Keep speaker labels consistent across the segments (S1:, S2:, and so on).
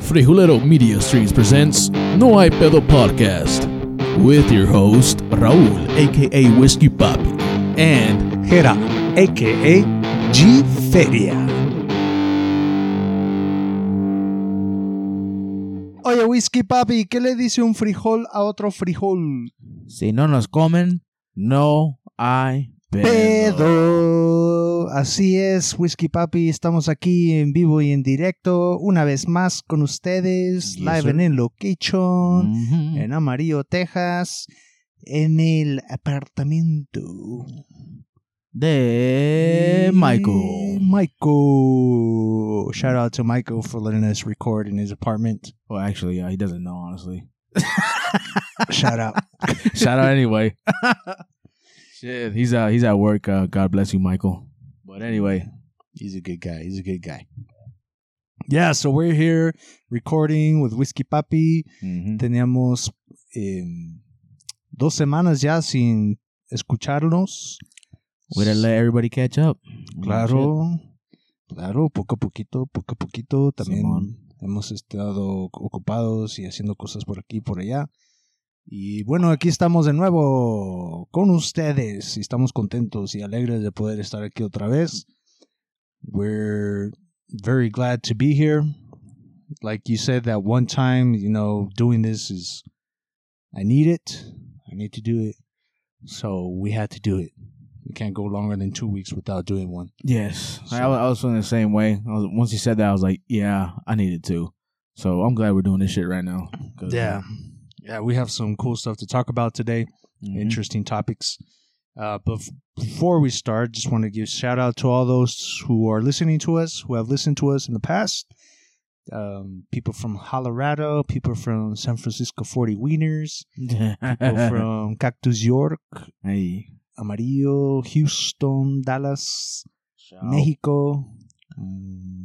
S1: Frijolero Media Streams presents No Hay Pedo Podcast with your host Raul, aka Whiskey Poppy, and
S2: Jera, a.k.a. G Feria. Oye, Whisky Papi, ¿qué le dice un frijol a otro frijol?
S3: Si no nos comen, no hay pedo.
S2: Pedo. Así es, Whisky Papi, estamos aquí en vivo y en directo, una vez más con ustedes,
S3: Yes,
S2: live
S3: sir. Mm.
S2: en el location,
S3: Ujú.
S2: en Amarillo, Texas, en el apartamento
S3: De Eh, Michael.
S2: Michael. Eh, Shout out to Michael for letting us record in his apartment.
S3: Well, actually, yeah, he doesn't know, honestly.
S2: Shout out.
S3: Shout out anyway. Shit, he's out. He's at work. Uh, God bless you, Michael. But anyway,
S2: He's a good guy. He's a good guy. Yeah, so we're here recording with Whiskey Papi.
S3: mhm.
S2: Teníamos em, dos semanas ya sin escucharnos.
S3: we didn't let everybody catch up.
S2: Claro, claro, poco a poquito, poco a poquito. También
S3: Simón.
S2: hemos estado ocupados y haciendo cosas por aquí y por allá. Y bueno, aquí estamos de nuevo con ustedes y estamos contentos y alegres de poder estar aquí otra vez. We're very glad to be here. Like you said, that one time, you know, doing this is, I need it. I need to do it. So we had to do it. We can't go longer than two weeks without doing one.
S3: Yes, I,
S2: So-
S3: I was feeling the same way. I was, once you said that, I was like, yeah, I needed to. So I'm glad we're doing this shit right now. 'Cause-
S2: Yeah. Um, Yeah, we have some cool stuff to talk about today.
S3: Mhm.
S2: Interesting topics. Uh, but f- before we start, just want to give shout out to all those who are listening to us, who have listened to us in the past. Um, people from Colorado, people from San Francisco 40 Wieners, people from Cactus York,
S3: hey,
S2: Amarillo, Houston, Dallas,
S3: Shout-
S2: México. Mm,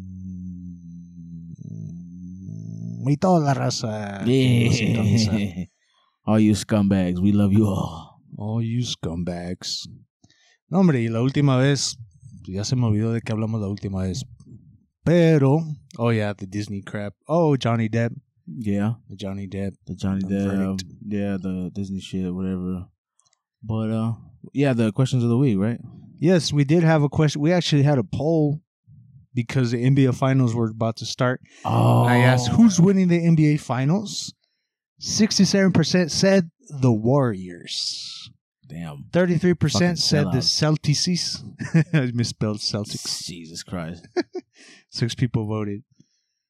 S2: Y toda la raza. que nos sintoniza.
S3: Yeah. All you scumbags, we love you all.
S2: Oh, you scumbags. No, hombre, y la última vez, ya se me olvidó de qué hablamos la última vez. Pero, oh yeah, the Disney crap. Oh, Johnny Depp,
S3: Yeah,
S2: the Johnny Depp.
S3: the Johnny
S2: The
S3: Depp,
S2: verdict.
S3: yeah, the Disney shit, whatever. But uh, yeah, the questions of the week, right?
S2: Yes, we did have a question. We actually had a poll because the NBA finals were about to start.
S3: Oh,
S2: I asked, who's winning the NBA finals? 67% said the Warriors.
S3: Damn,
S2: 33%
S3: Fucking
S2: said the Celtics. I misspelled Celtics.
S3: Jesus Christ.
S2: six people voted.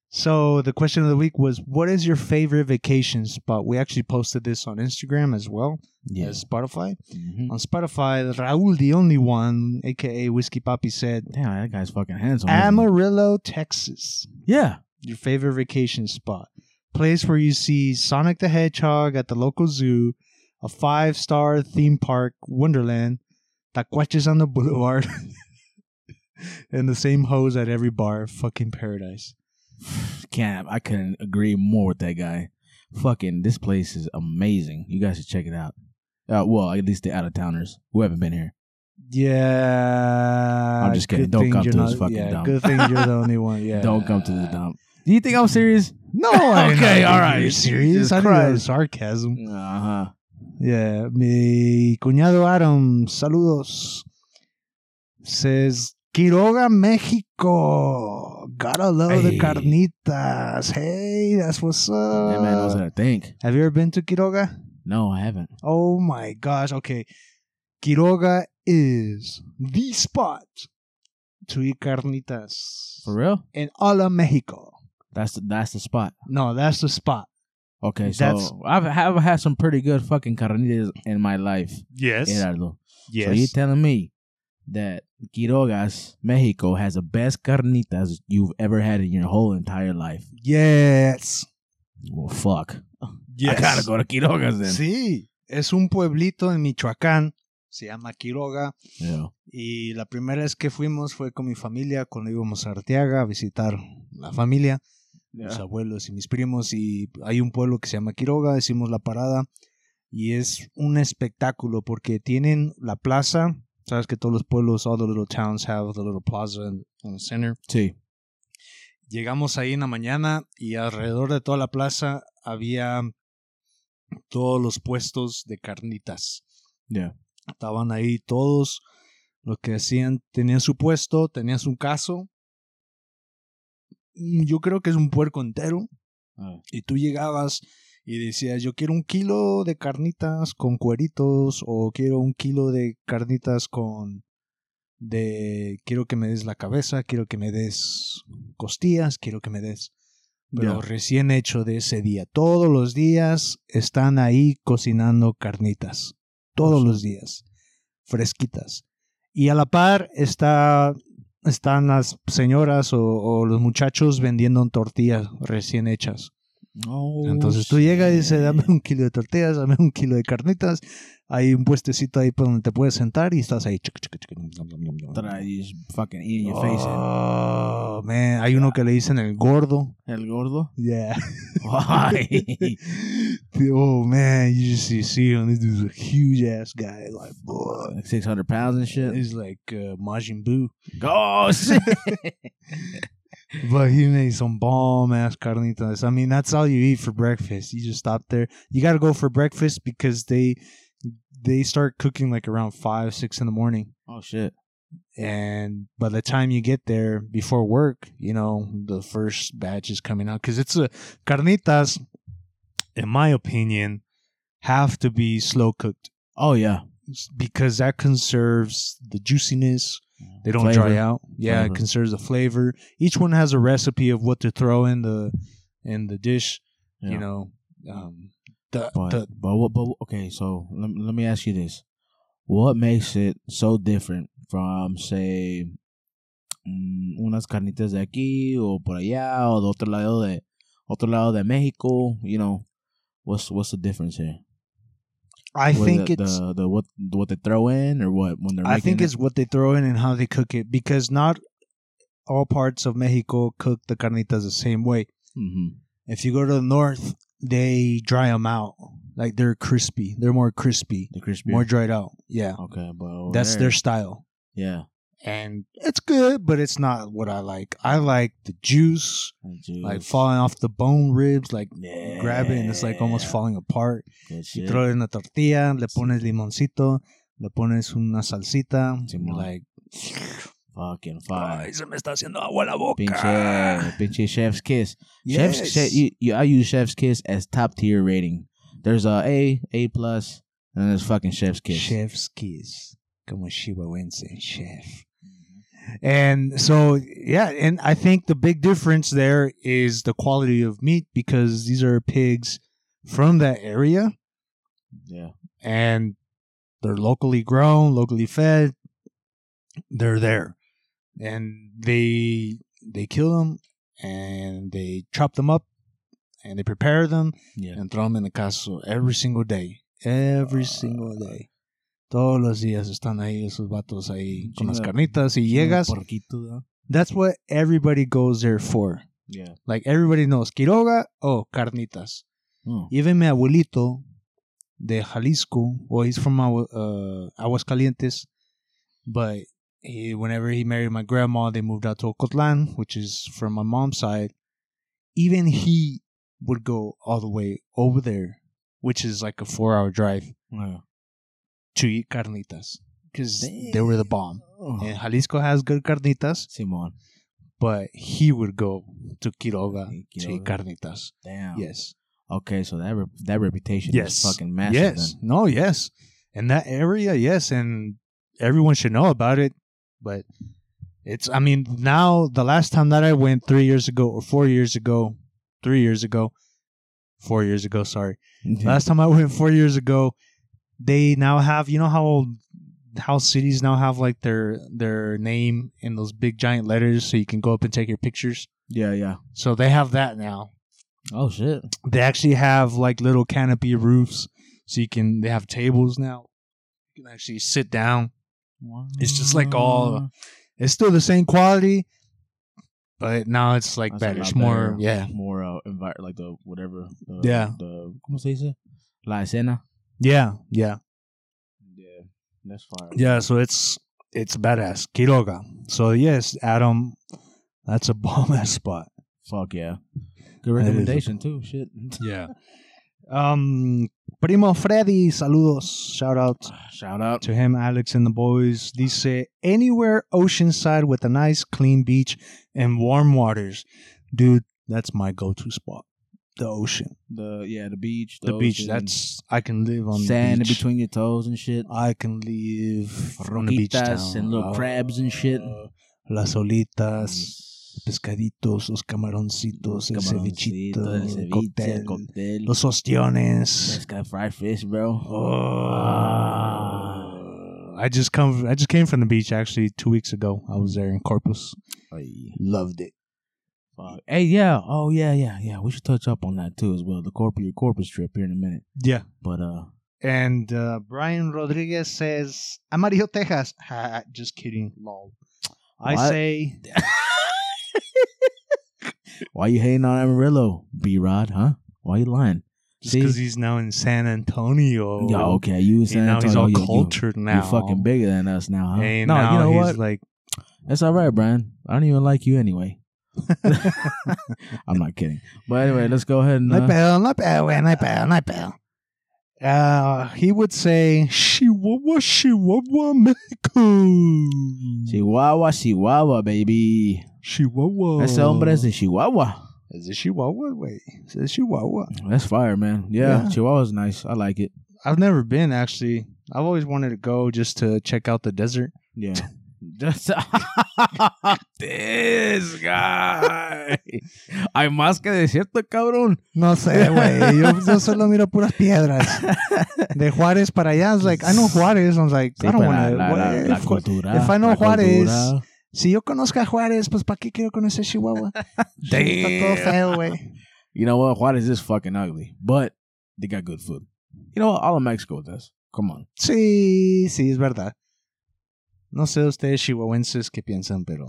S2: So the question of the week was, "What is your favorite vacation spot?" We actually posted this on Instagram as well as Spotify.
S3: Mhm.
S2: On Spotify, Raúl, the only one, aka Whiskey Papi, said
S3: Damn, that guy's fucking handsome. isn't he?
S2: Amarillo, Texas.
S3: yeah.
S2: Your favorite vacation spot, place where you see Sonic the Hedgehog at the local zoo, a five-star theme park, Wonderland, taquaches on the boulevard, and the same hoes at every bar. Fucking paradise.
S3: Can't I couldn't agree more with that guy. Fucking this place is amazing. You guys should check it out. Uh, well, at least the out of towners who haven't been here.
S2: Yeah.
S3: I'm just kidding.
S2: good
S3: Don't
S2: thing
S3: come
S2: you're
S3: to this fucking
S2: yeah,
S3: dump.
S2: Good thing you're the only one. Yeah.
S3: Don't come to the dump. Do you think I'm serious?
S2: No. I didn't
S3: Okay,
S2: think you
S3: all
S2: were
S3: right.
S2: serious?
S3: Jesus
S2: I didn't know it
S3: Christ.
S2: was sarcasm.
S3: Uh
S2: Uh-huh.
S3: huh.
S2: Yeah. Mi cuñado Adam, saludos. Says Quiroga, Mexico. Gotta love the
S3: Hey.
S2: carnitas. Hey, that's what's up.
S3: that man knows how to think.
S2: Have you ever been to Quiroga?
S3: No, I haven't.
S2: Oh my gosh. Okay. Quiroga is the spot to eat carnitas.
S3: For real?
S2: in Ala, Mexico.
S3: That's the, that's the spot.
S2: No, that's the spot.
S3: Okay, so
S2: That's-
S3: I've have had some pretty good fucking carnitas in my life,
S2: Yes.
S3: Gerardo. So you telling me that Quiroga's Mexico has the best carnitas you've ever had in your whole entire life?
S2: yes.
S3: Well, fuck.
S2: Yes.
S3: I gotta go to Quiroga's then.
S2: Sí. Es un pueblito en Michoacán. Se llama Quiroga.
S3: Yeah.
S2: Y la primera vez que fuimos fue con mi familia cuando íbamos a Arteaga a visitar la familia, mis abuelos y mis primos. Y hay un pueblo que se llama Quiroga. Hicimos la parada. Y es un espectáculo porque tienen la plaza. Sabes que todos los pueblos, all the little towns have the little plaza in, in the center.
S3: Sí.
S2: Llegamos ahí en la mañana y alrededor de toda la plaza había todos los puestos de carnitas.
S3: Yeah.
S2: Estaban ahí todos los que hacían, tenían su puesto, tenían su caso. Mm, Yo creo que es un puerco entero.
S3: Ah.
S2: Y tú llegabas y decías, yo quiero un kilo de carnitas con cueritos o quiero un kilo de carnitas con de quiero que me des la cabeza, quiero que me des costillas, quiero que me des pero
S3: Ya.
S2: recién hecho de ese día. Todos los días están ahí cocinando carnitas. Todos los días. Fresquitas. Y a la par está, están las señoras o, o los muchachos vendiendo tortillas recién hechas.
S3: Oh,
S2: Entonces tú llegas y dices,
S3: shit.
S2: dame un kilo de tortillas, dame un kilo de carnitas. Hay un puestecito ahí por donde te puedes sentar y estás ahí. chuc, chuc, chuc, nom, nom, nom, nom.
S3: Thought I just fucking eating your face ¿eh? in.
S2: Oh, man. Hay uno que le dicen el gordo.
S3: El gordo?
S2: Yeah.
S3: Why?
S2: oh man, you just see, see him. This dude's a huge ass guy. Like, boy.
S3: like 600 pounds and shit.
S2: He's like uh, Majin Buu.
S3: Oh, shit.
S2: But he made some bomb ass carnitas. I mean, that's all you eat for breakfast. You just stop there. You got to go for breakfast because they they start cooking like around 5, 6 in the morning.
S3: Oh, shit.
S2: And by the time you get there before work, you know, the first batch is coming out. Because it's a carnitas, in my opinion, have to be slow cooked.
S3: Oh, yeah.
S2: because that conserves the juiciness. They don't
S3: Flavor.
S2: dry out. Yeah,
S3: Flavor.
S2: it conserves the flavor. Each one has a recipe of what to throw in the in the dish.
S3: Yeah.
S2: You know, um, the,
S3: But,
S2: the
S3: but what? But okay, so let, let me ask you this: What makes it so different from, say, mm, unas carnitas de aquí o por allá o de otro lado de otro lado de México? You know, what's what's the difference here?
S2: I
S3: What is
S2: think
S3: it,
S2: it's
S3: the, the what what they throw in or what when they're.
S2: I
S3: making
S2: think
S3: it?
S2: it's what they throw in and how they cook it because not all parts of Mexico cook the carnitas the same way.
S3: Mhm.
S2: If you go to the north, they dry them out like they're crispy. They're more crispy,
S3: the crispy.
S2: more dried out. Yeah,
S3: okay, but over
S2: that's
S3: there-
S2: their style.
S3: yeah.
S2: and it's good, but it's not what I like. I like the juice,
S3: Like, juice.
S2: like falling off the bone ribs, like
S3: Yeah.
S2: grab it and it's like almost falling apart.
S3: Good
S2: You
S3: shit.
S2: throw it in a tortilla, le pones limoncito, le pones una salsita,
S3: Simón.
S2: like
S3: Fucking
S2: "Ay,
S3: fire.
S2: se me está haciendo agua la boca.
S3: Pinche, pinche chef's kiss.
S2: Yes.
S3: Chef's chef, you, you, I use Chef's Kiss as top tier rating. There's a A, A plus, and then there's fucking Chef's Kiss.
S2: Chef's kiss. Como chihuahuense, chef. And so, yeah, and I think the big difference there is the quality of meat because these are pigs from that area.
S3: Yeah.
S2: and they're locally grown, locally fed. They're there, and they they kill them and they chop them up and they prepare them
S3: Yeah.
S2: and throw them in the castle every single day, every single day. Todos los días están ahí esos vatos ahí con las
S3: Chinga-
S2: carnitas y llegas.
S3: Porquito, though.
S2: That's what everybody goes there for.
S3: Yeah.
S2: Like everybody knows Quiroga, oh carnitas.
S3: Mm.
S2: Even my abuelito de Jalisco, well, he's from Agu- uh, Aguascalientes, but he, whenever he married my grandma, they moved out to Ocotlan, which is from my mom's side. Even he would go all the way over there, which is like a four hour drive,
S3: Yeah.
S2: to eat carnitas because they were the bomb.
S3: Oh.
S2: And Jalisco has good carnitas,
S3: Simon.
S2: but he would go to Quiroga, to eat
S3: Mm, Quiroga.
S2: carnitas.
S3: Damn.
S2: Yes.
S3: Okay, so that rep- that reputation
S2: Yes.
S3: is fucking massive.
S2: Yes. No, yes. In that area, yes, and everyone should know about it. But it's I mean, now the last time that I went three years ago or four years ago, three years ago, four years ago, sorry.
S3: Then.
S2: Last time I went four years ago, they now have you know how how cities now have like their their name in those big giant letters so you can go up and take your pictures.
S3: yeah, yeah.
S2: So they have that now
S3: Oh shit.
S2: they actually have like little canopy roofs so you can they have tables now you can actually sit down It's just like all- it's still the same quality but now it's like
S3: That's a
S2: better
S3: lot
S2: it's more
S3: better.
S2: yeah
S3: more uh, envi- like the whatever. The,
S2: Yeah.
S3: The ¿cómo se dice? La escena.
S2: yeah yeah
S3: Yeah. That's fire.
S2: yeah so it's it's badass quiroga so yes adam that's a bomb ass spot
S3: Fuck yeah. Good
S2: That is a-
S3: recommendation too. Shit.
S2: Yeah. Um, Primo Freddy, saludos. Shout out
S3: Ah, Shout out.
S2: to him, Alex and the boys. Dice, anywhere oceanside with a nice clean beach and warm waters. Dude, that's my go-to spot. The ocean.
S3: The yeah, the beach.
S2: The beach.
S3: ocean,
S2: That's, I can live on
S3: sand
S2: the
S3: in
S2: beach.
S3: between your toes and shit.
S2: I can live on a beach
S3: Roquitas
S2: town.
S3: and little
S2: Uh,
S3: crabs and shit. Mm.
S2: Las olitas, pescaditos, los camaroncitos, el cevichito,
S3: Camaroncito, el
S2: el
S3: ceviche,
S2: cóctel,
S3: cóctel.
S2: los ostiones.
S3: That's got fried fish, bro. Ah.
S2: Oh. I just come. I just came from the beach actually two weeks ago. I was there in Corpus.
S3: Ay,
S2: Loved it.
S3: fuck. Hey, yeah. Oh, yeah, yeah, yeah. We should touch up on that too as well. The corp your corpus trip here in a minute.
S2: Yeah.
S3: But uh,
S2: And uh, Brian Rodriguez says Amarillo, Texas. Ha, just kidding. Lol. I
S3: What?
S2: say
S3: why you hating on Amarillo, B Rod? Huh? Why you lying?
S2: just because
S3: See?
S2: he's now in San Antonio.
S3: Yeah, okay. You in
S2: And
S3: San
S2: now he's
S3: Antonio,
S2: all
S3: you- you-
S2: cultured now.
S3: You fucking bigger than us now, huh?
S2: And
S3: no,
S2: now
S3: you know
S2: he's
S3: what?
S2: like,
S3: That's all right, Brian. I don't even like you anyway. I'm not kidding. But anyway, let's go ahead and.
S2: no
S3: Uh,
S2: pedo, no pedo, no pedo, no pedo. Uh, he would say, Chihuahua, Chihuahua, Mexico.
S3: Chihuahua, Chihuahua, baby.
S2: Chihuahua.
S3: Ese hombre es de Chihuahua.
S2: Es de Chihuahua, güey. Es de Chihuahua.
S3: That's fire, man. Yeah,
S2: Yeah.
S3: Chihuahua's nice. I like it.
S2: I've never been, actually. I've always wanted to go just to check out the desert.
S3: Yeah. Just- this guy. Hay más que desierto, cabrón.
S2: No sé, güey. Yo, yo solo miro puras piedras. De Juárez para allá, I was like, I know Juárez. I was like, I don't
S3: pero
S2: want
S3: pues, la, la, la- la
S2: to.
S3: cultura.
S2: if I know
S3: la
S2: Juárez,
S3: cultura.
S2: Si yo conozco a Juárez, pues ¿para qué quiero conocer Chihuahua? Está todo feo, güey.
S3: You know what? Juárez is fucking ugly, but they got good food. You know what? All of Mexico does. Come on.
S2: Sí, sí, es verdad. No sé ustedes chihuahuenses qué piensan, pero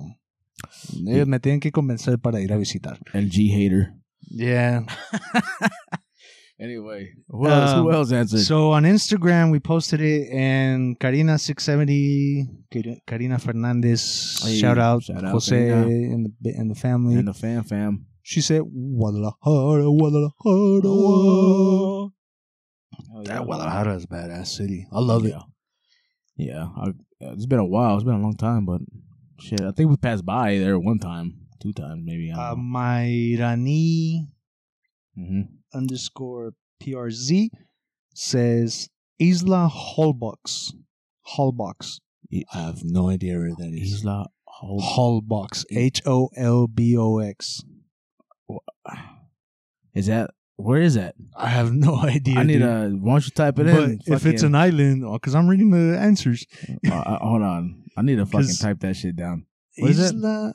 S2: ellos me tienen que convencer para ir a visitar.
S3: LG hater.
S2: Yeah.
S3: Anyway, who else,
S2: Um,
S3: who else answered?
S2: So on Instagram we posted it, and Karina six seventy, Karina Fernandez,
S3: Hey,
S2: shout out,
S3: shout out,
S2: Jose
S3: Karina.
S2: and the and the family.
S3: and the fan fam.
S2: she said Guadalajara, Guadalajara. That Guadalajara is a badass city. I love it.
S3: yeah. Yeah, I, uh, it's been a while. It's been a long time, but shit, I think we passed by there one time, two times maybe. I
S2: Uh,
S3: don't
S2: Mairani
S3: know. hmm
S2: underscore PRZ says Isla Holbox. Holbox.
S3: I
S2: have no idea where that
S3: He's like, oh,
S2: Holbox. H O L B O X.
S3: is that where is that?
S2: I have no idea.
S3: I need
S2: dude.
S3: a. Why don't you type it
S2: But
S3: in?
S2: if it's an
S3: Fucking-
S2: island, because I'm reading the answers.
S3: Uh, uh, hold on, I need to fucking
S2: 'Cause-
S3: type that shit down. What is it?
S2: Isla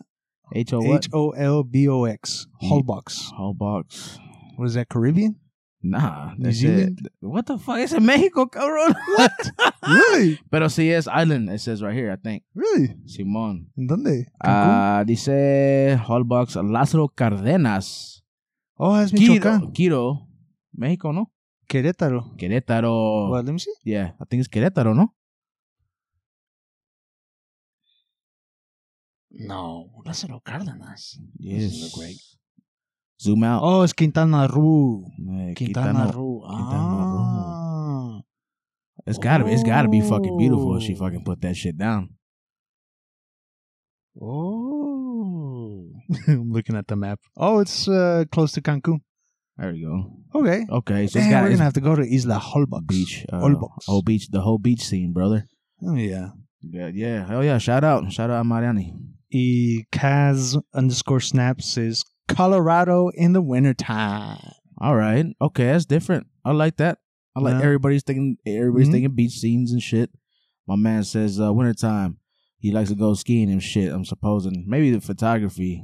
S3: H O what?
S2: H O L B O X.
S3: Ye-
S2: Holbox.
S3: Whole box.
S2: What is that, Caribbean?
S3: Nah,
S2: New
S3: that shit-
S2: Zealand?
S3: What the fuck? It's in Mexico, cabrón. What?
S2: really?
S3: Pero sí es island. It says right here, I think.
S2: Really?
S3: Simón.
S2: ¿En dónde? Cancún?
S3: Ah, dice Hallbox Lázaro Cárdenas.
S2: oh, es
S3: Quiro,
S2: Michoacán.
S3: Quiro, México, ¿no?
S2: Querétaro.
S3: Querétaro.
S2: Well, let me see.
S3: Yeah, I think it's Querétaro, ¿no?
S2: No, Lázaro Cárdenas.
S3: Yes.
S2: look right.
S3: Zoom out.
S2: Oh, es Quintana Roo.
S3: Eh,
S2: Quintana,
S3: Quintana-
S2: Roo.
S3: Quintana
S2: Ah.
S3: It's gotta be. It's gotta be fucking beautiful. If she
S2: Oh.
S3: fucking put that shit down.
S2: Oh. I'm looking at the map. Oh, it's uh, close to Cancun.
S3: There we go.
S2: Okay.
S3: Okay, so
S2: Damn,
S3: it's got
S2: we're
S3: it's
S2: gonna have to go to Isla Holbox.
S3: beach. Uh,
S2: Holbox.
S3: Whole beach. The whole beach scene, brother.
S2: Oh, yeah.
S3: Yeah, yeah. Hell yeah. Shout out. Shout out, Mariani.
S2: E Kaz underscore snaps is Colorado in the wintertime.
S3: All right. Okay, that's different. I like that. I like
S2: Yeah.
S3: everybody's thinking everybody's
S2: Mhm.
S3: thinking beach scenes and shit. My man says uh wintertime. He likes to go skiing and shit, I'm supposing. Maybe the photography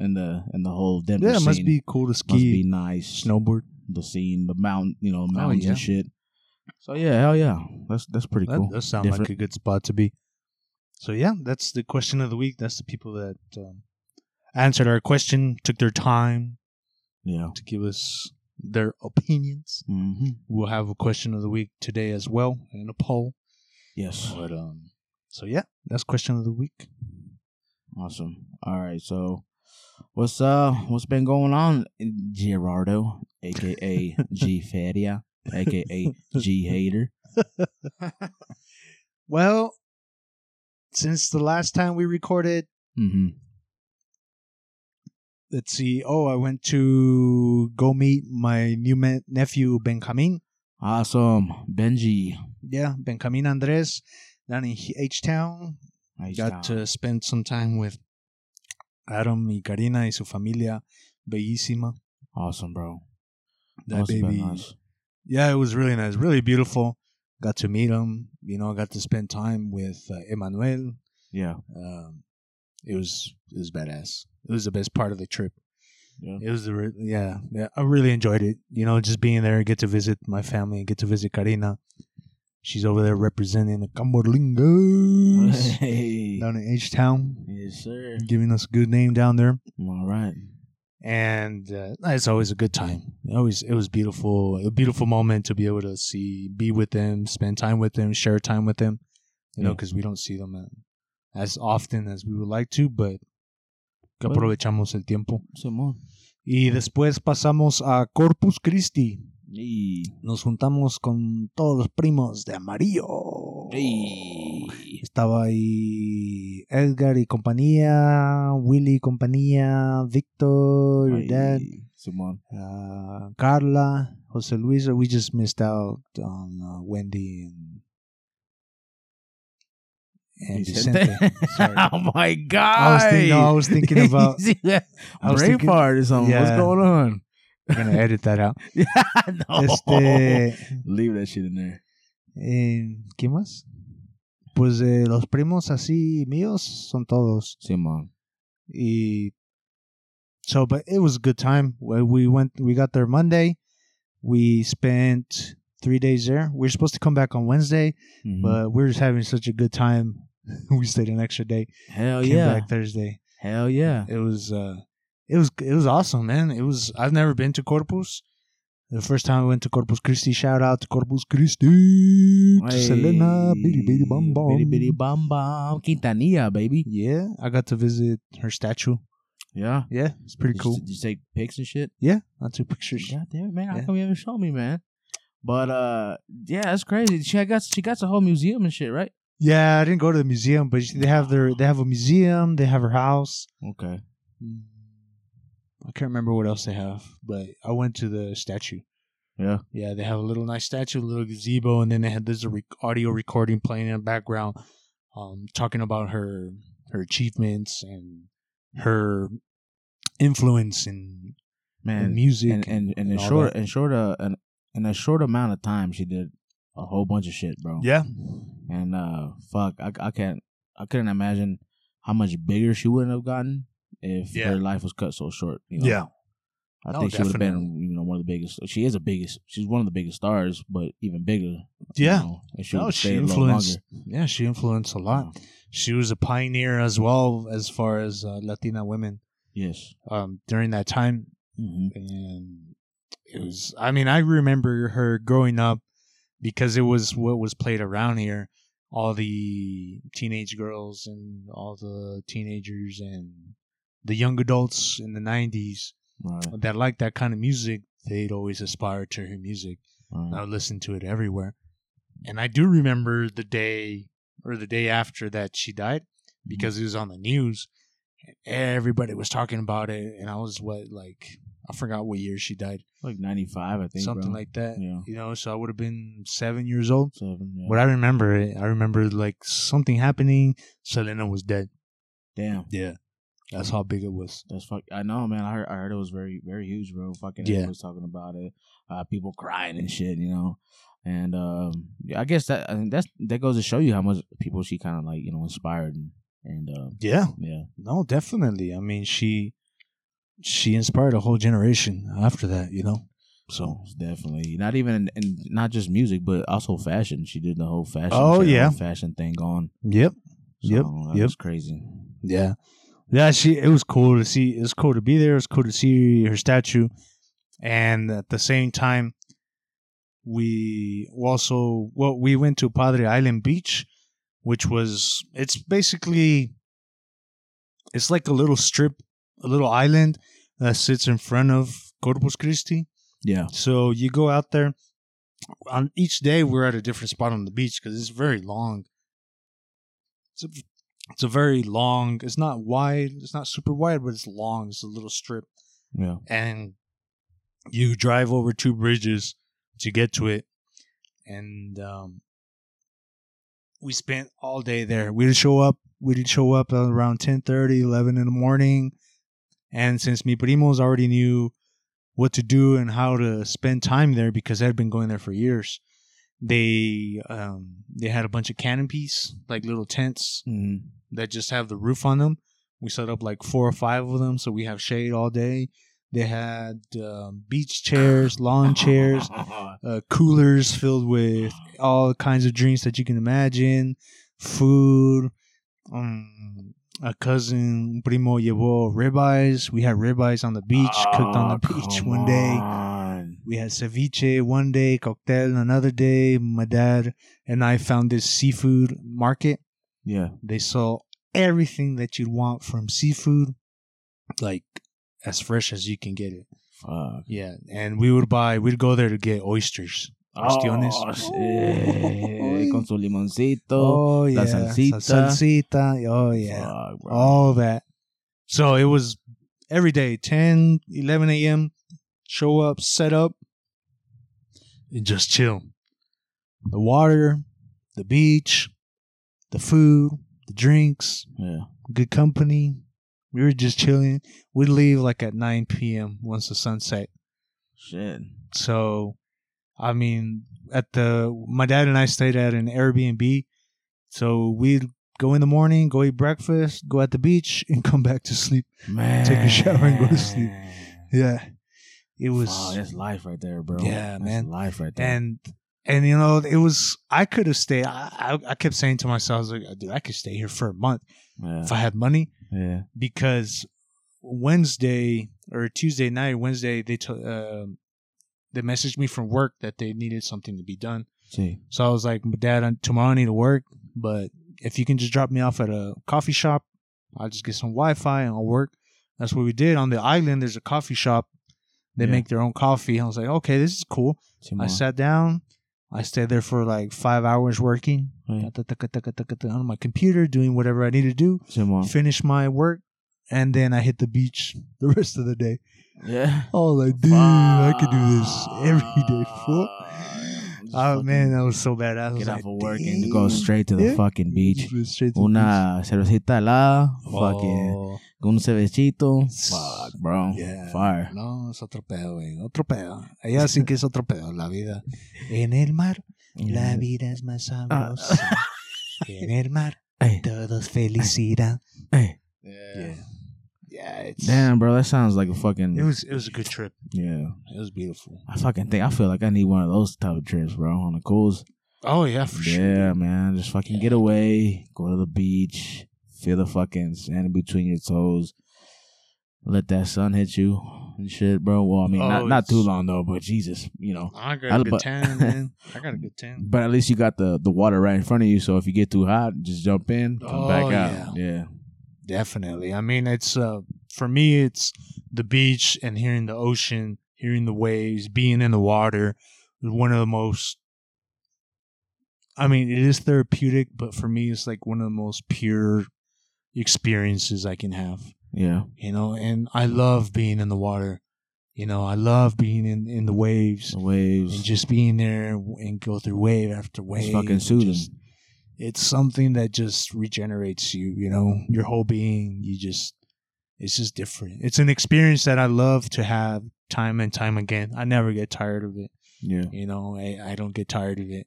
S3: and the and the whole Denver
S2: Yeah, it must
S3: scene
S2: be cool to
S3: must be
S2: ski.
S3: nice.
S2: snowboard.
S3: The scene, the mountain you know, mountains and
S2: yeah.
S3: shit. So yeah, hell yeah. That's that's pretty
S2: That
S3: cool.
S2: does sound
S3: Different.
S2: like a good spot to be. So yeah, that's the question of the week. That's the people that um, answered our question, took their time
S3: yeah.
S2: to give us their opinions.
S3: hmm
S2: We'll have a question of the week today as well and a poll.
S3: Yes.
S2: But um, so yeah, that's question of the week.
S3: Awesome. All right, so What's uh what's been going on, Gerardo, aka G Feria, aka G Hater?
S2: Well, since the last time we recorded,
S3: Mm-hmm.
S2: let's see. Oh, I went to go meet my new me- nephew Benjamin.
S3: Awesome, Benji.
S2: Yeah, Benjamin Andres down in H Town.
S3: Nice job.
S2: Got to spend some time with Adam y Karina y su familia. Bellísima.
S3: awesome, bro.
S2: That
S3: Must've been
S2: baby.
S3: nice.
S2: Yeah, it was really nice, really beautiful. Got to meet him. You know, got to spend time with uh, Emmanuel.
S3: Yeah,
S2: Um, it was it was badass. It was the best part of the trip.
S3: Yeah.
S2: It was the re- yeah yeah. I really enjoyed it. You know, just being there, get to visit my family, and get to visit Karina. She's over there representing the Camborilingas
S3: hey,
S2: down in H Town,
S3: yes, sir.
S2: giving us a good name down there.
S3: All right.
S2: And uh, it's always a good time. It always it was beautiful, a beautiful moment to be able to see, be with them, spend time with them, share time with them. You know,
S3: Yeah.
S2: because we don't see them uh, as often as we would like to, but que
S3: Bueno.
S2: aprovechamos el tiempo.
S3: Simón.
S2: Y después pasamos a Corpus Christi.
S3: Hey.
S2: Nos juntamos con todos los primos de amarillo. Estaba ahí Edgar y compañía, Willy y compañía, Víctor, your dad,
S3: Hey. Simón.
S2: uh, Carla, José Luis. We just missed out on uh, Wendy and, and Vicente. Sorry.
S3: oh my god.
S2: I was thinking, no, I was thinking about. I was thinking-
S3: Braveheart or something. What's
S2: Yeah.
S3: going on?
S2: I'm gonna edit that out.
S3: no.
S2: Este,
S3: Leave that shit in there.
S2: Eh, ¿Qué más? Pues eh, los primos así míos son todos.
S3: Simón.
S2: Y so, but it was a good time. Well, We went, we got there Monday. We spent three days there. We are supposed to come back on Wednesday,
S3: Mhm.
S2: but we were just having such a good time. we stayed an extra day.
S3: Hell
S2: came
S3: Oh, yeah.
S2: back Thursday.
S3: Hell yeah.
S2: It was, uh, it was, it was awesome, man. It was. I've never been to Corpus. The first time I went to Corpus Christi, shout out to Corpus Christi, to Selena,
S3: Hey.
S2: bitty bitty bum bum,
S3: Bitty bitty bum bum. Quintanilla, baby.
S2: Yeah, I got to visit her statue.
S3: Yeah.
S2: Yeah, it's pretty
S3: Did
S2: cool.
S3: You, did you take pics and shit?
S2: Yeah, I took pictures.
S3: God damn it, man. How
S2: Yeah.
S3: come you haven't shown me, man? But uh yeah, that's crazy. She got she got the whole museum and shit, right?
S2: Yeah, I didn't go to the museum, but they have their they have a museum. They have her house.
S3: Okay.
S2: Mm, I can't remember what else they have, but I went to the statue.
S3: Yeah.
S2: Yeah, they have a little nice statue, a little gazebo, and then they had this re- audio recording playing in the background, um, talking about her her achievements and her influence in, in
S3: Man,
S2: music
S3: and and, and in
S2: all
S3: short
S2: that.
S3: in short uh, in, in a short amount of time she did a whole bunch of shit, bro.
S2: Yeah,
S3: And uh fuck, I I can't I couldn't imagine how much bigger she wouldn't have gotten if
S2: Yeah.
S3: her life was cut so short. You know? I
S2: No,
S3: think she would have been,
S2: definitely.
S3: you know, one of the biggest. She is the biggest. She's one of the biggest stars, but even bigger. you
S2: yeah.
S3: know, if she
S2: No,
S3: would've
S2: she
S3: stayed a little
S2: influenced Yeah, she influenced a lot.
S3: longer. Oh,
S2: She was a pioneer as well as far as uh, Latina women
S3: Yes.
S2: um, during that time.
S3: hmm
S2: And it was, I mean, I remember her growing up because it was what was played around here. All the teenage girls and all the teenagers and the young adults in the 90s
S3: Right.
S2: that liked that kind of music, they'd always aspire to her music. and I
S3: right.
S2: would listen to it everywhere. And I do remember the day or the day after that she died
S3: Mm-hmm.
S2: because it was on the news. And everybody was talking about it, and I was what like I forgot what year she died,
S3: Like ninety five, I think.
S2: something
S3: bro.
S2: like that.
S3: yeah.
S2: You know, so I would have been seven years old.
S3: Seven. Yeah.
S2: But I remember it. I remember like something happening. Selena was dead.
S3: Damn.
S2: Yeah,
S3: Mm.
S2: that's how big it was.
S3: That's fuck. I know, man. I heard. I heard it was very, very huge, bro. Fucking
S2: Yeah.
S3: everyone was talking about it. Uh, people crying and shit, you know. And um, yeah, I guess that I mean, that's that goes to show you how much people she kind of like, you know, inspired and and uh,
S2: Yeah,
S3: yeah,
S2: no, definitely. I mean, she she inspired a whole generation after that. You know, so
S3: Most definitely not even in, in not just music, but also fashion. She did the whole fashion.
S2: Oh,
S3: shit,
S2: yeah.
S3: whole fashion thing going.
S2: yep.
S3: So,
S2: Yep,
S3: that
S2: yep.
S3: was crazy.
S2: Yeah. Yeah, she it was cool to see it was cool to be there, it was cool to see her statue. And at the same time we also well we went to Padre Island Beach, which was it's basically it's like a little strip a little island that sits in front of Corpus Christi.
S3: Yeah.
S2: So you go out there. On each day, we're at a different spot on the beach because it's very long. It's a, it's a very long. It's not wide. It's not super wide, but it's long. It's a little strip,
S3: Yeah.
S2: and you drive over two bridges to get to it. And um, we spent all day there. We didn't show up. We didn't show up around 10, 11 in the morning. And since mi primos already knew what to do and how to spend time there because they had been going there for years, they um, they had a bunch of canopies, like little tents
S3: Mhm.
S2: that just have the roof on them. We set up like four or five of them, so we have shade all day. They had um, beach chairs, lawn chairs, uh, coolers filled with all kinds of drinks that you can imagine, food. Um, a cousin, un primo, llevó ribeyes. We had ribeyes on the beach, cooked on the
S3: Ah,
S2: beach
S3: come
S2: one day.
S3: on.
S2: We had ceviche one day, cocktail another day. My dad and I found this seafood market
S3: Yeah.
S2: they sell everything that you'd want from seafood, like as fresh as you can get it.
S3: Fuck.
S2: Yeah, and we would buy. We'd go there to get oysters. Cuestiones.
S3: Oh, shit. Con su limoncito.
S2: Oh yeah,
S3: la salsita.
S2: Sa- salsita. Oh yeah,
S3: Fuck, bro.
S2: all that. So it was every day, 10, 11 a.m. Show up, set up, and just chill. The water, the beach, the food, the drinks,
S3: Yeah.
S2: good company. We were just chilling. We'd leave like at 9 p.m. once the sun set.
S3: Shit.
S2: So, I mean, at the my dad and I stayed at an Airbnb. So we'd go in the morning, go eat breakfast, go at the beach, and come back to sleep.
S3: Man.
S2: Take a shower and go to sleep. Yeah, it was.
S3: Fuck, that's life right there, bro.
S2: Yeah,
S3: That's
S2: man.
S3: Life right there.
S2: and and you know it was. I could have stayed. I, I I kept saying to myself, I was like, dude, I could stay here for a month
S3: yeah.
S2: if I had money.
S3: yeah.
S2: because Wednesday or Tuesday night, Wednesday they t- um they messaged me from work that they needed something to be done.
S3: Sí.
S2: So I was like, "Dad, I- tomorrow I need to work, but if you can just drop me off at a coffee shop, I'll just get some Wi-Fi and I'll work." That's what we did on the island. There's a coffee shop. They
S3: Yeah.
S2: make their own coffee. I was like, "Okay, this is cool." I
S3: Simón.
S2: sat down. I stayed there for like five hours working
S3: Yeah.
S2: on my computer, doing whatever I need to do
S3: Simón.
S2: finish my work, and then I hit the beach the rest of the day.
S3: Yeah.
S2: Oh, like, dude, I could do this every day, fool.
S3: Just
S2: Oh
S3: fucking
S2: man, that was so bad. I was
S3: Get
S2: like,
S3: off of work and go
S2: "Damn."
S3: straight to the
S2: Yeah.
S3: fucking beach.
S2: Just straight to the
S3: Una cervecita helada.
S2: beach.
S3: Fucking.
S2: Oh,
S3: Un cervecito.
S2: S-
S3: Fuck, bro.
S2: yeah.
S3: Fire.
S2: No, es otro pedo, güey. Otro pedo. Allá sí que es otro pedo, la vida. En el mar, la vida es más
S3: Ah.
S2: sabrosa. En el mar,
S3: Hey,
S2: todos felicidad.
S3: hey.
S2: Yeah. Yeah, it's,
S3: Damn, bro, that sounds like a fucking.
S2: It was it was a good trip.
S3: yeah.
S2: It was beautiful.
S3: I fucking think I feel like I need one of those type of trips, bro, on the cruise.
S2: Oh yeah, for sure.
S3: yeah, man, just fucking get away, go to the beach, feel the fucking sand between your toes, let that sun hit you and shit, bro. Well, I mean,
S2: Oh,
S3: not not too
S2: it's-
S3: long though, but Jesus, you know.
S2: I got
S3: I'll
S2: a good
S3: bu-
S2: tan, man. I got a good tan.
S3: But at least you got the the water right in front of you, so if you get too hot, just jump in, come
S2: Oh,
S3: back out. Yeah.
S2: Definitely. I mean, it's uh, for me, it's the beach and hearing the ocean, hearing the waves, being in the water. is One of the most. I mean, it is therapeutic, but for me, it's like one of the most pure experiences I can have.
S3: Yeah.
S2: You know, and I love being in the water. You know, I love being in in the waves
S3: The waves.
S2: and just being there and go through wave after wave.
S3: it's fucking
S2: and
S3: soothing.
S2: just- it's something that just regenerates you you know your whole being you just it's just different it's an experience that i love to have time and time again i never get tired of it
S3: yeah.
S2: you know i, I don't get tired of it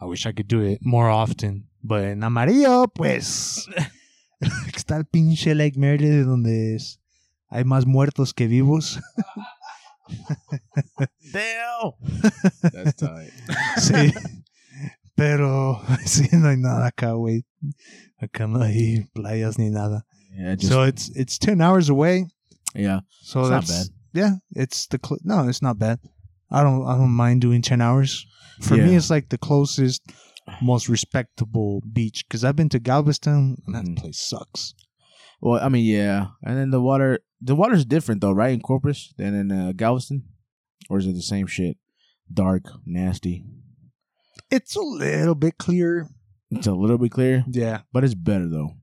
S2: i wish i could do it more often but en amarillo pues está el pinche Lake Merle de donde es hay más muertos que vivos
S3: Damn. That's tight.
S2: sí pero sí no hay nada acá güey acá no hay playas ni nada
S3: Yeah. Just,
S2: so it's it's ten hours away.
S3: yeah.
S2: So
S3: It's not
S2: that's yeah. It's the cl- no, it's not bad. I don't I don't mind doing ten hours. For me,
S3: Yeah.
S2: it's like the closest, most respectable beach because I've been to Galveston and that
S3: Mhm.
S2: place sucks.
S3: Well, I mean, yeah, and then the water The water's different though, right? In Corpus than in uh, Galveston, or is it the same shit? Dark, nasty.
S2: It's a little bit clear.
S3: It's a little bit clear,
S2: Yeah.
S3: but it's better though.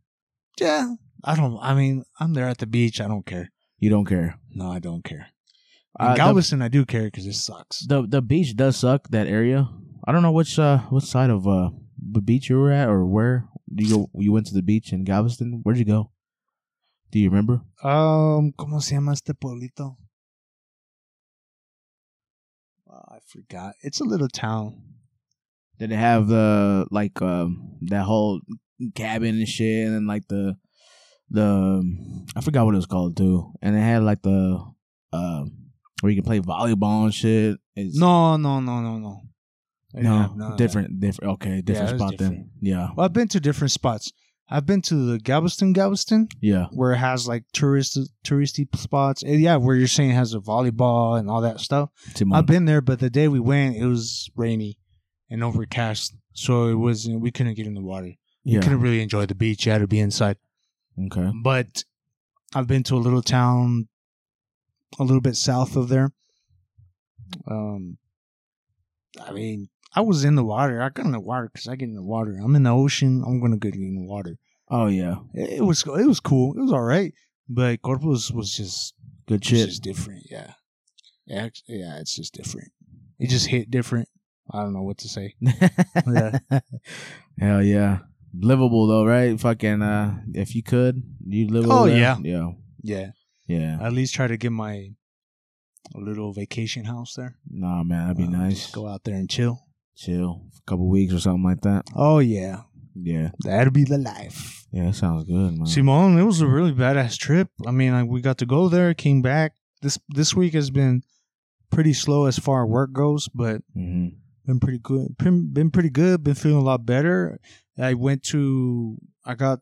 S2: Yeah. I don't, I mean, I'm there at the beach. I don't care.
S3: You don't care.
S2: No, I don't care. In
S3: Uh, the-
S2: Galveston, I do care because it sucks.
S3: the the beach does suck that area. I don't know which uh what side of uh the beach you were at or where you go, you went to the beach in Galveston. Where'd you go? Do you remember?
S2: Um, ¿Cómo se llama este pueblito? Uh, I forgot. It's a little town.
S3: Did it have the like um that whole cabin and shit and like the the I forgot what it was called too. And it had like the um where you can play volleyball and shit. It's,
S2: No, no, no, no, no. I didn't have none
S3: no,
S2: of that.
S3: different, different. Okay, different
S2: it was
S3: spot
S2: different.
S3: then. Yeah,
S2: Well, I've been to different spots. I've been to the Galveston, Galveston,
S3: yeah.
S2: where it has like tourist touristy spots. And yeah, where you're saying it has a volleyball and all that stuff.
S3: Timon.
S2: I've been there, but the day we went, it was rainy and overcast, so it was we couldn't get in the water.
S3: yeah.
S2: Couldn't really enjoy the beach. You had to be inside.
S3: Okay.
S2: But I've been to a little town, a little bit south of there. Um, I mean, I was in the water. I got in the water because I get in the water. I'm in the ocean. I'm gonna get in the water.
S3: Oh yeah.
S2: It, it was it was cool. It was all right. But Corpus was just
S3: Good
S2: it's
S3: shit.
S2: just different. Yeah. Yeah, ex- yeah, it's just different. It just hit different. I don't know what to say. Yeah.
S3: Hell yeah. Livable though, right? Fucking uh if you could, you live
S2: Oh,
S3: over there.
S2: yeah.
S3: Yeah.
S2: Yeah.
S3: Yeah.
S2: I at least try to get my a little vacation house there.
S3: Nah man, that'd be
S2: Uh,
S3: nice.
S2: Just go out there and chill.
S3: Chill. A couple weeks or something like that.
S2: Oh yeah.
S3: Yeah.
S2: That'd be the life.
S3: Yeah, that sounds good, man.
S2: Simone, it was a really badass trip. I mean, like we got to go there, came back. This this week has been pretty slow as far as work goes, but
S3: hmm
S2: been pretty good. Been, been pretty good. Been feeling a lot better. I went to I got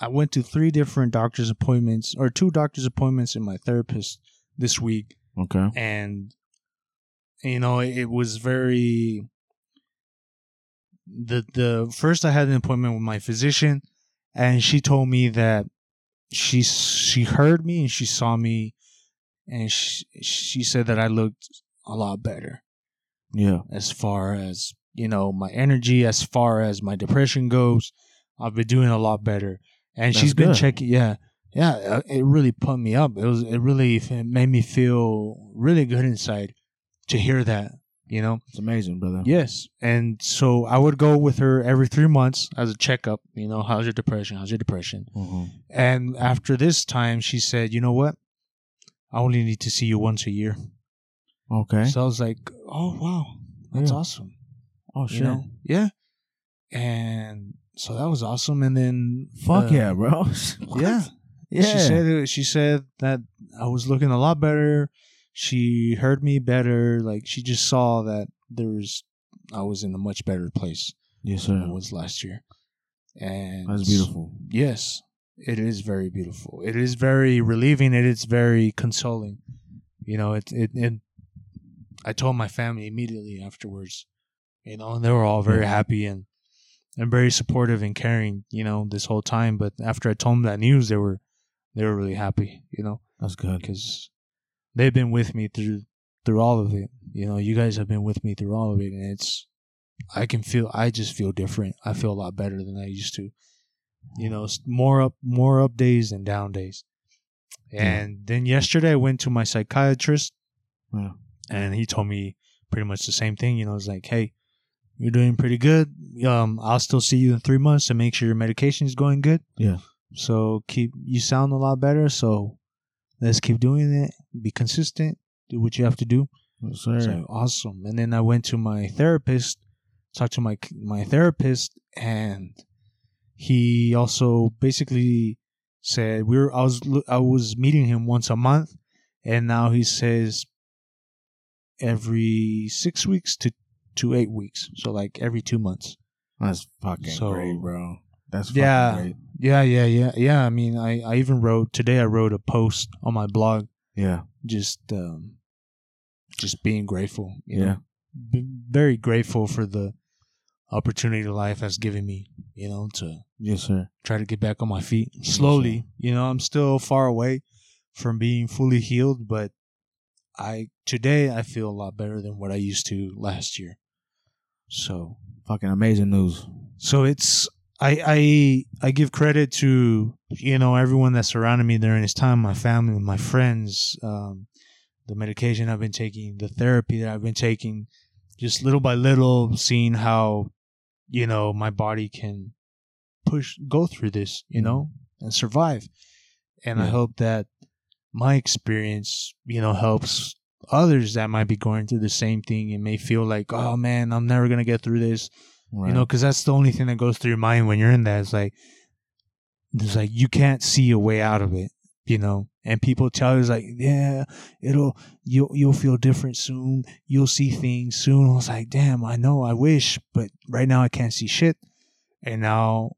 S2: I went to three different doctor's appointments or two doctor's appointments and my therapist this week,
S3: Okay.
S2: and you know it was very the the first I had an appointment with my physician, and she told me that she she heard me and she saw me, and she she said that I looked a lot better
S3: Yeah.
S2: as far as you know my energy as far as my depression goes i've been doing a lot better and
S3: That's
S2: she's been
S3: good.
S2: checking yeah yeah uh, it really pumped me up it was it really f- made me feel really good inside to hear that you know
S3: It's amazing, brother.
S2: yes and so i would go with her every three months as a checkup you know how's your depression how's your depression
S3: hmm
S2: and after this time she said you know what i only need to see you once a year
S3: Okay.
S2: so i was like oh wow that's
S3: Yeah.
S2: awesome
S3: oh
S2: you
S3: shit.
S2: know? yeah and so that was awesome and then
S3: Fuck
S2: uh,
S3: yeah, bro.
S2: yeah
S3: What? Yeah.
S2: she said uh, she said that i was looking a lot better she heard me better like she just saw that there was i was in a much better place
S3: yes,
S2: than i
S3: sir.
S2: was last year and
S3: That's beautiful.
S2: yes it is very beautiful it is very relieving it is very consoling you know it it, it i told my family immediately afterwards you know and they were all very
S3: Yeah.
S2: happy and and very supportive and caring you know this whole time but after i told them that news they were they were really happy you know
S3: That's good.
S2: because they've been with me through through all of it you know you guys have been with me through all of it and it's i can feel i just feel different i feel a lot better than i used to you know s- more up more up days than down days and then yesterday i went to my psychiatrist
S3: Yeah.
S2: and he told me pretty much the same thing you know it's like hey you're doing pretty good um i'll still see you in three months and make sure your medication is going good
S3: Yeah.
S2: so keep you sound a lot better so let's keep doing it be consistent do what you have to do
S3: Yes, sir.
S2: so awesome. And then I went to my therapist, talked to my my therapist, and he also basically said we were I was lo- I was meeting him once a month, and now he says every six weeks to to eight weeks, so like every two months.
S3: That's fucking
S2: So-
S3: great, bro. That's fucking
S2: Yeah.
S3: great.
S2: Yeah, yeah, yeah, yeah. I mean, I I even wrote today. I wrote a post on my blog
S3: Yeah.
S2: just um just being grateful you
S3: Yeah.
S2: know B- very grateful for the opportunity life has given me you know to
S3: Yes, sir.
S2: try to get back on my feet slowly you know i'm still far away from being fully healed, but I today I feel a lot better than what I used to last year. So
S3: Fucking amazing news.
S2: so it's I I I give credit to you know everyone that surrounded me during this time, my family, my friends, um, the medication I've been taking, the therapy that I've been taking, just little by little, seeing how you know my body can push go through this, you know, and survive. And I
S3: Yeah.
S2: hope that my experience, you know, helps others that might be going through the same thing and may feel like, oh man, I'm never gonna get through this
S3: Right.
S2: you know because that's the only thing that goes through your mind when you're in that it's like it's like you can't see a way out of it you know and people tell you it's like yeah it'll you'll, you'll feel different soon you'll see things soon i was like damn i know i wish but right now i can't see shit and now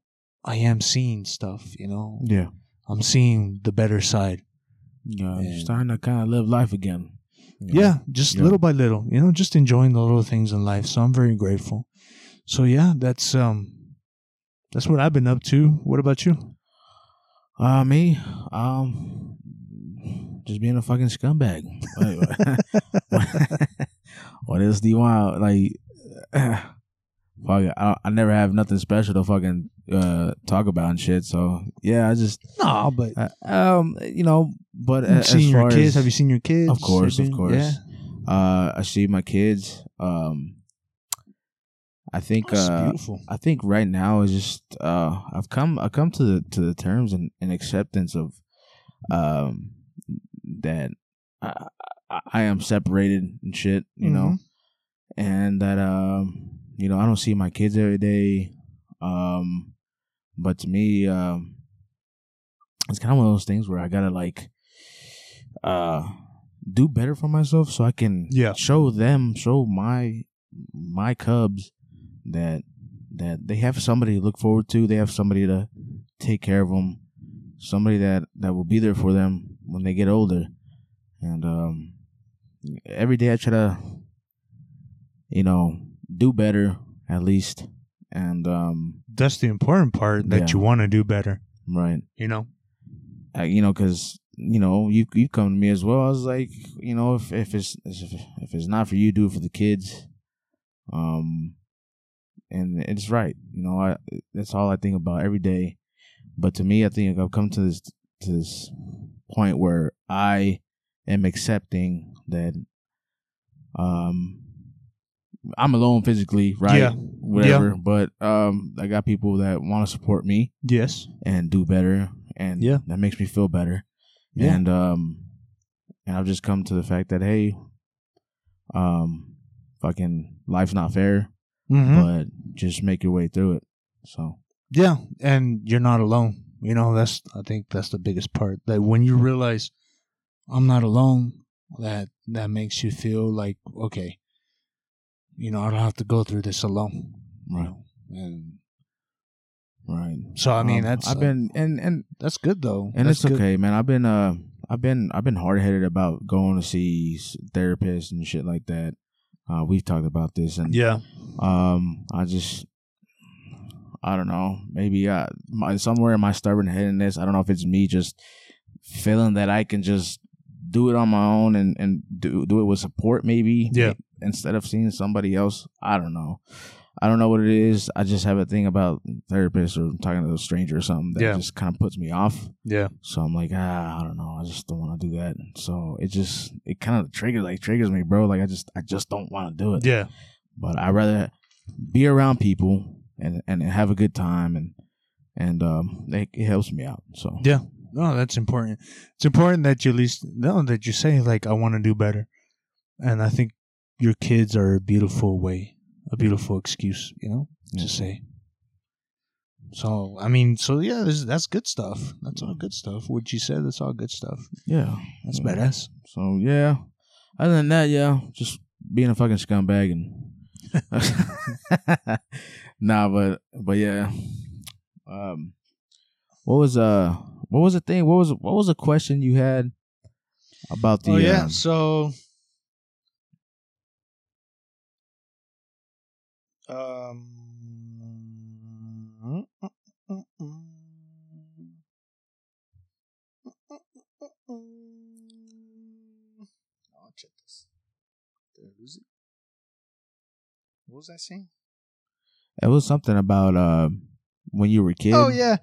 S2: i am seeing stuff you know
S3: yeah.
S2: i'm seeing the better side
S3: Yeah.
S2: And-
S3: starting to kind of live life again. You know?
S2: yeah just
S3: Yeah.
S2: little by little you know just enjoying the little things in life so i'm very grateful so yeah that's um that's what i've been up to what about you
S3: Uh, me, um, just being a fucking scumbag. Like, what else do you want? Like, fuck it. I, I never have nothing special to fucking uh talk about and shit. So yeah, I just
S2: No, but
S3: uh, um, you know, but
S2: you've
S3: as,
S2: seen
S3: as
S2: your
S3: far
S2: kids.
S3: as
S2: Have you seen your kids?
S3: of course,
S2: Have
S3: of
S2: you-
S3: course.
S2: Yeah.
S3: Uh, I see my kids. Um, I think
S2: That's
S3: uh,
S2: beautiful.
S3: I think right now is just uh I've come I come to the to the terms and, and acceptance of um that I, I, I am separated and shit, you know, and that um you know I don't see my kids every day, um, but to me um it's kind of one of those things where I gotta like uh do better for myself so I can
S2: Yeah.
S3: show them show my my cubs that that they have somebody to look forward to. They have somebody to take care of them, somebody that that will be there for them when they get older. And um, every day I try to, you know, do better at least. And um,
S2: That's the important part that
S3: Yeah.
S2: you want to do better.
S3: right,
S2: You know.
S3: I, you know, because you know you you come to me as well. I was like, you know, if if it's if if it's not for you, do it for the kids. Um, and it's right. You know, I that's all I think about every day. But to me, I think I've come to this to this point where I am accepting that um I'm alone physically, right?
S2: Yeah.
S3: Whatever. But um I got people that want to support me
S2: Yes.
S3: and do better and
S2: Yeah.
S3: that makes me feel better
S2: Yeah.
S3: and um and i've just come to the fact that hey um fucking life's not fair
S2: Mhm.
S3: but just make your way through it so
S2: Yeah, and you're not alone. You know, that's I think that's the biggest part. That when you realize I'm not alone, that that makes you feel like okay, you know, I don't have to go through this alone.
S3: Right.
S2: And
S3: right
S2: so I mean,
S3: Um,
S2: that's
S3: i've been and and
S2: that's good though.
S3: and
S2: That's
S3: it's
S2: good.
S3: okay man i've been uh i've been i've been hard-headed about going to see s- therapists and shit like that uh we've talked about this and
S2: Yeah.
S3: Um, I just, I don't know. Maybe I, my, somewhere in my stubborn headedness, I don't know if it's me just feeling that I can just do it on my own and and do do it with support, maybe.
S2: Yeah.
S3: Instead of seeing somebody else, I don't know. I don't know what it is. I just have a thing about therapists or talking to a stranger or something that
S2: Yeah.
S3: just kind of puts me off.
S2: Yeah.
S3: So I'm like, ah, I don't know. I just don't want to do that. So it just it kind of triggers like triggers me, bro. Like I just I just don't want to do it
S2: Yeah.
S3: but I'd rather be around people and, and have a good time and and um it, it helps me out. So
S2: Yeah. No, that's important. It's important that you at least no that you say like I want to do better, and I think your kids are a beautiful way, a beautiful excuse, you know,
S3: Yeah.
S2: to say. So I mean, so yeah, this, that's good stuff. That's all good stuff. What you said, that's all good stuff.
S3: yeah.
S2: That's
S3: Yeah.
S2: badass.
S3: So yeah. Other than that, yeah, just being a fucking scumbag and nah, but but yeah. Um, what was uh what was the thing? What was what was the question you had about the?
S2: oh yeah.
S3: um,
S2: so, um,
S4: machetes. Did I lose it? What was I saying?
S3: It was something about uh, when you were a kid.
S2: Oh yeah.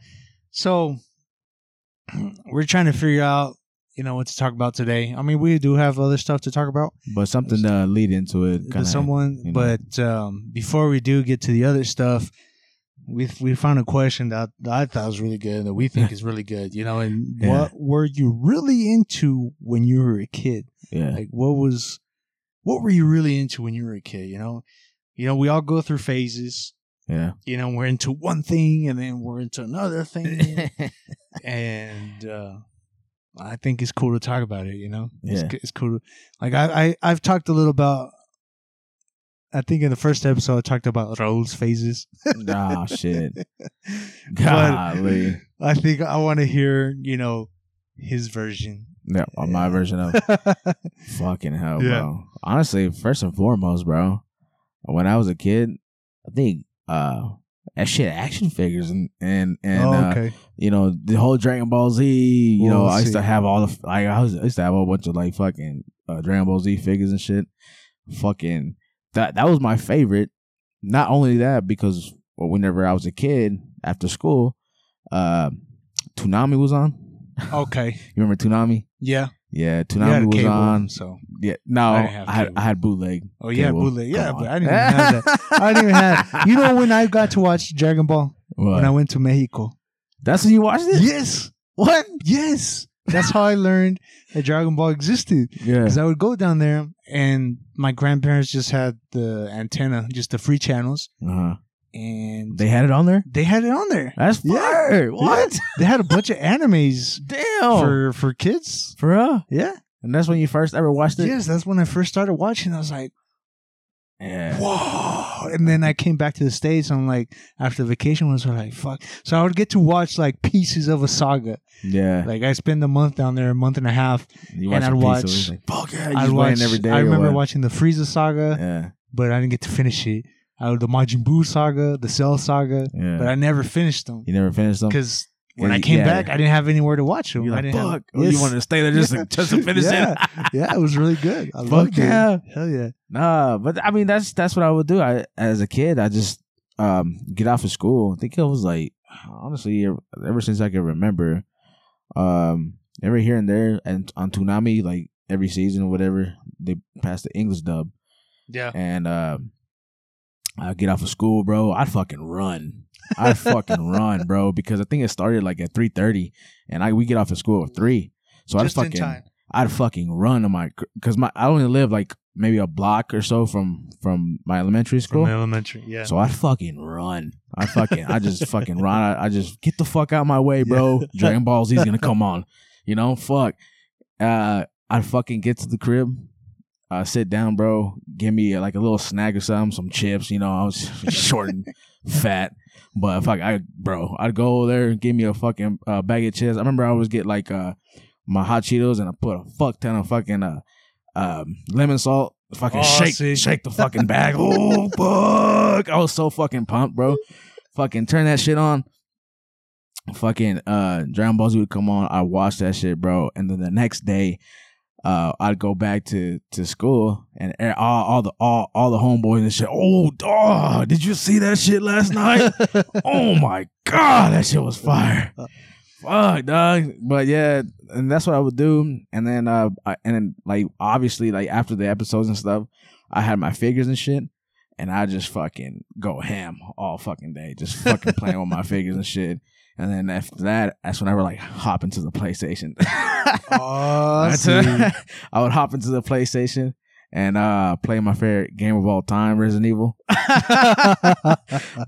S2: So we're trying to figure out, you know, what to talk about today. I mean, we do have other stuff to talk about.
S3: But something to lead into it.
S2: to
S3: Kinda,
S2: someone,
S3: you know.
S2: but um, before we do get to the other stuff, we we found a question that, that I thought was really good that we think is really good. You know, and
S3: Yeah.
S2: what were you really into when you were a kid?
S3: Yeah.
S2: like what was what were you really into when you were a kid you know you know we all go through phases
S3: yeah.
S2: you know we're into one thing and then we're into another thing and uh i think it's cool to talk about it you know it's,
S3: Yeah.
S2: c- it's cool to, like I, I i've talked a little about i think in the first episode i talked about Raul's phases
S3: Ah, shit.
S2: but
S3: Golly.
S2: i think i want to hear you know his version
S3: Yeah, on my version of fucking hell,
S2: Yeah.
S3: bro. Honestly, first and foremost, bro, when I was a kid, I think uh that shit action figures and and and
S2: oh,
S3: uh,
S2: okay
S3: you know the whole Dragon Ball Z. You know,
S2: Well,
S3: I used to
S2: see.
S3: have all the like I, was, I used to have a whole bunch of like fucking uh, Dragon Ball Z figures and shit. Fucking that that was my favorite. Not only that, because whenever I was a kid after school, uh, Toonami was on.
S2: okay
S3: You remember Toonami?
S2: yeah
S3: Yeah,
S2: you had
S3: Toonami
S2: a
S3: was
S2: cable,
S3: on.
S2: so
S3: Yeah, no,
S2: I
S3: I,
S2: didn't have
S3: had
S2: cable.
S3: I had bootleg.
S2: Oh yeah,
S3: cable.
S2: bootleg. Yeah,
S3: Come on.
S2: but I didn't even have that. I didn't even have. You know when I got to watch Dragon Ball
S3: What?
S2: when I went to Mexico.
S3: That's when you watched it.
S2: Yes. What? Yes. That's how I learned that Dragon Ball existed.
S3: Yeah,
S2: Because I would go down there, and my grandparents just had the antenna, just the free channels,
S3: uh-huh.
S2: and
S3: they had it on there.
S2: they had it on there.
S3: That's
S2: Yeah.
S3: fire. What?
S2: They had a bunch of animes
S3: Damn. For,
S2: for for kids.
S3: for real?
S2: Yeah.
S3: And that's when you first ever watched it.
S2: Yes, that's when I first started watching. I was like.
S3: Yeah.
S2: whoa. And then I came back to the States. I'm like, after vacation was, I'm like, fuck. So I would get to watch like pieces of a saga.
S3: Yeah.
S2: Like I spend a month down there, a month and a half.
S3: you
S2: and I'd
S3: a piece
S2: watch-
S3: of it, it's Like, Fuck yeah. You
S2: I
S3: just
S2: watched.
S3: watched, every day.
S2: I
S3: or
S2: remember
S3: what?
S2: watching the Frieza saga,
S3: Yeah.
S2: but I didn't get to finish it. I the Majin Buu saga, the Cell saga,
S3: Yeah.
S2: but I never finished them
S3: you never finished them.
S2: because when
S3: Yeah,
S2: I came
S3: yeah.
S2: back, I didn't have anywhere to watch them.
S3: You're
S2: I
S3: like,
S2: didn't have-
S3: fuck. Oh, You
S2: Yes.
S3: wanted to stay there just, to- just to finish
S2: yeah.
S3: it.
S2: yeah, it was really good. I
S3: Fuck
S2: loved
S3: yeah.
S2: it. Hell yeah.
S3: Nah, but I mean that's that's what I would do. I as a kid, I just um get off of school. I think it was like honestly ever, ever since I can remember, um every here and there and on Toonami like every season or whatever they pass the English dub
S2: Yeah.
S3: and uh, I get off of school, bro. I'd fucking run. I'd fucking run, bro, because I think it started like at three thirty, and I we get off of school at three. So
S2: Just
S3: I'd
S2: in
S3: fucking
S2: time.
S3: I'd fucking run to my because my I only live like maybe a block or so from from my elementary school.
S2: From elementary. Yeah.
S3: So I fucking run. I fucking I just fucking run. I, I just get the fuck out of my way, bro. Dragon Ball Z's gonna come on. You know, fuck. Uh I fucking get to the crib. I sit down, bro. Give me uh, like a little snack or something, some chips. You know, I was short and fat, but fuck, I bro, I'd go over there, give me a fucking uh, bag of chips. I remember I always get like uh my hot Cheetos and I put a fuck ton of fucking uh um lemon salt. Fucking
S2: Oh,
S3: shake,
S2: see.
S3: shake the fucking bag. Oh fuck! I was so fucking pumped, bro. Fucking turn that shit on. Fucking uh, Dragon Ball Z would come on. I watched that shit, bro. And then the next day, uh, I'd go back to to school, and e- all, all the all all the homeboys and shit. Oh, oh, did you see that shit last night? oh my god, that shit was fire. Fuck, dog. But yeah, and that's what I would do. And then, uh, I, and then, like, obviously, like after the episodes and stuff, I had my figures and shit, and I just fucking go ham all fucking day, just fucking playing with my figures and shit. And then after that, that's when I would like hop into the PlayStation.
S2: Oh,
S3: I,
S2: see.
S3: I would hop into the PlayStation and uh play my favorite game of all time, Resident Evil.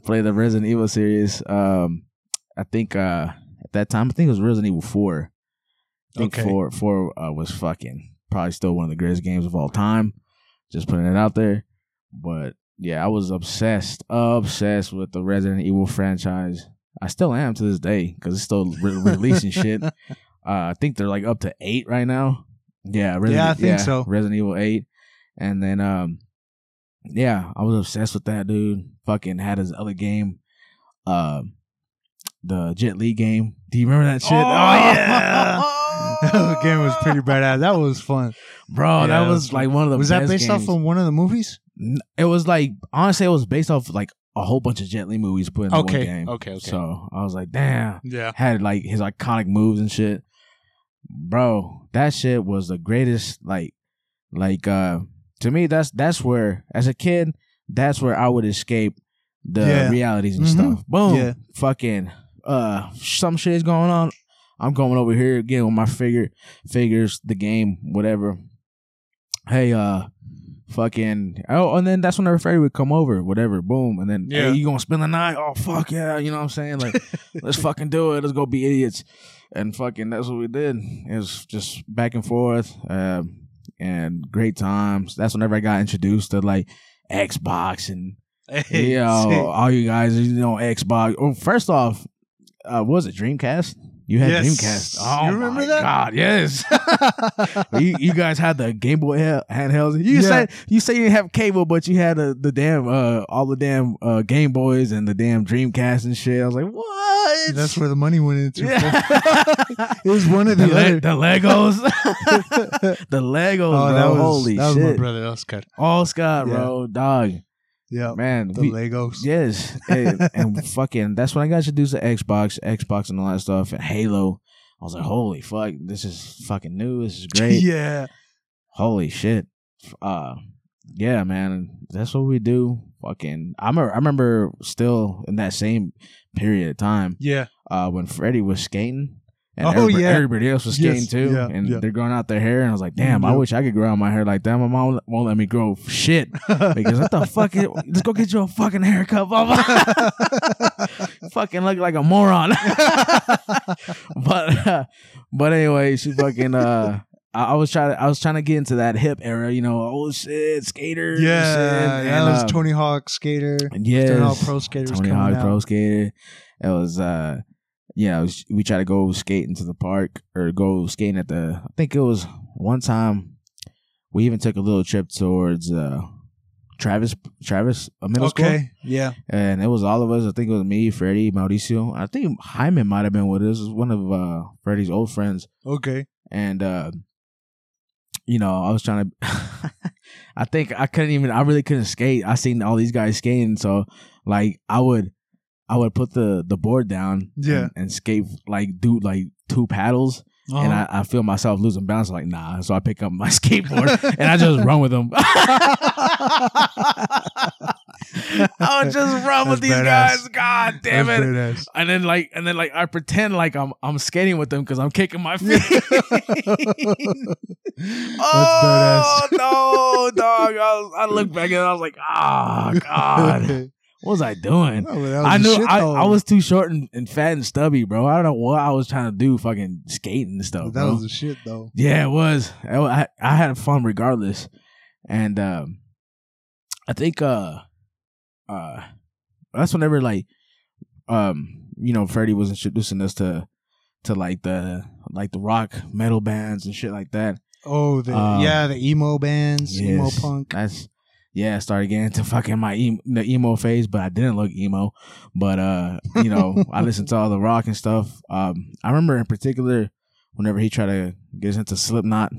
S3: play the Resident Evil series. Um I think uh at that time I think it was Resident Evil four. I think
S2: Okay.
S3: four four uh, was fucking probably still one of the greatest games of all time. Just putting it out there. But yeah, I was obsessed, obsessed with the Resident Evil franchise. I still am to this day because it's still re- releasing shit. Uh, I think they're like up to eight right now. Yeah, Resident,
S2: I think so.
S3: Resident Evil Eight, and then um, yeah, I was obsessed with that dude. Fucking had his other game, um, the Jet League game. Do you remember that shit?
S2: Oh, yeah. that game was pretty badass. That was fun.
S3: bro.
S2: Yeah,
S3: that was like one of the
S2: was that
S3: best
S2: based off
S3: games.
S2: of one of the movies?
S3: N- It was like honestly, it was based off like a whole bunch of Jet Li movies put in
S2: Okay,
S3: one game.
S4: okay, okay.
S3: So I was like, damn,
S2: Yeah.
S3: had like his iconic moves and shit, bro. That shit was the greatest. Like, like uh, to me, that's that's where as a kid, that's where I would escape the
S2: Yeah.
S3: realities and
S2: Mhm.
S3: stuff. Boom,
S2: Yeah.
S3: fucking uh, some shit is going on. I'm going over here again with my figure figures, the game, whatever. Hey, uh, fucking oh, and then that's when her fairy would come over, whatever, boom, and then
S2: Yeah.
S3: hey, you gonna spend the night? Oh fuck yeah, you know what I'm saying? Like, let's fucking do it. Let's go be idiots, and fucking that's what we did. It was just back and forth, um, and great times. That's whenever I got introduced to like Xbox and yeah,
S2: Sí.
S3: all you guys, you know, Xbox. Well, first off, uh, what was it Dreamcast? You had
S2: Yes.
S3: Dreamcast. Oh,
S2: You remember
S3: my
S2: that?
S3: God, yes. you, you guys had the Game Boy ha- handhelds. You
S2: Yeah.
S3: said you say you didn't have cable, but you had uh, the damn uh, all the damn uh, Game Boys and the damn Dreamcast and shit. I was like, what?
S2: That's where the money went into.
S3: Yeah.
S2: It was one of
S3: the,
S2: the,
S3: Le-
S2: other.
S3: the Legos, the Legos.
S2: oh,
S3: bro.
S2: that was
S3: holy
S2: that was my
S3: shit!
S2: brother Oscar.
S3: All Scott,
S2: Yeah.
S3: bro, dog,
S2: Yeah,
S3: man.
S2: the
S3: we-
S2: Legos.
S3: Yes, and, and fucking that's when I got introduced to Xbox, Xbox, and all that stuff, and Halo. I was like, holy fuck, this is fucking new. This is great.
S2: yeah.
S3: Holy shit. Uh, yeah, man, that's what we do. Fucking, I'm a, I remember still in that same period of time
S2: Yeah.
S3: uh, when Freddie was skating. And
S2: Oh,
S3: everybody,
S2: yeah.
S3: everybody else was skating
S2: Yes,
S3: too,
S2: yeah,
S3: and
S2: yeah.
S3: they're growing out their hair. And I was like, "Damn, I
S2: Yep.
S3: wish I could grow out my hair like that." My mom won't let me grow shit because what the fuck? Is, let's go get you a fucking haircut, mama. fucking look like a moron. but uh, but anyway, she fucking uh I, I was trying to I was trying to get into that hip era, you know, oh shit, skater. and
S2: yeah,
S3: shit,
S2: that
S3: and,
S2: was
S3: uh,
S2: Tony Hawk skater.
S3: yes,
S2: Tony Hawk Pro Skater was
S3: Tony
S2: coming
S3: Hawk
S2: out.
S3: Pro Skater. It was uh yeah, it was, we tried to go skating to the park or go skating at the I think it was one time we even took a little trip towards uh Travis Travis uh, middle school
S2: okay. Yeah.
S3: and it was all of us. I think it was me, Freddie, Mauricio. I think Hyman might have been with us. It was one of uh, Freddie's old friends,
S2: Okay.
S3: and uh, you know, I was trying to. I think I couldn't even. I really couldn't skate. I seen all these guys skating, so like I would, I would put the the board down,
S2: Yeah.
S3: and, and skate like do like two paddles, and
S2: Uh-huh.
S3: I, I feel myself losing balance. Like nah, so I pick up my skateboard and I just run with them. I would just run with
S2: That's
S3: these
S2: badass.
S3: guys. God damn it!
S2: That's
S3: and then like and then like I pretend like I'm I'm skating with them because I'm kicking my feet.
S2: badass.
S3: oh
S2: That's
S3: no, dog! I, was, I looked back and I was like, ah, God, what was I doing?
S2: Oh, that was
S3: I knew
S2: shit,
S3: I,
S2: though.
S3: I was too short and, and fat and stubby, bro. I don't know what I was trying to do, fucking skating and stuff.
S2: That
S3: bro.
S2: was the shit though.
S3: Yeah, it was. I, I, I had fun regardless, and um, I think uh, uh, that's whenever like um, you know, Freddie was introducing us to to like the like the rock metal bands and shit like that.
S2: Oh, the,
S3: Um,
S2: yeah, the emo bands, emo
S3: Yes,
S2: punk.
S3: That's yeah. I started getting into fucking my emo, the emo phase, but I didn't look emo. But uh, you know, I listened to all the rock and stuff. Um, I remember in particular whenever he tried to get us into Slipknot.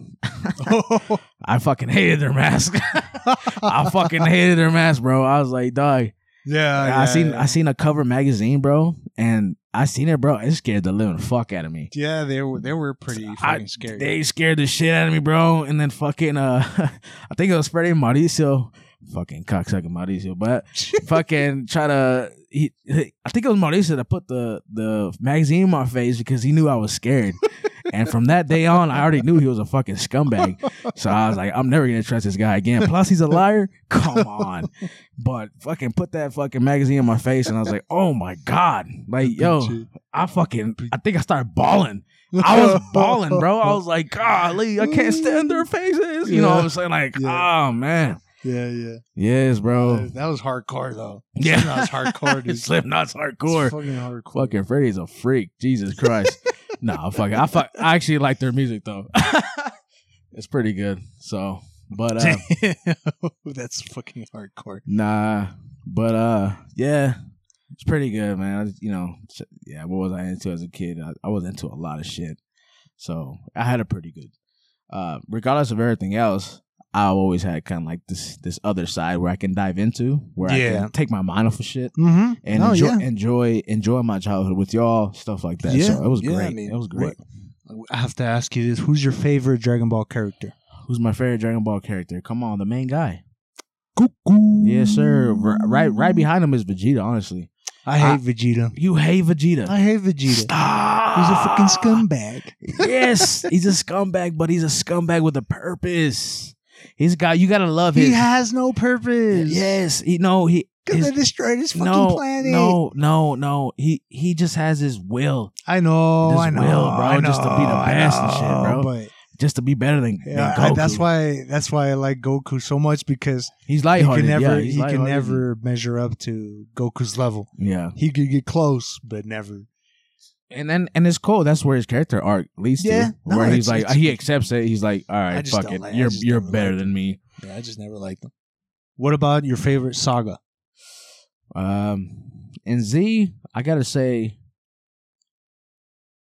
S2: Oh.
S3: I fucking hated their mask. I fucking hated their mask, bro. I was like, dog.
S2: yeah,
S3: I
S2: yeah,
S3: seen
S2: Oh, yeah.
S3: I seen a cover magazine, bro, and I seen it, bro. It scared the living fuck out of me.
S2: yeah, they were they were pretty fucking
S3: I-
S2: scary.
S3: They scared the shit out of me, bro. And then fucking uh, I think it was Freddie Mauricio, fucking cocksucking Mauricio, but fucking try to. He, I think it was Mauricio that put the the magazine in my face because he knew I was scared. And from that day on, I already knew he was a fucking scumbag. So I was like, I'm never gonna trust this guy again. Plus, he's a liar. Come on, but fucking put that fucking magazine in my face, and I was like, oh my god, like yo, I fucking, I think I started bawling. I was balling, bro. I was like, golly, I can't stand their faces. You know what I'm saying? Like,
S2: Yeah.
S3: oh man.
S2: yeah, yeah.
S3: Yes, bro.
S2: That was hardcore
S3: Oh.
S2: though.
S3: Yeah.
S2: Slipknot's hardcore. Dude.
S3: Slipknot's
S2: It's
S3: hardcore.
S2: fucking hardcore.
S3: Fucking Freddy's a freak. Jesus Christ. nah, fuck. it. I fuck, I actually like their music though. it's pretty good. So, but uh,
S2: That's fucking hardcore.
S3: nah, but uh, yeah. It's pretty good, man. I just, you know, sh- yeah, what was I into as a kid? I, I was into a lot of shit. So I had a pretty good. Uh, regardless of everything else, I always had kind of like this this other side where I can dive into, where I
S2: Yeah.
S3: can take my mind off of shit
S2: Mm-hmm.
S3: and
S2: oh,
S3: enjoy,
S2: yeah.
S3: enjoy enjoy my childhood with y'all, stuff like that.
S2: Yeah,
S3: So it was
S2: yeah, I
S3: great.
S2: mean,
S3: it was great.
S2: I have to ask you this: Who's your favorite Dragon Ball character?
S3: Who's my favorite Dragon Ball character? Come on, the main guy.
S2: Cuckoo.
S3: Yes, sir. R- right, right behind him is Vegeta. Honestly,
S2: I hate Vegeta.
S3: you hate Vegeta.
S2: I hate Vegeta.
S3: Stop.
S2: He's a fucking scumbag.
S3: yes, he's a scumbag, but he's a scumbag with a purpose. He's got you gotta love his.
S2: He has no purpose.
S3: yes, he no he.
S2: Because they
S3: his-
S2: destroyed his fucking
S3: no,
S2: planet.
S3: no, no, no. He he just has his will,
S2: I know,
S3: This
S2: I know,
S3: will, bro,
S2: I know,
S3: just to be the
S2: I
S3: best and shit,
S2: know,
S3: bro.
S2: But
S3: just to be better than, than
S2: yeah, I-
S3: Goku.
S2: that's why that's why I like Goku so much because
S3: he's
S2: he can
S3: lighthearted.
S2: never
S3: yeah, he's
S2: he can
S3: lighthearted.
S2: never measure up to Goku's level.
S3: Yeah,
S2: He could get close, but never.
S3: and then and it's cool. That's where his character arc leads
S2: Yeah,
S3: to,
S2: no,
S3: where
S2: it's-
S3: he's like
S2: it's-
S3: he accepts it. He's like, all
S2: I
S3: right,
S2: just
S3: fuck
S2: don't
S3: it,
S2: like- I
S3: you're
S2: just
S3: you're
S2: don't like
S3: better
S2: it.
S3: than me.
S2: Yeah, I just never liked him. What about your favorite saga?
S3: Um, and Z, I gotta say,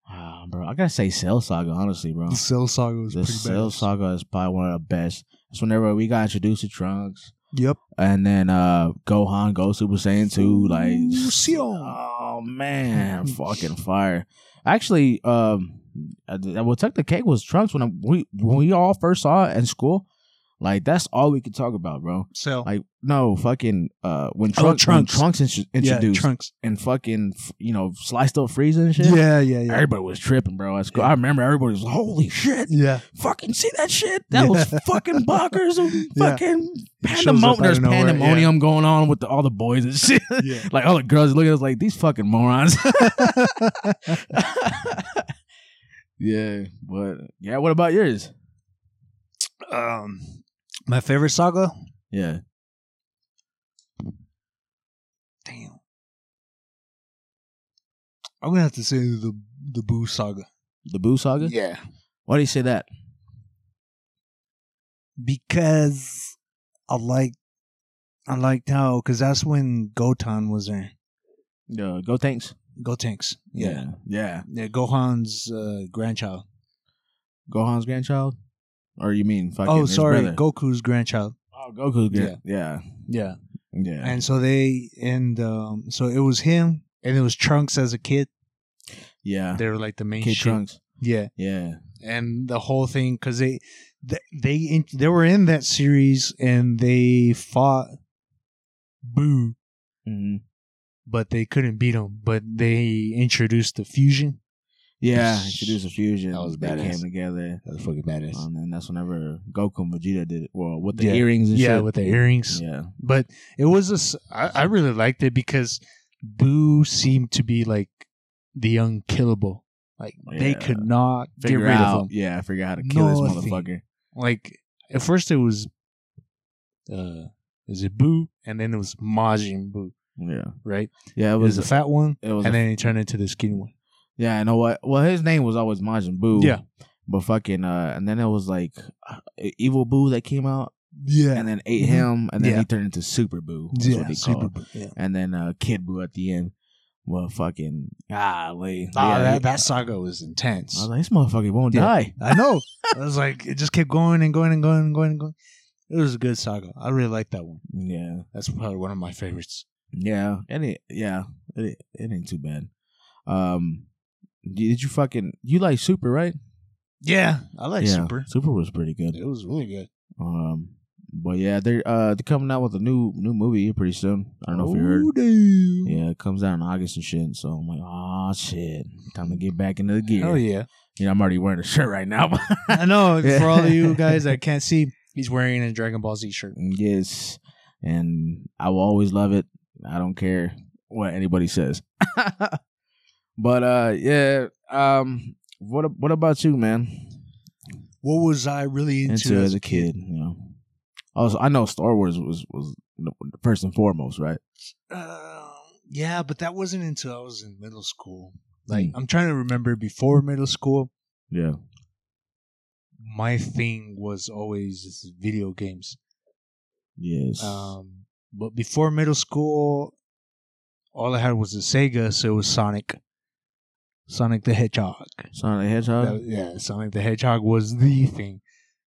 S3: ah, bro, I gotta say, Cell Saga. Honestly, bro,
S2: The Cell Saga was
S3: the
S2: pretty
S3: Cell
S2: badass.
S3: Saga is probably one of the best. That's whenever we got introduced to Trunks,
S2: Yep.
S3: and then uh, Gohan go Super Saiyan two. Like,
S2: Fusion.
S3: oh man, fucking fire! Actually, um, I- I- what took the cake was Trunks when I, we when we all first saw it in school. Like, that's all we could talk about, bro.
S2: Cell.
S3: Like no fucking uh when
S2: Oh,
S3: Trunks
S2: Trunks.
S3: when Trunks intro-
S2: yeah,
S3: introduced
S2: Trunks.
S3: and fucking f- you know sliced up Frieza and shit.
S2: Yeah, yeah, yeah.
S3: Everybody was tripping, bro. That's cool. I remember everybody was holy shit.
S2: Yeah.
S3: Fucking see that shit? That was
S2: Yeah.
S3: fucking bonkers and
S2: Yeah.
S3: fucking
S2: shows up out
S3: pandemonium.
S2: of
S3: There's
S2: nowhere,
S3: pandemonium going on with the, all the boys and shit.
S2: Yeah.
S3: like all the girls look at us like these fucking morons. yeah, but yeah. What about yours?
S2: um, my favorite saga.
S3: Yeah,
S2: Damn. I'm gonna have to say the the Boo saga
S3: the Boo Saga.
S4: Yeah.
S3: Why do you say that?
S2: because I like I liked how because that's when Gotan was there.
S3: Uh, go thanks.
S2: Gotenks. Yeah.
S3: yeah.
S2: Yeah. Gohan's uh, grandchild.
S3: Gohan's grandchild, or you mean fucking?
S2: oh,
S3: his
S2: sorry,
S3: brother?
S2: Goku's grandchild.
S3: oh, Goku's grand- Yeah,
S2: Yeah.
S3: yeah.
S2: And so they and um, so it was him and it was Trunks as a kid.
S3: Yeah.
S2: They were like the main
S3: Kid
S2: shit.
S3: Trunks.
S2: Yeah.
S3: Yeah.
S2: and the whole thing because they th- they in, they were in that series and they fought Boo, Mm-hmm.
S3: hmm
S2: but they couldn't beat him. But they introduced the fusion.
S3: Yeah. Introduce a fusion.
S4: That was
S3: they
S4: badass.
S3: came together. Um,
S4: That was fucking badass.
S2: Um,
S3: And then that's whenever Goku and Vegeta did it. Well, with the
S2: Yeah.
S3: earrings and
S2: yeah,
S3: shit.
S2: with the earrings.
S3: yeah.
S2: But it was a s I I really liked it because Boo seemed to be like the unkillable. Like they
S3: Yeah.
S2: could not
S3: Figure
S2: get rid
S3: out.
S2: of him.
S3: Yeah, I figure out how to kill this
S2: Nothing.
S3: motherfucker.
S2: Like at first it was, uh, is it Boo? And then it was Majin Boo,
S3: Yeah.
S2: right?
S3: Yeah. It
S2: It was
S3: was.
S2: the fat one,
S3: it was.
S2: and
S3: a-
S2: then he turned into the skinny one.
S3: yeah. I know what. Well, his name was always Majin Buu.
S2: Yeah.
S3: But fucking. Uh, and then it was like uh, Evil Boo that came out,
S2: Yeah,
S3: and then ate
S2: Mhm.
S3: him, and then
S2: Yeah.
S3: he turned into Super Boo. That's what
S2: yeah,
S3: they
S2: super.
S3: call it.
S2: bu- Yeah.
S3: and then uh, Kid Boo at the end. Well, fucking golly,
S2: Ah,
S3: Yeah,
S2: that,
S3: he-
S2: that saga was
S3: I
S2: intense.
S3: was like, this motherfucker won't
S2: Yeah.
S3: die.
S2: I know. I was like, it just kept going and going and going and going and going. It was a good saga. I really liked that one.
S3: Yeah,
S2: That's probably one of my favorites.
S3: yeah, and it, yeah, it, ain't- it ain't too bad. Um, did you fucking you like Super right?
S2: Yeah, I like
S3: yeah,
S2: Super.
S3: Super was pretty good.
S2: It was really good.
S3: Um, but yeah, they're uh they're coming out with a new new movie pretty soon. I don't know if you heard.
S2: Oh, damn.
S3: Yeah, it comes out in August and shit. So I'm like, oh shit, time to get back into the gear.
S2: Hell yeah.
S3: You know, I'm already wearing a shirt right now.
S2: I know.
S3: Yeah.
S2: For all of you guys that can't see, he's wearing a Dragon Ball Z shirt.
S3: Yes. And I will always love it. I don't care what anybody says. but uh yeah, um what ab- what about you, man?
S2: What was I really into,
S3: Into as a kid, you know. Also, I know Star Wars was was the- first and foremost, right?
S2: Uh, yeah, but that wasn't until I was in middle school. Like
S3: Hmm.
S2: I'm trying to remember before middle school,
S3: Yeah.
S2: my thing was always video games.
S3: Yes.
S2: Um, but before middle school, all I had was the Sega, so it was Sonic, Sonic the Hedgehog.
S3: Sonic the Hedgehog.
S2: That- yeah, Sonic the Hedgehog was the thing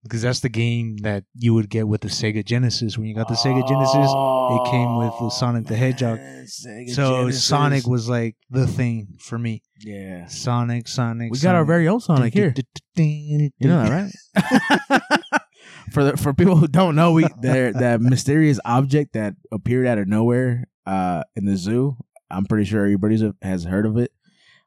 S2: because that's the game that you would get with the Sega Genesis. When you got the Sega Genesis, it came with the Sonic the Hedgehog.
S3: Oh, Man, Oh, Sega
S2: so
S3: Genesis.
S2: Sonic was like the thing for me.
S3: Yeah.
S2: Sonic, Sonic.
S3: We got our very own Sonic here.
S2: You
S3: You know that, right? for the, for people who don't know, we there that mysterious object that appeared out of nowhere uh, in the zoo. I'm pretty sure everybody has heard of it.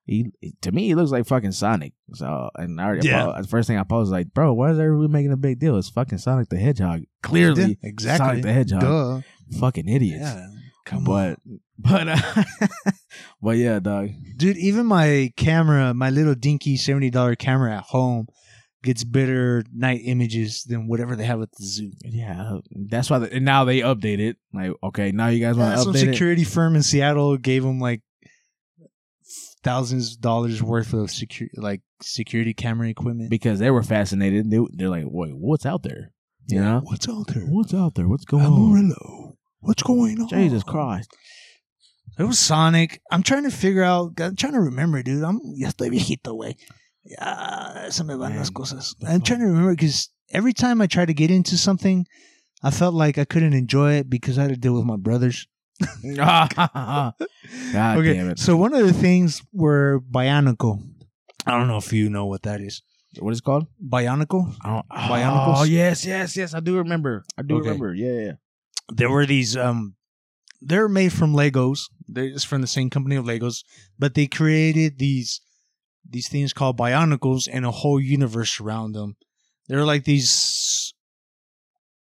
S3: He, to me, he looks like fucking Sonic. So, and I already,
S2: Yeah.
S3: yeah. the first thing I posed was like, bro, why is everybody making a big deal? It's fucking Sonic the Hedgehog. Clearly,
S2: Yeah, exactly.
S3: Sonic the Hedgehog.
S2: Duh.
S3: Fucking idiots.
S2: Yeah. Come on.
S3: but, but, uh, but yeah, dog.
S2: Dude, even my camera, my little dinky $70 camera at home gets better night images than whatever they have at the zoo.
S3: Yeah, that's why. The, and now they update it. Like, okay, now you guys want to
S2: Some
S3: update it.
S2: security firm in Seattle gave them like thousands of dollars worth of secure like security camera equipment.
S3: because they were fascinated. They they're like, wait, what's out there? You know,
S2: What's out there?
S3: what's out there? What's going on?
S2: Amarillo. What's going on?
S3: Jesus Christ!
S2: It was Sonic. I'm trying to figure out. I'm trying to remember, dude. I'm ya estoy viejito, güey. Ya se me van las
S3: Man,
S2: cosas.
S3: the
S2: I'm
S3: fuck?
S2: trying to remember because every time I try to get into something, I felt like I couldn't enjoy it because I had to deal with my brothers.
S3: God damn it!
S2: so one of the things were Bionicle. I don't know if you know what that is.
S3: What is it called?
S2: Bionicle.
S3: I don't,
S2: Bionicles?
S3: Oh yes, yes, yes! I do remember. I do
S2: Okay.
S3: remember. Yeah, yeah.
S2: There were these. Um, they're made from Legos. They're it's from the same company of Legos, but they created these these things called Bionicles and a whole universe around them. They're like these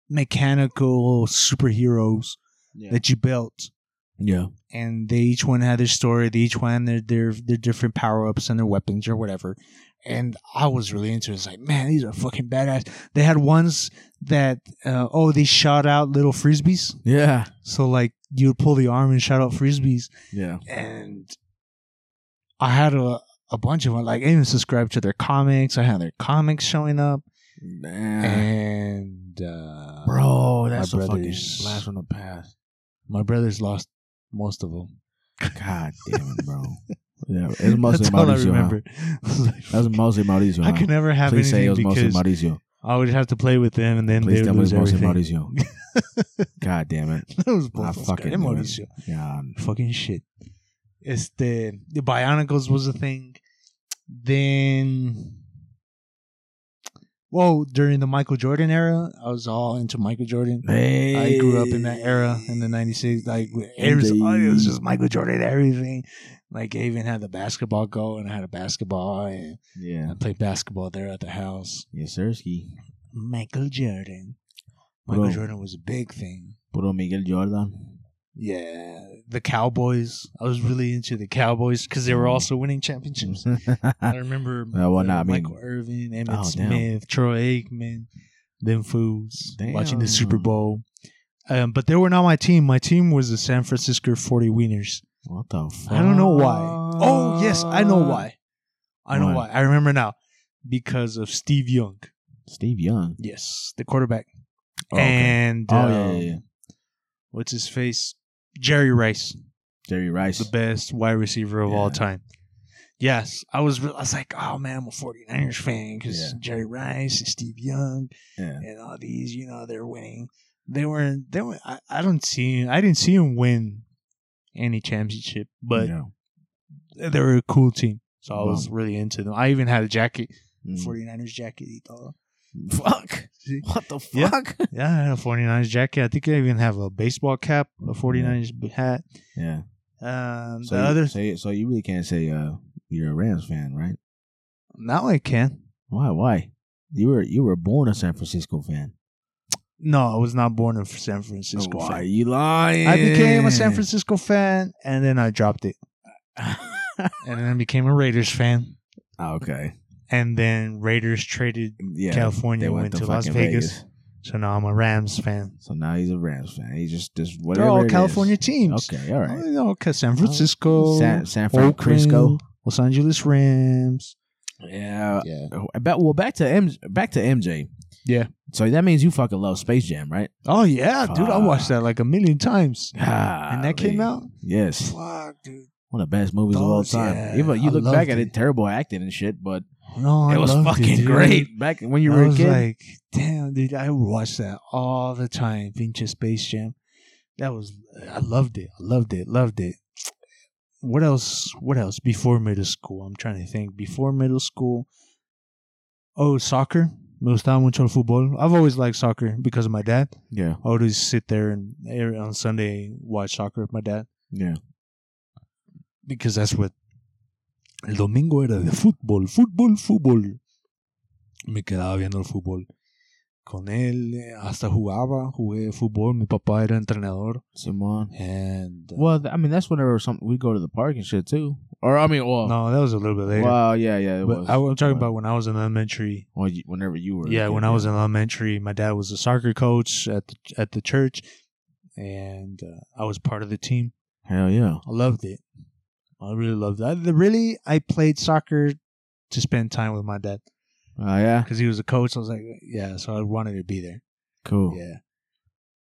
S2: mechanical superheroes
S3: Yeah.
S2: that you built,
S3: yeah.
S2: and they each one had their story. They each one had their their, their different power ups and their weapons or whatever. And I was really into it. It's like, man, these are fucking badass. They had ones that uh, oh, they shot out little frisbees.
S3: Yeah.
S2: So like you would pull the arm and shout out frisbees,
S3: Yeah.
S2: and I had a a bunch of them. Like I even subscribed to their comics. I had their comics showing up,
S3: Nah.
S2: and uh,
S3: Uh-huh. Bro, that's a
S2: my
S3: fucking
S2: brothers-
S3: blast from the past.
S2: my brothers lost most of them.
S3: God damn it, bro. yeah, it's mostly
S2: That's all I
S3: Mauricio. huh?
S2: remember.
S3: That's mostly Mauricio.
S2: I
S3: huh?
S2: could never have
S3: Please say it was
S2: anything
S3: mostly
S2: because
S3: Mauricio.
S2: I would have to play with them, and then they
S3: Please
S2: would
S3: tell me
S2: lose
S3: it's mostly
S2: everything.
S3: Mauricio. God damn it.
S2: That was
S3: I
S2: both
S3: fucking
S2: Oscar and
S3: knew it.
S2: Mauricio.
S3: Yeah.
S2: fucking shit. It's the the Bionicles was a thing. Then, whoa! During the Michael Jordan era, I was all into Michael Jordan. I grew up in that era in the '96. Like it was, oh, it was just Michael Jordan, everything. Like I even had the basketball goal, and I had a basketball, and
S3: Yeah.
S2: I played basketball there at the house.
S3: Yes, Sirski.
S2: Michael Jordan. Michael
S3: Bro.
S2: Jordan was a big thing.
S3: Puro Miguel Jordan.
S2: Yeah, the Cowboys. I was really into the Cowboys because they were also winning championships. I remember
S3: Mm. Uh, well, nah, I mean-
S2: Michael Irvin, Emmett
S3: Oh,
S2: Smith,
S3: damn.
S2: Troy Aikman, them fools watching the Super
S3: Damn.
S2: Bowl. Um, but they were not my team. My team was the San Francisco 40 Wieners.
S3: what the fuck?
S2: I don't know why. Oh, yes, I know why. I know
S3: Why?
S2: why. I remember now because of Steve Young.
S3: Steve Young.
S2: Yes, the quarterback.
S3: Oh, okay.
S2: And
S3: Oh, yeah,
S2: um,
S3: yeah, yeah.
S2: what's his face? Jerry Rice.
S3: Jerry Rice.
S2: the best wide receiver of all
S3: Yeah.
S2: time. Yes, I was. re- I was like, oh man, I'm a 49ers fan because
S3: Yeah.
S2: Jerry Rice and Steve Young
S3: yeah.
S2: and all these, you know, they're winning. They weren't. They were. I, I don't see. I didn't see him win any championship, but
S3: Yeah.
S2: they were a cool team. So I
S3: Wow.
S2: was really into them. I even had a jacket,
S3: Mm.
S2: 49ers jacket. y todo.
S3: Fuck.
S2: See?
S3: What the
S2: Yeah.
S3: fuck?
S2: Yeah, I had a 49ers jacket. I think I even have a baseball cap, a 49ers b- hat.
S3: Yeah.
S2: Um,
S3: So,
S2: the
S3: you,
S2: other
S3: so, you- so you really can't say uh, you're a Rams fan, right?
S2: now I can.
S3: Why? Why? You were you were born a San Francisco fan. Oh,
S2: No, I was not born in San Francisco.
S3: Why
S2: fan.
S3: are you lying?
S2: I became a San Francisco fan, and then I dropped it, and then I became a Raiders fan,
S3: Ah, okay.
S2: and then Raiders traded,
S3: Yeah.
S2: California
S3: they
S2: went to Las
S3: fucking
S2: Vegas. so now I'm a Rams fan.
S3: So now he's a Rams fan. He's just just
S2: They're
S3: whatever.
S2: all
S3: it is.
S2: Oh, California teams.
S3: Okay, all right.
S2: Oh, okay, San Francisco,
S3: San, San
S2: Oakland,
S3: Francisco.
S2: Los Angeles Rams.
S3: Yeah. Oh,
S4: Yeah.
S3: Uh, Back, well, back to M, back to MJ.
S2: Yeah.
S3: So that means you fucking love Space Jam, right?
S2: Oh yeah, dude, I watched that like a million times.
S3: Ah,
S2: And that came out.
S3: Yes.
S4: Fuck, dude.
S3: One of the best movies of all
S2: Those,
S3: time.
S2: yeah,
S3: Even you
S2: I
S3: look back
S2: loved
S3: at
S2: it.
S3: it, terrible acting and shit, but
S2: No, I
S3: it was
S2: loved
S3: fucking
S2: dude.
S3: great back when you
S2: I
S3: were a
S2: was
S3: kid.
S2: like, damn, dude, I watched that all the time. Pinche Space Jam. That was, I loved it. I loved it. Loved it. What else? What else? Before middle school, I'm trying to think. Before middle school, oh, soccer. Me gustaba mucho el fútbol. I've always liked soccer because of my dad.
S3: yeah,
S2: I would always sit there and every- on Sunday watch soccer with my dad
S3: yeah.
S2: because that's what el domingo era de fútbol, fútbol, fútbol. Me quedaba viendo el fútbol con él, eh, hasta jugaba, jugué fútbol, mi papá era entrenador.
S3: Simone.
S2: And uh,
S3: Well, th- I mean, that's whenever some we go to the park and shit too. Or I mean, well,
S2: no, that was a little bit later.
S3: well, yeah, yeah. It
S2: but
S3: was.
S2: I was talking
S3: But-
S2: about when I was in elementary.
S3: Well, you- whenever you were. a
S2: Yeah,
S3: kid,
S2: when I was in elementary, my dad was a soccer coach at the, at the church, and uh, I was part of the team.
S3: Hell yeah.
S2: I loved it. I really loved it. I, the- really, I played soccer to spend time with my dad
S3: Oh yeah.
S2: because he was a coach. I was like, yeah, so I wanted to be there.
S3: Cool.
S2: Yeah,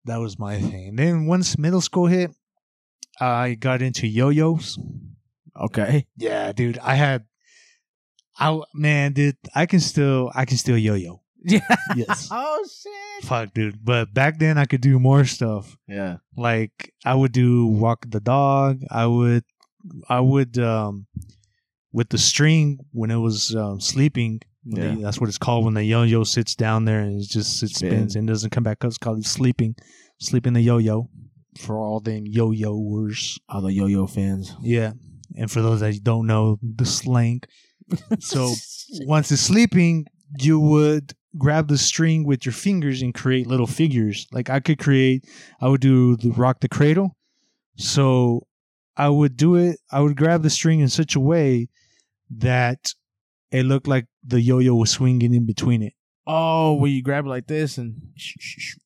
S2: that was my thing. Then once middle school hit, I got into yo-yos.
S3: Okay.
S2: Yeah, dude, I had, I man, dude, I can still, I can still yo-yo.
S3: Yeah.
S2: Yes,
S3: Oh shit.
S2: fuck, dude. But back then, I could do more stuff.
S3: Yeah.
S2: like i would do walk the dog i would i would um with the string when it was um, sleeping when
S3: Yeah.
S2: they- that's what it's called when the yo-yo sits down there and it just it
S3: Spin.
S2: spins and doesn't come back up it's called sleeping sleeping the yo-yo for all them yo-yoers
S3: All the yo-yo fans.
S2: yeah and for those that don't know the slang so once it's sleeping you would grab the string with your fingers and create little figures like i could create i would do the rock the cradle so i would do it i would grab the string in such a way that it looked like the yo-yo was swinging in between it
S3: Oh, where you grab it like this and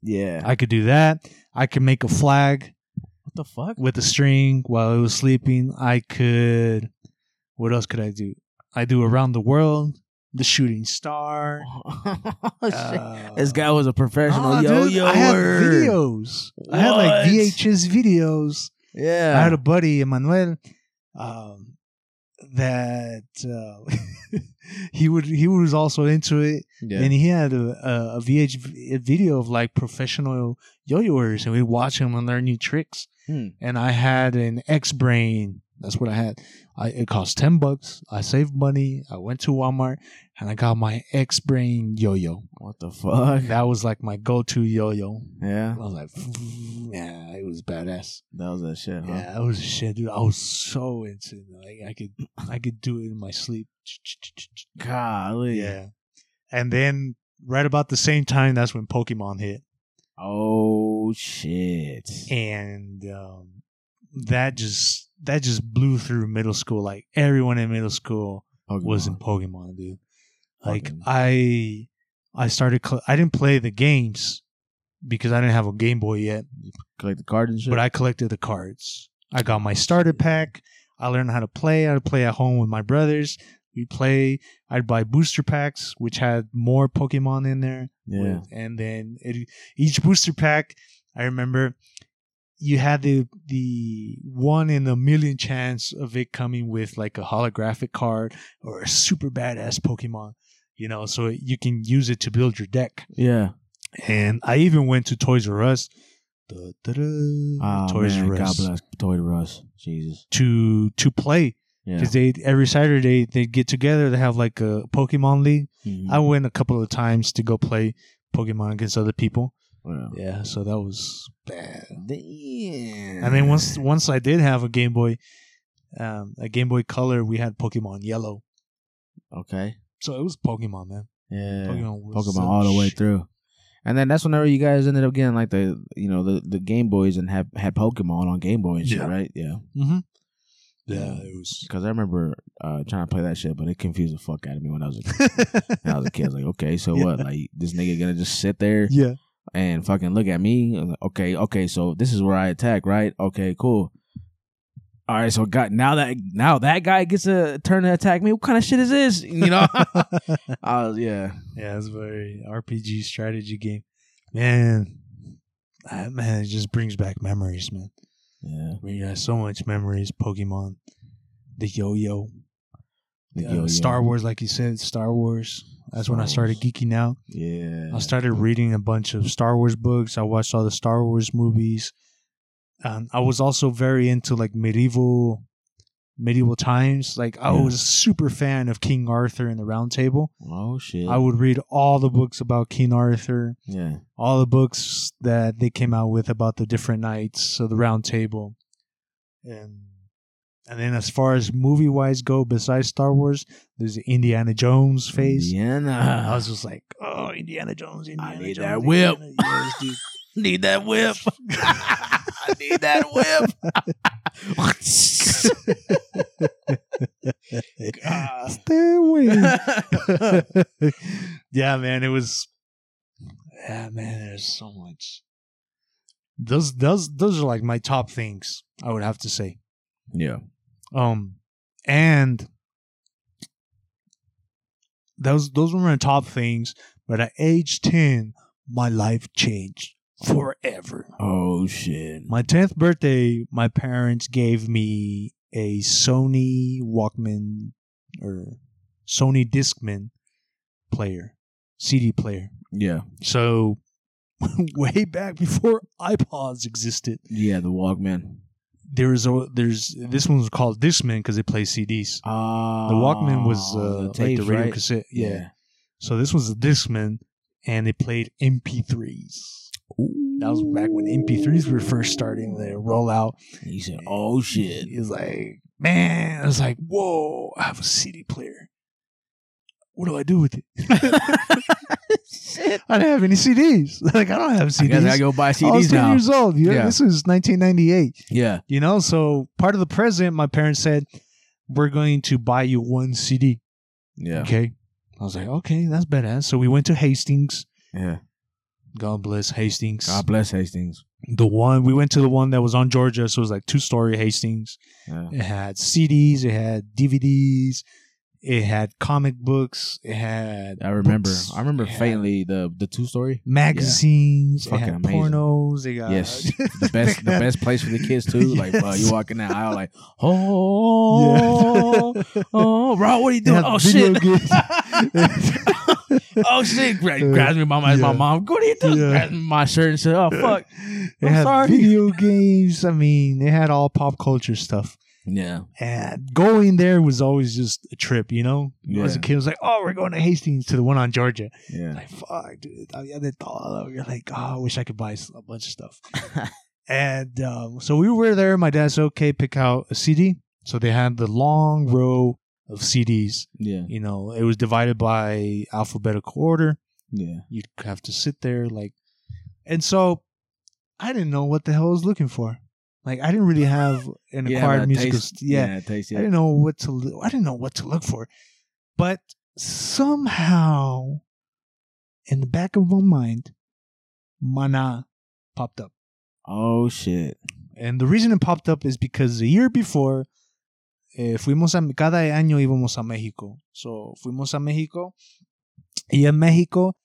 S3: yeah.
S2: i could do that i could make a flag
S3: What the fuck?
S2: with the string while it was sleeping i could what else could i do i do around the world the shooting star
S3: Oh, shit.
S2: uh,
S3: This guy was a professional
S2: Nah, Oh, Ah, dude,
S3: yo-yo.
S2: I had
S3: -er.
S2: videos. I had like
S3: What?
S2: VHS videos.
S3: Yeah.
S2: I had a buddy, Emmanuel, um, that uh, he would he was also into it,
S3: yeah.
S2: and he had a, a, a VH video of like professional yo-yoers, and we'd watch them and learn new tricks.
S3: Hmm.
S2: And I had an X Brain. That's what I had. I, it cost ten bucks. I saved money. I went to Walmart and I got my X Brain yo-yo.
S3: what the fuck?
S2: That was like my go-to yo-yo.
S3: Yeah.
S2: I was like, yeah, it was badass.
S3: That was that shit, huh?
S2: Yeah, that was shit, dude. I was so into it. Like, I could, I could do it in my sleep.
S3: Golly.
S2: Yeah. And then, right about the same time, that's when Pokemon hit,
S3: Oh shit.
S2: and um, that just that just blew through middle school. Like everyone in middle school
S3: Pokemon.
S2: was in Pokemon, dude. Like
S3: Fucking-
S2: I, I started. Cl- I didn't play the games because I didn't have a Game Boy yet.
S3: collect the card and shit.
S2: but I collected the cards. I got my starter pack. I learned how to play. I'd play at home with my brothers. We play. I'd buy booster packs, which had more Pokemon in there.
S3: yeah.
S2: And then it, each booster pack, I remember, you had the the one in a million chance of it coming with like a holographic card or a super badass Pokemon. You know, so you can use it to build your deck.
S3: Yeah.
S2: And I even went to Toys R Us. Duh, duh, duh,
S3: Oh,
S2: Mm-hmm. Toys
S3: man,
S2: R Us
S3: God bless Toys R Us. Jesus.
S2: to to play
S3: Yeah.
S2: because they every Saturday they get together. They have like a Pokemon league.
S3: Mhm.
S2: I went a couple of times to go play Pokemon against other people.
S3: Wow.
S2: Yeah, so that was bad.
S3: Damn.
S2: And then once once I did have a Game Boy, um, a Game Boy Color, we had Pokemon Yellow.
S3: Okay.
S2: So it was Pokemon, man.
S3: Yeah. Pokemon,
S2: Pokemon, was the
S3: all the way
S2: shit.
S3: through. And then that's whenever you guys ended up getting like the you know the, the Game Boys and had had Pokemon on Game Boy and shit,
S2: Yeah.
S3: right? Yeah.
S2: Mhm. Yeah, it was.
S3: Because I remember uh, trying to play that shit, but it confused the fuck out of me when I was a kid. when I was a kid, I was like, okay, so
S2: Yeah.
S3: what? Like this nigga gonna just sit there
S2: yeah,
S3: and fucking look at me? I'm like, okay, okay, so this is where I attack, right? Okay, cool. all right, so God, now that now that guy gets a turn to attack me. What kind of shit is this? You know? I was, yeah.
S2: Yeah, it's very RPG strategy game. Man, ah, man, it just brings back memories, man.
S3: Yeah.
S2: I mean, you have so much memories. Pokemon, the yo-yo,
S3: The
S2: uh,
S3: yo-yo.
S2: Star Wars, like you said, Star Wars. That's when I
S3: Star Wars.
S2: started geeking out.
S3: Yeah.
S2: I started reading a bunch of Star Wars books. I watched all the Star Wars movies. Um, I was also very into like medieval, medieval times. Like I
S3: Yeah.
S2: was a super fan of King Arthur and the Round Table.
S3: Oh shit.
S2: I would read all the books about King Arthur
S3: yeah.
S2: all the books that they came out with about the different knights, so the round table. And and then as far as movie wise go, besides Star Wars, there's the Indiana Jones phase. I
S3: Indiana.
S2: was just like, oh, Indiana Jones, Indiana
S3: need
S2: Jones,
S3: that whip.
S2: Indiana- yes, dude.
S3: Need that whip. I need that whip. God.
S2: Stay away. yeah, man, it was. Yeah, man, there's so much. Those those those are like my top things. I would have to say.
S3: yeah.
S2: Um, and those those were my top things. But at age ten, my life changed forever.
S3: Oh shit.
S2: My tenth birthday, my parents gave me a Sony Walkman or Sony Discman player, CD player.
S3: Yeah.
S2: So way back before iPods existed,
S3: Yeah. The Walkman.
S2: there is a there's this one's called Discman because it plays CDs.
S3: Ah.
S2: The Walkman was uh, like
S3: tapes,
S2: the radio
S3: Oh, right?
S2: cassette. Yeah. So this was a Discman, and it played MP3s. That was back when MP3s were first starting to roll out.
S3: He said, "Oh shit."
S2: It was like, man, I was like, whoa, I have a CD player. What do I do with it?
S3: shit.
S2: I don't have any CDs. Like I don't have
S3: I guess
S2: CDs.
S3: I gotta go buy
S2: I was
S3: CDs
S2: 10
S3: now.
S2: years old. Yeah,
S3: Yeah.
S2: This was 1998.
S3: Yeah.
S2: You know, so part of the present, my parents said, we're going to buy you one CD.
S3: Yeah.
S2: Okay. I was like, okay, that's badass. So we went to Hastings.
S3: Yeah.
S2: God bless Hastings.
S3: God bless Hastings.
S2: The one we went to the one that was on Georgia, so it was like two story Hastings.
S3: Yeah.
S2: It had CDs, it had DVDs, it had comic books, it had
S3: I remember.
S2: books,
S3: I remember
S2: it had
S3: faintly the the two story.
S2: magazines, it
S3: Fucking
S2: had
S3: amazing.
S2: pornos, they got
S3: Yes. The best the best place for the kids too. Like bro, you
S2: Yes.
S3: walk in that aisle like, oh, oh, bro, what are you
S2: They
S3: doing?
S2: had
S3: Oh
S2: video
S3: shit.
S2: games.
S3: oh shit! Gra- grabs me by my my
S2: Yeah.
S3: mom. What are you doing?
S2: Yeah.
S3: Grabs me by my shirt and said, "Oh fuck."
S2: They
S3: I'm
S2: had
S3: sorry.
S2: video games. I mean, they had all pop culture stuff.
S3: Yeah,
S2: And going there was always just a trip, you know? As a
S3: Yeah.
S2: kid, it was like, oh, we're going to Hastings to the one on Georgia.
S3: yeah.
S2: Like, fuck, dude. I mean, I did all of it. You're like, oh, I wish I could buy s- a bunch of stuff. and um, so we were there. My dad said, okay, pick out a CD. So they had the long row of CDs.
S3: Yeah,
S2: You know, it was divided by alphabetical order.
S3: yeah,
S2: You'd have to sit there, like, and so I didn't know what the hell I was looking for. Like, I didn't really have an
S3: Yeah,
S2: acquired
S3: that
S2: musical.
S3: taste-
S2: st- yeah,
S3: it tastes-
S2: I
S3: yeah.
S2: didn't know what to lo- I didn't know what to look for. But somehow in the back of my mind, Mana popped up.
S3: Oh shit!
S2: And the reason it popped up is because the year before eh, fuimos a cada año íbamos a México. So fuimos a México y en México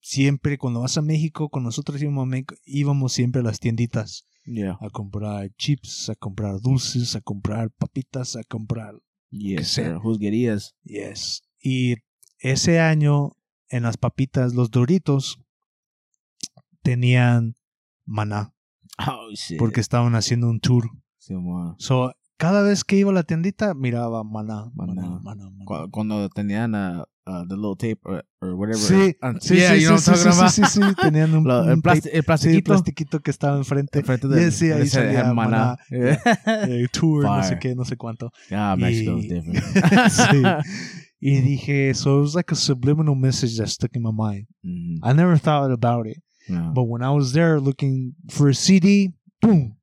S2: siempre cuando vas a México con nosotros íbamos a México, íbamos siempre a las tienditas
S3: Yeah,
S2: a comprar chips, a comprar dulces, a comprar papitas, a comprar.
S3: yes,
S2: sea.
S3: sir. Juzguerías.
S2: Yes. Y ese año en las papitas, los doritos tenían maná
S3: Oh shit!
S2: porque estaban haciendo un tour.
S3: Simón.
S2: So, cada vez que iba a la tiendita, miraba maná, maná,
S3: Maná.
S2: maná. maná.
S3: Cu- cuando tenían uh, uh, the little tape or, or whatever.
S2: Sí,
S3: Uh,
S2: sí,
S3: yeah,
S2: sí,
S3: you know what
S2: sí,
S3: I'm
S2: sí,
S3: talking about.
S2: sí, sí, sí, tenían un,
S3: Lo-
S2: un
S3: el, plasti- el
S2: tape- sí,
S3: plastiquito.
S2: plastiquito que estaba enfrente.
S3: Enfrente
S2: Yeah, sí, ahí
S3: it said it
S2: salía
S3: had
S2: maná.
S3: Yeah.
S2: Eh, tour, no sé
S3: Fire.
S2: qué, no sé cuánto.
S3: Ah, Mexico's
S2: Y-
S3: different.
S2: Sí. Y dije, so it was like a subliminal message that stuck in my mind.
S3: Mhm.
S2: I never thought about it.
S3: Yeah.
S2: But when I was there looking for a CD, boom,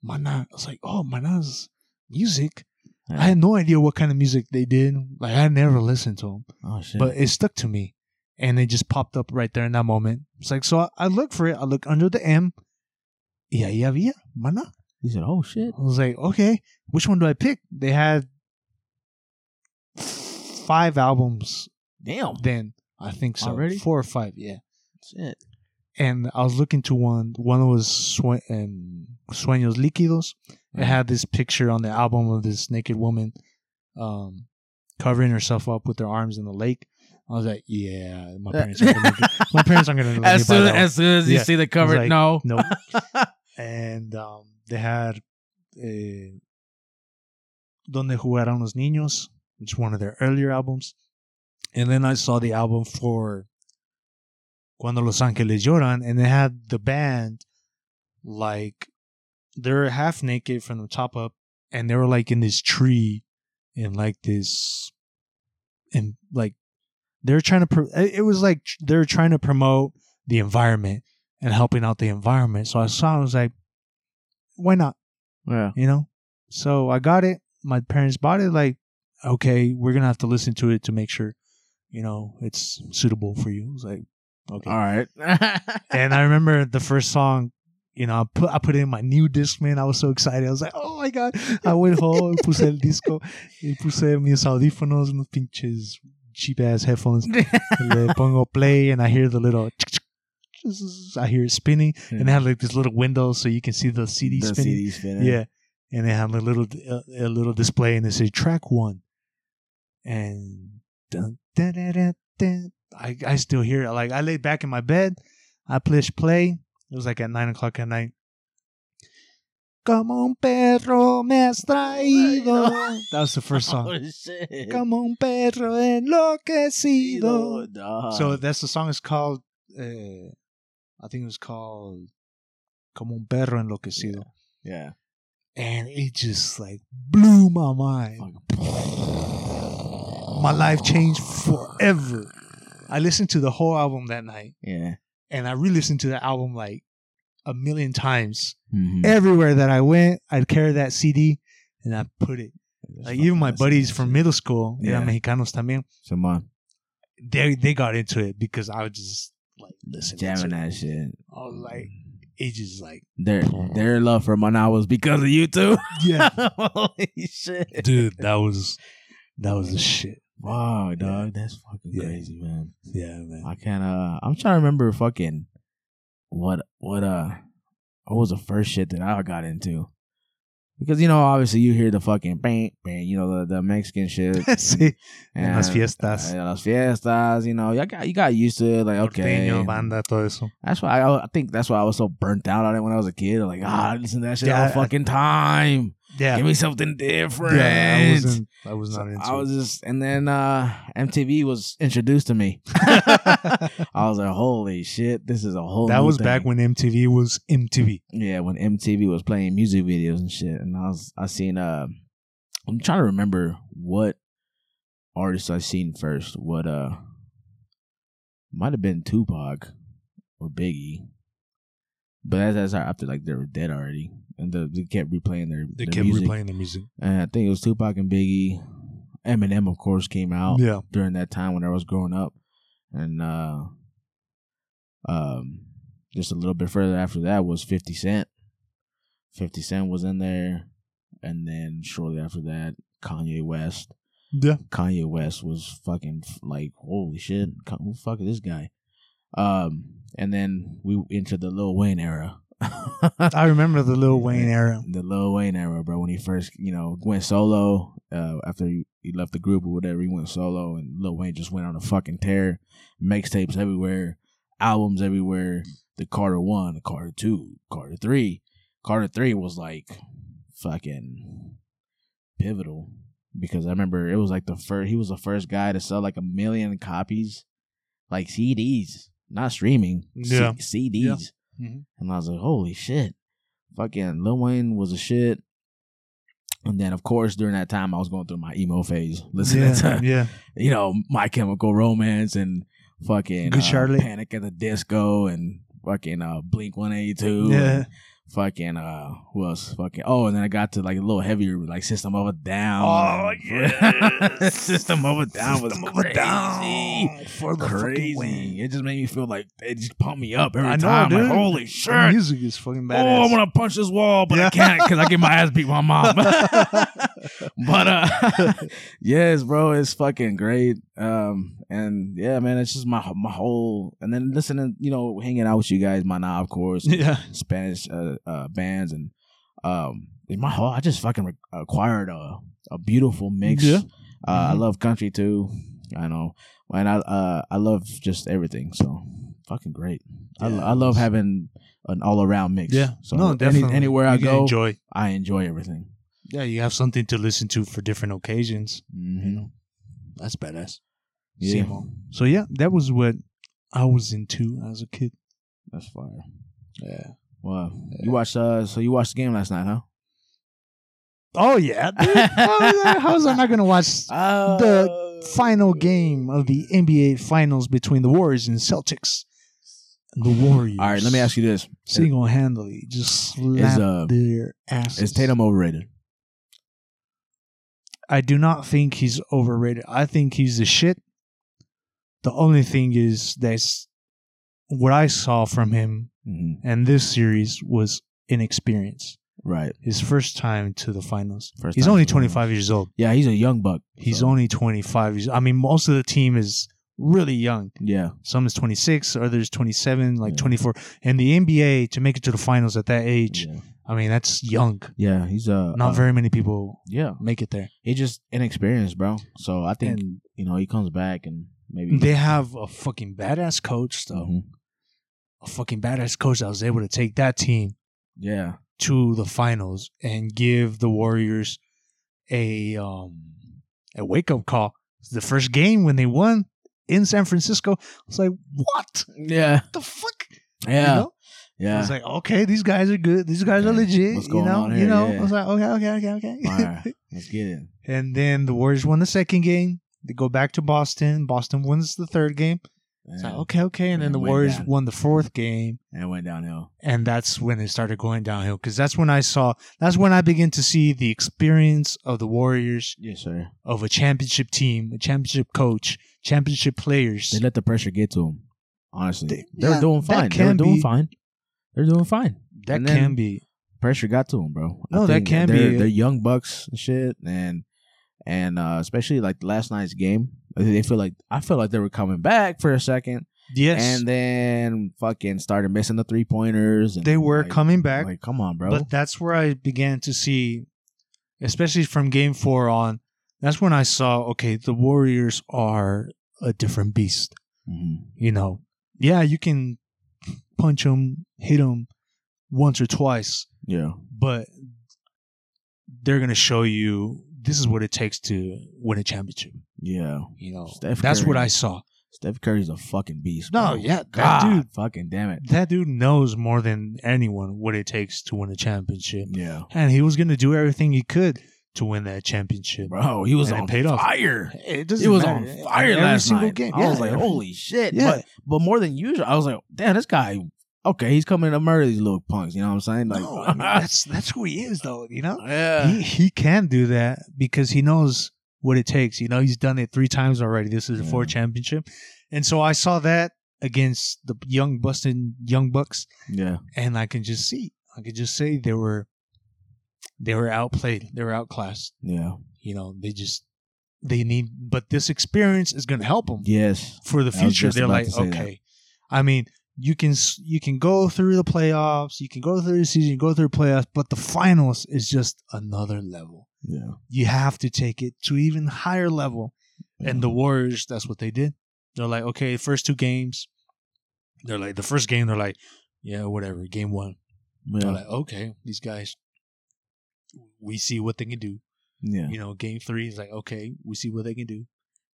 S2: Mana. I was like, oh, Mana's music. I had no idea what kind of music they did. Like, I never listened to them,
S3: oh shit!
S2: but it stuck to me. And it just popped up right there in that moment. It's like, so I, I looked for it. I looked under the M. Y ahí había Mana.
S3: He said, "Oh shit."
S2: I was like, okay, which one do I pick? They had five albums
S3: Damn.
S2: then. I think so.
S3: Already?
S2: Four or five, yeah.
S3: Shit.
S2: And I was looking to one. One was Sue- um, Sueños Líquidos.
S3: Mm-hmm.
S2: It had this picture on the album of this naked woman um, covering herself up with her arms in the lake. I was like, yeah, my parents aren't gonna, my parents aren't gonna let me
S3: as
S2: buy
S3: soon
S2: that one.
S3: as soon as you
S2: Yeah.
S3: see the cover,
S2: like,
S3: no.
S2: Nope. and um, they had eh, Donde Jugaron los Niños, which is one of their earlier albums. And then I saw the album for Cuando Los Ángeles Lloran, and they had the band like they're half naked from the top up, and they were like in this tree and like this and like they're trying to pro- it it was like tr- they're trying to promote the environment and helping out the environment. So I saw, it, I was like, why not?
S3: Yeah.
S2: You know? So I got it. My parents bought it. Like, okay, we're going to have to listen to it to make sure, you know, it's suitable for you. I was like, okay.
S3: All right.
S2: And I remember the first song, you know, I put, I put it in my new Discman. I was so excited. I was like, oh my God. I went home, puse el disco, y puse mis audífonos, unos pinches cheap ass headphones. Le pongo play, and I hear the little. I hear it spinning, and they had like this little window so you can see the CD
S3: The
S2: spinning.
S3: CD spinning.
S2: Yeah, and they had a little a, a little display, and it said track one, and dun, dun, dun, dun, dun. I I still hear it. Like I laid back in my bed, I pushed play. It was like at nine o'clock at night. Como un perro me has traído. That was the first
S3: Oh
S2: song.
S3: shit.
S2: Como un perro enloquecido.
S3: Dog.
S2: So that's the song is called. Uh, I think it was called "Como un perro enloquecido,"
S3: yeah.
S2: and it just like blew my mind. My life changed forever. I listened to the whole album that night,
S3: Yeah.
S2: and I re-listened to the album like a million times.
S3: Mhm.
S2: Everywhere that I went, I'd carry that CD and I put it. Like even my
S3: That's
S2: buddies
S3: fucking
S2: from
S3: shit.
S2: middle school, yeah,
S3: Yeah.
S2: mexicanos también.
S3: Come on.
S2: They they got into it because I was just like listening
S3: Jamming
S2: to it.
S3: that shit.
S2: I was like, it just like.
S3: Their their love for Maná was because of you too.
S2: Yeah,
S3: Holy shit.
S2: dude, that was that was the shit.
S3: Wow, dog. That's fucking
S2: Yeah.
S3: crazy, man.
S2: Yeah, man.
S3: I can't uh I'm trying to remember fucking what what uh what was the first shit that I got into. Because you know, obviously you hear the fucking bang bang, you know, the, the Mexican shit.
S2: sí, en las
S3: and-
S2: fiestas.
S3: uh, las fiestas, you know, you got you got used to it, like okay.
S2: Norteño, banda, todo eso.
S3: That's why I, I think that's why I was so burnt out on it when I was a kid. Like, ah, I listen to that shit
S2: Yeah,
S3: all
S2: I-
S3: fucking time.
S2: Yeah,
S3: Give me something different.
S2: yeah. I wasn't. I was
S3: So
S2: not into.
S3: I was
S2: it.
S3: just, and then uh, MTV was introduced to me. I was like, holy shit, this is a whole.
S2: that
S3: new
S2: was
S3: thing.
S2: back when MTV was MTV.
S3: yeah, when MTV was playing music videos and shit. And I was, I seen uh, I'm trying to remember what artists I seen first. What uh, might have been Tupac or Biggie, but that's, that's after like they were dead already, and the, they kept replaying their
S2: They
S3: their
S2: kept
S3: music.
S2: replaying the music.
S3: And I think it was Tupac and Biggie. Eminem, of course, came out
S2: Yeah,
S3: during that time when I was growing up, and uh, um, just a little bit further after that was Fifty Cent. Fifty Cent was in there, and then shortly after that, Kanye West.
S2: yeah.
S3: Kanye West was fucking f- like, holy shit, Ka- who the fuck is this guy? Um, and then we entered the Lil Wayne era. the
S2: I remember the Lil Wayne era.
S3: Lil Wayne era, bro, when he first, you know, went solo, uh, after he, he left the group or whatever, he went solo and Lil Wayne just went on a fucking tear. Mixtapes everywhere, albums everywhere. The Carter 1, the Carter 2, Carter 3. Carter 3 was like fucking pivotal because I remember it was like the first, he was the first guy to sell like a million copies, like CDs, not streaming, C-
S2: Yeah.
S3: CDs.
S2: Yeah. Mhm.
S3: And I was like, holy shit. Fucking Lil Wayne was a shit. And then, of course, during that time, I was going through my emo phase, listening
S2: Yeah,
S3: to,
S2: yeah.
S3: you know, My Chemical Romance and fucking
S2: Good
S3: uh,
S2: Charlotte.
S3: Panic at the Disco and fucking uh, Blink 182.
S2: Yeah.
S3: and fucking uh who else fucking oh and then I got to like a little heavier like System of a Down.
S2: Oh,
S3: yeah, System of a Down was
S2: System of a
S3: crazy.
S2: Down for the fucking
S3: Crazy.
S2: win.
S3: It just made me feel like it just pumped me up every
S2: I know,
S3: time. Like,
S2: dude.
S3: holy
S2: The
S3: shit.
S2: music is fucking
S3: Oh,
S2: badass.
S3: I want to punch this wall, but
S2: Yeah.
S3: I can't because I get my ass beat by my mom. but uh, yes, bro, it's fucking great. Um, and yeah, man, it's just my my whole and then listening, you know, hanging out with you guys, my now of course,
S2: yeah.
S3: Spanish uh, uh, bands and um in my whole I just fucking re- acquired a a beautiful mix.
S2: Yeah.
S3: Uh, I
S2: Mhm.
S3: love country too. I know, and I uh I love just everything. So fucking great. I,
S2: Yeah,
S3: I love
S2: it's-
S3: having an all around mix.
S2: Yeah.
S3: So
S2: No,
S3: any-
S2: definitely.
S3: anywhere I
S2: You can
S3: go,
S2: enjoy.
S3: I enjoy everything.
S2: Yeah, you have something to listen to for different occasions.
S3: Mhm.
S2: You know, that's badass.
S3: Yeah.
S2: Simo. So yeah, that was what I was into as a kid.
S3: That's fire.
S2: Yeah.
S3: Wow. You watched uh so you watched the game last night, huh?
S2: Oh yeah. dude. how, is that- how is I not gonna watch
S3: Uh,
S2: The final game of the NBA Finals between the Warriors and Celtics? The Warriors.
S3: All right, let me ask you this.
S2: Single handedly, just slapped
S3: uh,
S2: their asses.
S3: Is Tatum overrated?
S2: I do not think he's overrated. I think he's the shit. The only thing is that's what I saw from him
S3: Mm-hmm.
S2: and this series was inexperience.
S3: Right.
S2: His first time to the finals.
S3: First
S2: he's
S3: time
S2: only
S3: to the finals.
S2: 25 years old.
S3: Yeah, he's a young buck.
S2: He's
S3: so-
S2: only 25 years. I mean, most of the team is really young.
S3: Yeah.
S2: Some is 26, others 27, like
S3: Yeah.
S2: 24. And the NBA to make it to the finals at that age,
S3: Yeah.
S2: I mean, that's young.
S3: Yeah, he's uh
S2: Not
S3: uh,
S2: very many people
S3: Yeah,
S2: make it there.
S3: he's just inexperienced, bro. So I think
S2: And
S3: you know he comes back and maybe
S2: they have a fucking badass coach, though.
S3: Mhm.
S2: A fucking badass coach that was able to take that team
S3: Yeah,
S2: to the finals and give the Warriors a um a wake up call. The first game when they won in San Francisco, it's like, what
S3: yeah,
S2: the fuck?
S3: yeah,
S2: You know? I
S3: yeah.
S2: was like, okay, these guys are good. These guys are
S3: Okay,
S2: legit.
S3: what's
S2: you
S3: going
S2: know,
S3: on
S2: you
S3: here?
S2: know.
S3: Yeah.
S2: I was like, okay, okay, okay, okay.
S3: Fire. Let's get it.
S2: and then the Warriors won the second game. They go back to Boston. Boston wins the third game. It's like,
S3: Yeah.
S2: okay, okay.
S3: And
S2: And then the
S3: went
S2: Warriors
S3: down.
S2: won the fourth game.
S3: And it went downhill.
S2: and that's when it started going downhill because that's when i saw that's when i began to see the experience of the warriors
S3: Yes, sir.
S2: of a championship team a championship coach championship players
S3: They let the pressure get to him. Honestly,
S2: They-
S3: they, are
S2: yeah,
S3: doing
S2: that
S3: fine. They were
S2: can
S3: doing
S2: be-
S3: fine. They're doing fine.
S2: that
S3: and
S2: can
S3: then-
S2: be
S3: Pressure got to him, bro. I
S2: No, that
S3: think
S2: can
S3: they're-
S2: be-
S3: They're young bucks and shit, and and uh, especially like last night's game. I think They feel like I feel like they were coming back for a second,
S2: yes
S3: and then fucking started missing the three pointers.
S2: they were coming back
S3: Like, come on, bro.
S2: but that's where i began to see especially from game four on that's when i saw okay the warriors are a different beast
S3: Mhm.
S2: you know, yeah, you can punch them, hit them once or twice,
S3: Yeah.
S2: but they're going to show you this is what it takes to win a championship.
S3: Yeah.
S2: You know,
S3: Steph
S2: that's what
S3: Curry.
S2: I saw.
S3: Steph Curry's a fucking beast.
S2: No,
S3: bro.
S2: yeah, that
S3: God,
S2: dude-
S3: Fucking damn it.
S2: That dude knows more than anyone what it takes to win a championship.
S3: Yeah.
S2: And he was going to do everything he could to win that championship.
S3: Bro, he was
S2: And it
S3: on
S2: paid off.
S3: fire.
S2: It
S3: He
S2: doesn't
S3: was
S2: matter.
S3: on fire
S2: Every
S3: last
S2: single
S3: night.
S2: game.
S3: I was
S2: Yeah.
S3: like, holy shit.
S2: Yeah.
S3: But but more than usual, I was like, damn, this guy. Okay, he's coming to murder these little punks. You know what I'm saying? Like,
S2: no, I mean, that's that's who he is, though. You know,
S3: yeah,
S2: he he can do that because he knows what it takes. You know, he's done it three times already. This is a
S3: Yeah.
S2: fourth championship, and so I saw that against the young Boston Young Bucks,
S3: yeah,
S2: and I can just see, I could just say they were, they were outplayed, they were outclassed.
S3: yeah.
S2: You know, they just they need, but this experience is going to help them
S3: Yes,
S2: for the
S3: I was
S2: future.
S3: just
S2: They're
S3: about
S2: like,
S3: to say that.
S2: okay, I mean. You can s- you can go through the playoffs, you can go through the season, you can go through the playoffs, but the finals is just another level
S3: yeah.
S2: you have to take it to even higher level. And
S3: Mm-hmm.
S2: the Warriors, that's what they did. They're like, okay, first two games, they're like the first game, they're like, yeah, whatever. Game one,
S3: yeah,
S2: they're like, okay, these guys, we see what they can do.
S3: yeah,
S2: You know, game three is like, okay, we see what they can do.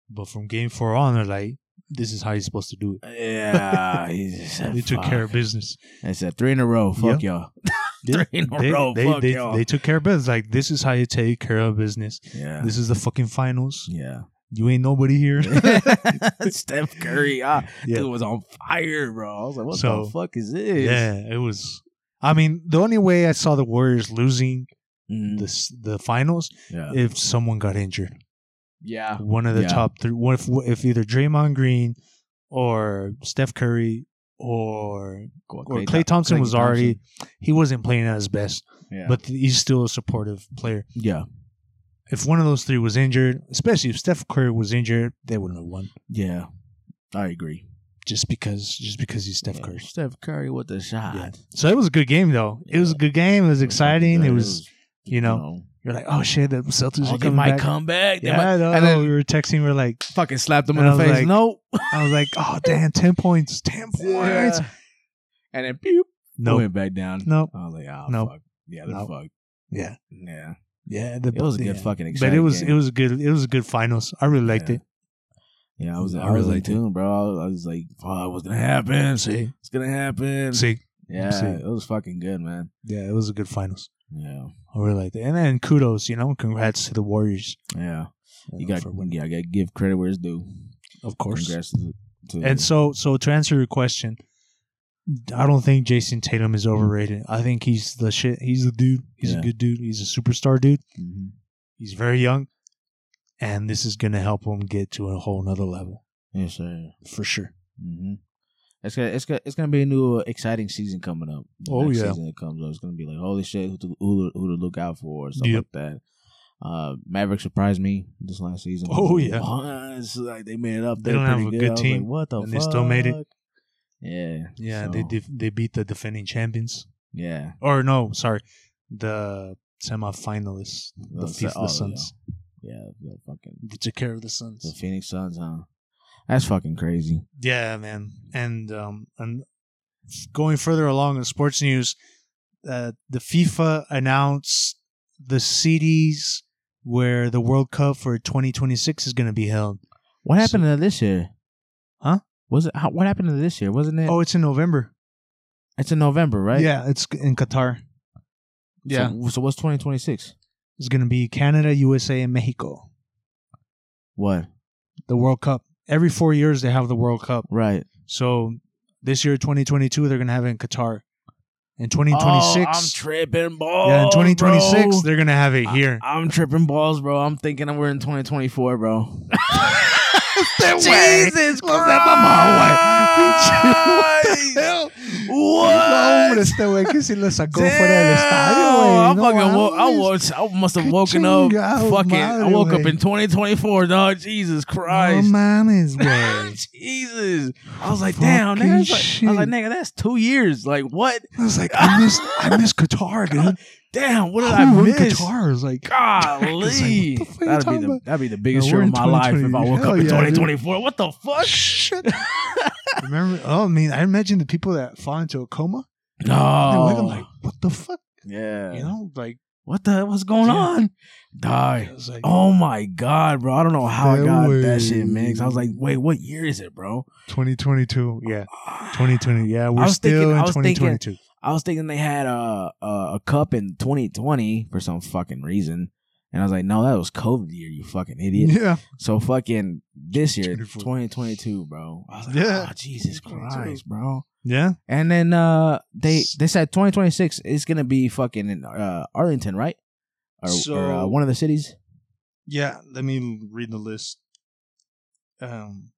S2: But from game four on, they're like, this is how you're supposed to do it.
S3: yeah. he just said,
S2: They took
S3: "Fuck."
S2: care of business.
S3: I said three in a row. Fuck y'all. three in a
S2: They,
S3: row.
S2: they,
S3: fuck
S2: they,
S3: y'all.
S2: they took care of business. Like, this is how you take care of business.
S3: yeah,
S2: This is the fucking finals.
S3: yeah.
S2: You ain't nobody here.
S3: Steph Curry, ah,
S2: Yeah.
S3: dude was on fire, bro. I was like, what
S2: So,
S3: the fuck is this?
S2: Yeah, it was I mean, the only way I saw the Warriors losing
S3: Mhm.
S2: this the finals
S3: yeah.
S2: if someone got injured.
S3: yeah.
S2: One of the
S3: Yeah.
S2: top three. What if, if either Draymond Green or Steph Curry or or Clay Thompson was already he wasn't playing at his best,
S3: Yeah.
S2: but he's still a supportive player.
S3: yeah.
S2: If one of those three was injured, especially if Steph Curry was injured, they wouldn't have won
S3: Yeah. I agree.
S2: just because just because he's Steph Curry.
S3: Steph Curry with the shot.
S2: Yeah. So it was a good game though. It was a good game. It was exciting. It was you know, you're like oh shit the Celtics
S3: oh,
S2: are
S3: they
S2: coming
S3: might
S2: back.
S3: come back. They
S2: Yeah,
S3: might
S2: I know.
S3: and then-
S2: we were texting. We are like,
S3: fucking slap them in
S2: And
S3: the
S2: I was
S3: face.
S2: like-
S3: no.
S2: I was like, oh damn, ten points, ten points.
S3: Yeah. And then pew.
S2: No,
S3: Went back down.
S2: no,
S3: I was like, oh,
S2: Nope.
S3: fuck. Yeah, they're
S2: Nope.
S3: fucked.
S2: yeah,
S3: Yeah.
S2: yeah. The,
S3: It was a good
S2: yeah.
S3: fucking exciting
S2: But it was
S3: game.
S2: it was a good it was a good finals. I really liked
S3: Yeah.
S2: it.
S3: Yeah, I was,
S2: I
S3: I was
S2: really
S3: like,
S2: did.
S3: too, bro. I was like, fuck, what's gonna happen?
S2: See.
S3: It's gonna happen.
S2: See,
S3: yeah,
S2: see.
S3: it was fucking good, man.
S2: yeah, it was a good finals.
S3: Yeah,
S2: I really liked it. And then kudos, you know, congrats to the Warriors.
S3: yeah. You
S2: know,
S3: got,
S2: for winning,
S3: yeah, I got to give credit where it's due.
S2: of course.
S3: Congrats to, to
S2: And so, so to answer your question, I don't think Jason Tatum is overrated. I think he's the shit. He's the dude. He's
S3: Yeah.
S2: a good dude. He's a superstar dude.
S3: Mhm.
S2: He's very young, and this is gonna help him get to a whole nother level
S3: yes, sir.
S2: for sure.
S3: Mm-hmm. It's gonna, it's gonna, it's gonna be a new uh, exciting season coming up. The
S2: Oh,
S3: next
S2: yeah.
S3: season that comes up, it's gonna be like holy shit, who to, who to, who to look out for, or stuff
S2: Yep.
S3: like that. Uh, Maverick surprised me this last season.
S2: Oh,
S3: I was like,
S2: yeah.
S3: "What?" It's like they made it up.
S2: They
S3: there
S2: don't have
S3: pretty
S2: a good
S3: I was
S2: team,
S3: Like, what the
S2: and
S3: fuck?
S2: they still made it.
S3: Yeah,
S2: Yeah,
S3: so,
S2: they def- they beat the defending champions,
S3: Yeah,
S2: or no, sorry, the semifinalists, the,
S3: The se-
S2: Fe-
S3: oh,
S2: the
S3: yeah.
S2: Suns.
S3: yeah, the fucking
S2: They took care of the
S3: the
S2: Suns.
S3: Phoenix Suns, huh? That's fucking crazy.
S2: Yeah, man. And um, and going further along in sports news, uh, the FIFA announced the cities where the World Cup for 2026 is going to be held.
S3: What happened to this year?
S2: Huh?
S3: Was it how, what happened to this year? Wasn't it?
S2: Oh, it's in November.
S3: it's in November, right?
S2: Yeah, it's in Qatar. Yeah,
S3: So, so what's twenty twenty six?
S2: it's going to be Canada, USA, and Mexico.
S3: What?
S2: The World Cup. Every four years they have the World Cup.
S3: Right.
S2: So this year, 2022, they're gonna have it in Qatar. In
S3: Oh, I'm
S2: 2026,
S3: tripping balls.
S2: yeah, in 2026
S3: bro.
S2: they're gonna have it here.
S3: I, am tripping balls, bro. I'm thinking we're in 2024, bro.
S2: Jesus
S3: Jesus Christ!
S2: No, hombre,
S3: What?
S2: este güey que si lo sacó
S3: Damn,
S2: fuera del estadio, güey.
S3: I
S2: No
S3: fucking woke, eh, I,
S2: mames.
S3: was, I must have
S2: Qué
S3: woken up.
S2: chingado
S3: Fucking, I
S2: madre,
S3: woke up
S2: güey.
S3: in 2024, dog. Jesus
S2: No
S3: Christ.
S2: mames, güey.
S3: Jesus. I was like, damn, nigga.
S2: Fucking
S3: I was like, I was like,
S2: shit.
S3: nigga, that's two years. Like, what?
S2: I was like, I miss, I miss Qatar, dude.
S3: Damn, what did
S2: Who
S3: I
S2: won
S3: miss?
S2: Qatar I was like,
S3: Golly.
S2: It's like,
S3: that'd, be
S2: what the fuck are you talking
S3: the,
S2: about?
S3: that'd be the biggest
S2: No,
S3: year
S2: we're
S3: of
S2: in
S3: my life if I
S2: 2020.
S3: woke
S2: Hell
S3: up in
S2: yeah, dude.
S3: 2024. What the fuck?
S2: shit. Remember? Oh, I mean, I imagine the people that fall into a coma. They wake up
S3: no.
S2: like, what the fuck?
S3: Oh. yeah.
S2: You know, like,
S3: What the? What's going
S2: Yeah.
S3: on? Die.
S2: I was like,
S3: Oh my God, bro. I don't know how I
S2: That
S3: got
S2: way.
S3: that shit mixed. I was like, wait, what year is it, bro? Ah.
S2: 2022. Yeah. 2020. Yeah, we're
S3: was
S2: still
S3: thinking-
S2: in
S3: I was thinking-
S2: 2022.
S3: I was thinking they had a, a a cup in 2020 for some fucking reason, and I was like, no, that was COVID year, you fucking idiot.
S2: yeah.
S3: So fucking this year,
S2: 24.
S3: 2022, bro. I was like,
S2: Yeah.
S3: oh, Jesus
S2: 2022.
S3: Christ, bro.
S2: Yeah.
S3: And then uh, they
S2: S-
S3: they said 2026 is gonna be fucking in uh, Arlington, right? Or, or uh,
S2: So-
S3: one of the cities.
S2: Yeah. Let me read the list. Um.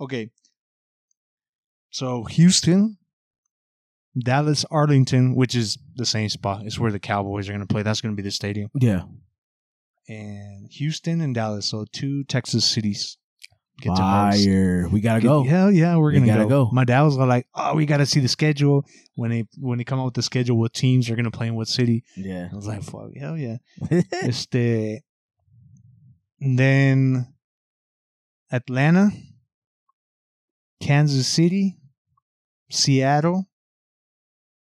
S2: Okay. So Houston, Dallas, Arlington, which is the same spot. It's where the Cowboys are going to play. That's going to be the stadium.
S3: Yeah.
S2: And Houston and Dallas. So two Texas cities. Get to host.
S3: Fire. We gotta
S2: Get-
S3: go.
S2: Hell yeah, we're
S3: We
S2: gonna
S3: gotta
S2: go.
S3: go.
S2: My dad was like, "Oh, we gotta see the schedule when they when they come out with the schedule, what teams are gonna play in what city."
S3: Yeah.
S2: I was like, "Fuck, hell yeah!" este, and then Atlanta, Kansas City, Seattle,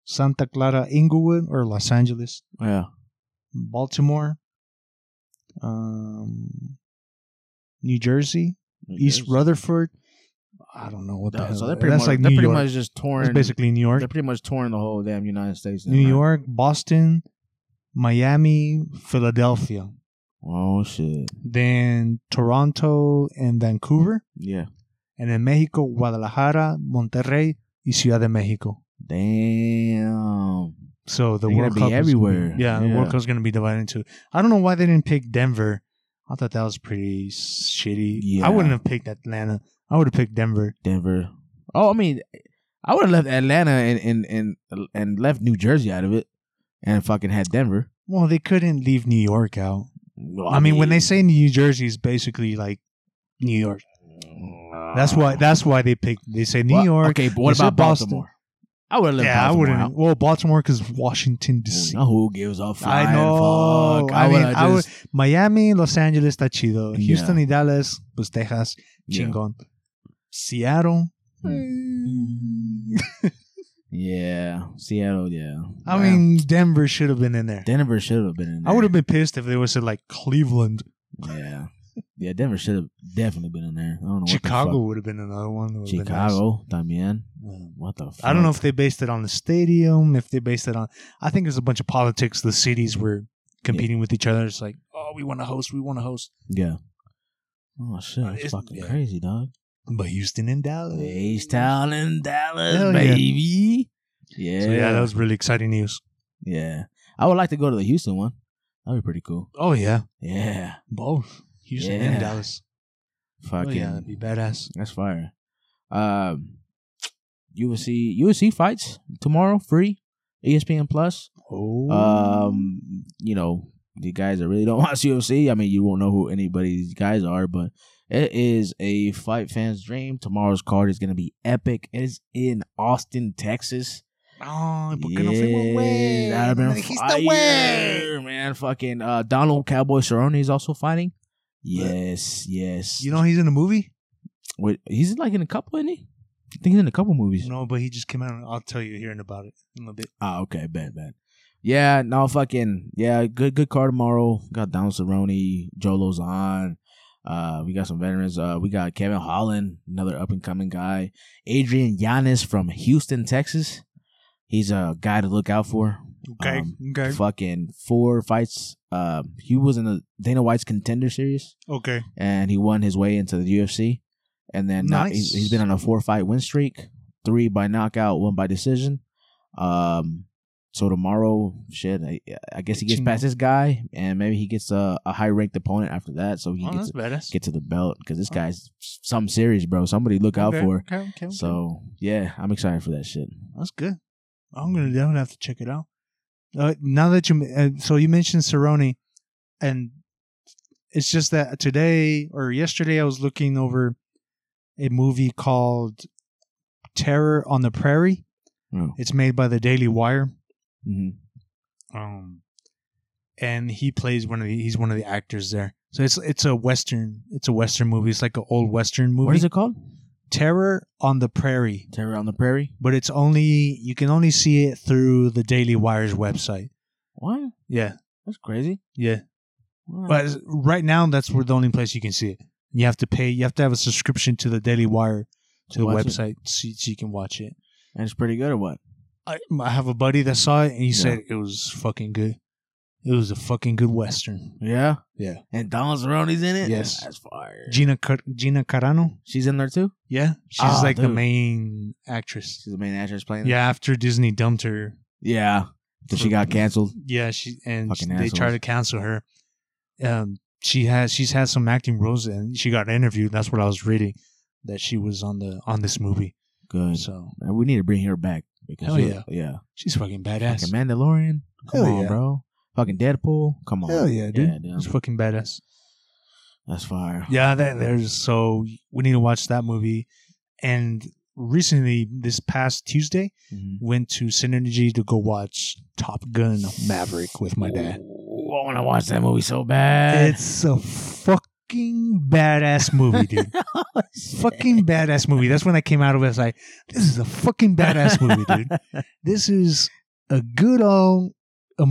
S2: Santa Clara, Inglewood, or Los Angeles,
S3: yeah.
S2: Baltimore, um, New Jersey, East
S3: Yes.
S2: Rutherford. I don't know what the
S3: No,
S2: hell.
S3: so they're pretty
S2: That's
S3: much
S2: like
S3: they're
S2: New
S3: pretty
S2: York.
S3: much just
S2: That's
S3: touring.
S2: basically New York.
S3: they're pretty much touring the whole damn United States. now,
S2: New
S3: right?
S2: York, Boston, Miami, Philadelphia,
S3: Oh shit.
S2: then Toronto and Vancouver,
S3: Yeah.
S2: en el México, Guadalajara, Monterrey y Ciudad de México.
S3: Damn.
S2: So the
S3: They're gonna
S2: World
S3: be
S2: Cup is gonna be-
S3: everywhere.
S2: yeah, the World
S3: Yeah.
S2: Cup's going to be divided into. I don't know why they didn't pick Denver. I thought that was pretty s- shitty.
S3: Yeah.
S2: I wouldn't have picked Atlanta. I would have picked Denver.
S3: Denver. Oh, I mean, I would have left Atlanta and, and and and left New Jersey out of it, and fucking had Denver.
S2: Well, they couldn't leave New York out. I mean, when they say New Jersey is basically like New York. That's why. That's why they pick. They say New
S3: Ah. Well,
S2: York.
S3: Okay, but what
S2: they said
S3: about
S2: Boston.
S3: Baltimore? I would have left
S2: yeah, I
S3: Baltimore
S2: wouldn't.
S3: out.
S2: Well, Baltimore because Washington D.C.
S3: No, who gives a fuck?
S2: I know.
S3: Fuck.
S2: I, mean,
S3: would've
S2: I would,
S3: just-
S2: Miami, Los Angeles está chido.
S3: Yeah.
S2: Houston y Dallas, pues Texas,
S3: Yeah.
S2: chingón. Seattle.
S3: Yeah, Seattle. Yeah,
S2: I mean, Denver should have been in there.
S3: Denver should have been in.
S2: I
S3: There.
S2: would have been pissed if they was in like Cleveland.
S3: Yeah, yeah, Denver should have definitely been in there. I don't know. what the fuck.
S2: Chicago would have been another one. that would've been nice.
S3: Chicago también. What the? Fuck?
S2: I don't know if they based it on the stadium, if they based it on. I think there's a bunch of politics. The cities
S3: Mm-hmm.
S2: were competing with each other. It's like, oh, we want to host, we want to host.
S3: Yeah. Oh shit, that's
S2: Uh, it's-
S3: fucking
S2: yeah.
S3: crazy, dog.
S2: But Houston and Dallas.
S3: H Town in Dallas,
S2: Hell yeah.
S3: baby. Yeah.
S2: So, yeah, that was really exciting news.
S3: Yeah. I would like to go to the Houston one. That'd be pretty cool.
S2: Oh yeah,
S3: Yeah.
S2: both Houston
S3: Yeah.
S2: and Dallas. Oh,
S3: Fucking.
S2: yeah, that'd be badass.
S3: That's fire. Um, UFC UFC fights tomorrow free, E ESPN Plus.
S2: Oh,
S3: Um, you know the guys that really don't watch UFC. I mean, you won't know who any of these guys are, but it is a fight fan's dream. Tomorrow's card is gonna be epic. It is in Austin, Texas. Oh,
S2: Ay, ¿por qué no fuimos, güey?
S3: Yeah, that'd
S2: No
S3: been
S2: me dijiste, güey.
S3: fire, man. Fucking uh, Donald Cowboy Cerrone is also fighting. Yes, yes.
S2: You know he's in a movie?
S3: Wait, he's like in a couple, isn't he? I think he's in a couple movies.
S2: No, but he just came out. I'll tell you hearing about it in a bit.
S3: Ah, okay, bad, bad. Yeah, no, fucking yeah, good, good card tomorrow. Got Don Cerrone, Joe Lozon. Uh, we got some veterans. Uh, we got Kevin Holland, another up and coming guy. Adrian Giannis from Houston, Texas. He's a guy to look out for.
S2: Okay,
S3: Um,
S2: okay,
S3: Fucking four fights. Uh, he was in the Dana White's Contender Series,
S2: okay.
S3: and he won his way into the UFC. And then now he's,
S2: Nice.
S3: he's been on a four fight win streak, three by knockout, one by decision. Um, so tomorrow, shit, I, I guess he gets
S2: Chingón.
S3: past this guy, and maybe he gets a, a high ranked opponent after that, so he
S2: Oh,
S3: gets
S2: that's badass.
S3: get to the belt because this
S2: Oh.
S3: guy's some serious, bro. Somebody look out
S2: Okay,
S3: for.
S2: okay, okay, okay.
S3: So yeah, I'm excited for that shit.
S2: That's good. I'm gonna definitely have to check it out. Uh, now that you uh, so you mentioned Cerrone, and it's just that today or yesterday I was looking over a movie called Terror on the Prairie.
S3: Oh.
S2: It's made by the Daily Wire.
S3: hmm
S2: Um, and he plays one of the he's one of the actors there. So it's it's a western it's a western movie. It's like an old western movie.
S3: What is it called?
S2: Terror on the Prairie.
S3: Terror on the Prairie.
S2: but it's only you can only see it through the Daily Wire's website.
S3: What?
S2: Yeah,
S3: That's crazy.
S2: yeah.
S3: Wow.
S2: But right now, that's where the only place you can see it. You have to pay. You have to have a subscription to the Daily Wire to the
S3: Watch it.
S2: website so, so you can watch it.
S3: and it's pretty good or what?
S2: I, I have a buddy that saw it and he
S3: Yeah.
S2: said it was fucking good. It was a fucking good western.
S3: Yeah.
S2: Yeah.
S3: And Donald Cerrone's in it.
S2: Yes.
S3: That's fire.
S2: Gina Car- Gina Carano.
S3: She's in there too.
S2: Yeah, she's
S3: Ah,
S2: like the
S3: dude.
S2: main actress.
S3: She's the main actress playing. it.
S2: Yeah, after Disney dumped her,
S3: Yeah. So she got canceled.
S2: Yeah, she and
S3: Fucking
S2: she- they tried
S3: assholes.
S2: to cancel her. Um, she has she's had some acting roles and she got interviewed. That's what I was reading that she was on the on this movie.
S3: Good.
S2: So
S3: Man, we need to bring her back. Because
S2: Hell
S3: she-
S2: yeah.
S3: Yeah.
S2: she's fucking
S3: Fucking
S2: badass.
S3: Mandalorian. Come
S2: Hell
S3: on,
S2: yeah.
S3: bro. Fucking Deadpool. Come on.
S2: Hell yeah, dude.
S3: Yeah, damn.
S2: She's fucking badass.
S3: That's fire.
S2: Yeah, that there's so we need to watch that movie. And recently, this past Tuesday,
S3: Mhm.
S2: went to Synergy to go watch Top Gun Maverick with my dad.
S3: Ooh, I want to watch that movie so bad.
S2: It's a fucking badass movie, dude. fucking badass movie. That's when I came out of it. I was like, this is a fucking badass movie, dude. This is a good old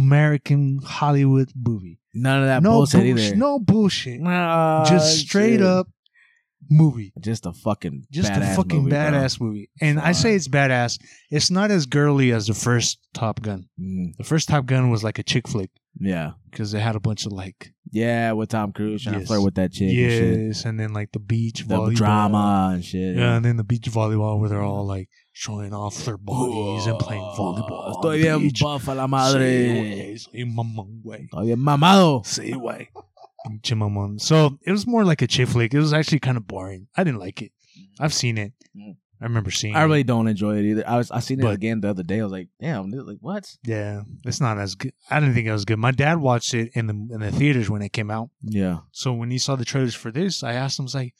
S2: American Hollywood movie.
S3: None of that
S2: no,
S3: bullshit
S2: bullsh-
S3: either.
S2: no bullshit.
S3: Nah,
S2: Just straight
S3: shit.
S2: up movie.
S3: Just a fucking
S2: Just
S3: badass
S2: a fucking
S3: movie, bro.
S2: badass movie. And I
S3: Fuck.
S2: say it's badass. It's not as girly as the first Top Gun.
S3: Mm,
S2: The first Top Gun was like a chick flick
S3: yeah,
S2: because it had a bunch of like
S3: Yeah, with Tom Cruise trying
S2: Yes.
S3: to flirt with that chick and shit.
S2: Yes, and then like the beach
S3: The
S2: volleyball.
S3: drama and shit.
S2: Yeah, and then the beach volleyball where they're all like showing off their bodies and playing volleyball. on
S3: Estoy
S2: the
S3: bien
S2: beach.
S3: buff a la
S2: Sí,
S3: madre.
S2: güey, soy un mamón, güey.
S3: Estoy bien mamado.
S2: Sí, güey. Pinche mamón. So it was more like a chick flick. It was actually kind of boring. I didn't like it. I've seen it.
S3: Mm.
S2: I remember seeing
S3: I
S2: it.
S3: really don't enjoy it either. I was I seen it
S2: But-
S3: again the other day. I was like, damn, this- like what?
S2: Yeah, it's not as good. I didn't think it was good. My dad watched it in the in the theaters when it came out.
S3: Yeah,
S2: So when he saw the trailers for this, I asked him, I was like,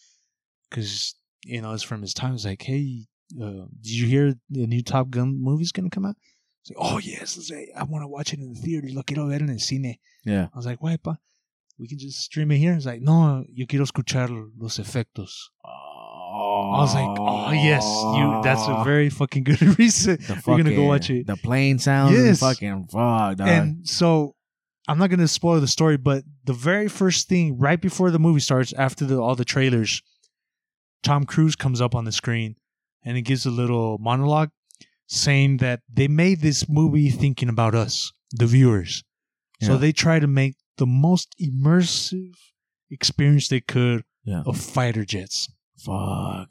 S2: because you know it's from his time. He's like, hey, uh, did you hear the new Top Gun movie's gonna come out? He's like, oh yes, He's like, I want to watch it in the theater. Lo quiero ver en el cine.
S3: yeah.
S2: I was like, why, pa? We can just stream it here. He's like, no, yo quiero escuchar los efectos. I was like, oh yes, you. That's a very fucking good reason.
S3: The
S2: You're gonna go
S3: fucking-
S2: watch it.
S3: The plane sounds and
S2: Yes.
S3: fucking frog, dog.
S2: And so I'm not going to spoil the story, but the very first thing right before the movie starts, after the, all the trailers, Tom Cruise comes up on the screen and he gives a little monologue saying that they made this movie thinking about us, the viewers. So
S3: Yeah.
S2: they try to make the most immersive experience they could
S3: Yeah.
S2: of fighter jets.
S3: Fuck.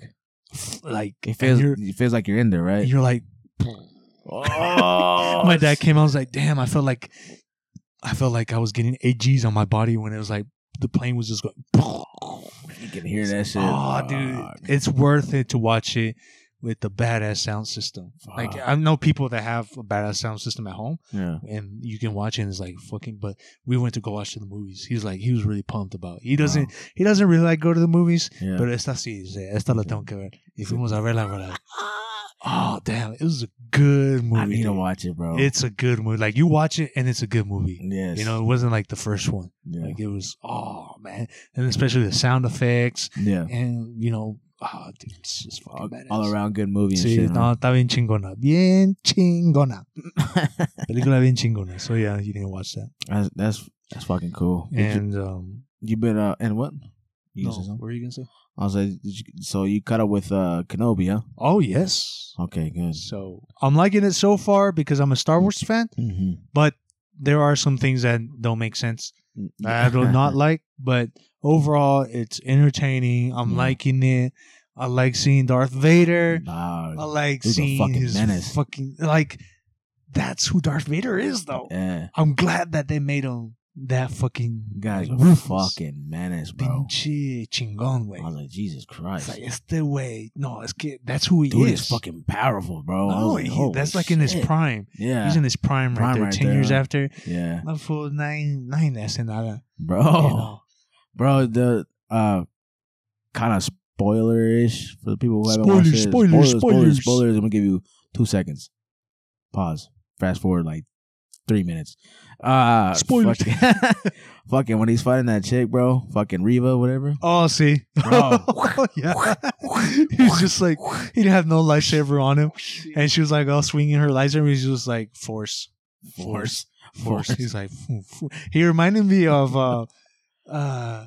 S2: F- Like,
S3: It
S2: and
S3: feels
S2: you're,
S3: it feels like you're in there, right?
S2: you're like,
S3: oh,
S2: my dad came. I was like, damn. I felt like I felt like I was getting AGs on my body when it was like the plane was just going.
S3: Oh, You can hear that shit.
S2: Oh, dude,
S3: Fuck.
S2: it's worth it to watch it with the badass sound system. Like
S3: Fuck.
S2: I know people that have a badass sound system at home,
S3: Yeah.
S2: and you can watch it. and It's like fucking. But we went to go watch the movies. He was like, he was really pumped about. It. He doesn't.
S3: Wow.
S2: He doesn't really like go to the movies.
S3: Yeah.
S2: Pero esta sí, dice, esta la tengo que ver. Y fuimos a verla, we're like, Oh damn! It was a good movie.
S3: I need to
S2: dude.
S3: watch it, bro.
S2: It's a good movie. Like you watch it and it's a good movie.
S3: Oh. yes.
S2: You know, it wasn't like the first one.
S3: Yeah.
S2: Like it was, oh man, and especially the sound effects
S3: yeah.
S2: and you know, oh dude, it's just fucking
S3: All,
S2: badass.
S3: all around good movie and
S2: Sí,
S3: shit.
S2: no,
S3: huh?
S2: está bien chingona, bien chingona, película bien chingona. So yeah, you didn't watch that.
S3: that's, that's that's fucking cool. Did you,
S2: And um,
S3: you been uh and what? You
S2: no,
S3: said something?
S2: what were you gonna say?
S3: I was like, did you, so you cut up with uh Kenobi, huh?
S2: Oh yes.
S3: Okay, good.
S2: So I'm liking it so far because I'm a Star Wars fan,
S3: Mm-hmm.
S2: but there are some things that don't make sense. I do not like, but overall, it's entertaining. I'm
S3: Yeah.
S2: liking it. I like seeing Darth Vader.
S3: Nah,
S2: I like
S3: He's a
S2: seeing
S3: fucking
S2: his
S3: menace.
S2: fucking like. That's who Darth Vader is, though.
S3: yeah,
S2: I'm glad that they made him that fucking
S3: you guys are
S2: ruthless,
S3: fucking menace, bro.
S2: pinche chingón,
S3: I was
S2: way.
S3: like, Jesus
S2: It's
S3: Christ,
S2: like este way. No, it's que that's who he
S3: dude
S2: is.
S3: is fucking powerful, bro. I
S2: no,
S3: was like,
S2: he-
S3: holy
S2: that's like in his
S3: shit.
S2: prime.
S3: Yeah,
S2: He's in his prime right
S3: Prime
S2: there.
S3: right
S2: Ten
S3: there,
S2: years
S3: huh?
S2: after,
S3: yeah,
S2: not full nine, nine. That's nada.
S3: bro.
S2: You know?
S3: bro the uh kind of spoiler-ish for the people who haven't
S2: Spoilers,
S3: watched it.
S2: spoilers, spoilers.
S3: spoilers spoilers i'm gonna give you two seconds pause fast forward like three minutes uh
S2: Spoilers.
S3: fucking, fucking when he's fighting that chick bro fucking Reva, whatever
S2: Oh, see, Oh,
S3: Bro.
S2: yeah, he was just like he didn't have no lightsaber on him, and she was like all swinging her lightsaber. He was just like force, force, force.
S3: Force.
S2: He's like, "Fu- fu-" he reminded me of uh, uh,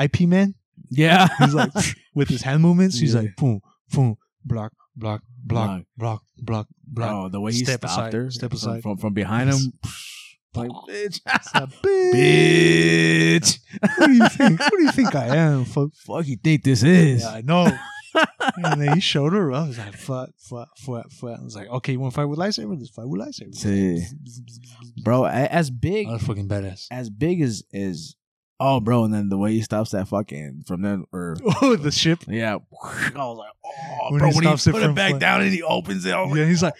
S2: IP Man.
S3: yeah
S2: He's like with his hand movements. He's
S3: Yeah.
S2: like boom, boom, block, block, block,
S3: Block.
S2: block, block, block.
S3: bro the way he
S2: Step
S3: stopped
S2: aside,
S3: her
S2: step
S3: from-
S2: aside.
S3: from, from behind him like bitch Oh. bitch
S2: what do you think? What do you think I am? Fuck.
S3: fuck you think this is
S2: Yeah, I know. and then he showed her up. I was like, fuck, fuck, fuck, fuck. I was like, okay, you want to fight with lightsaber? Let's fight with lightsaber.
S3: See. bro a- as big
S2: I was fucking badass.
S3: as big as is oh bro and then the way he stops that fucking from then or
S2: Oh, the ship.
S3: yeah i was like oh
S2: When
S3: bro
S2: he
S3: when he
S2: stops it
S3: put it,
S2: from
S3: back
S2: fl-
S3: down and he opens it i was
S2: Yeah, he's like,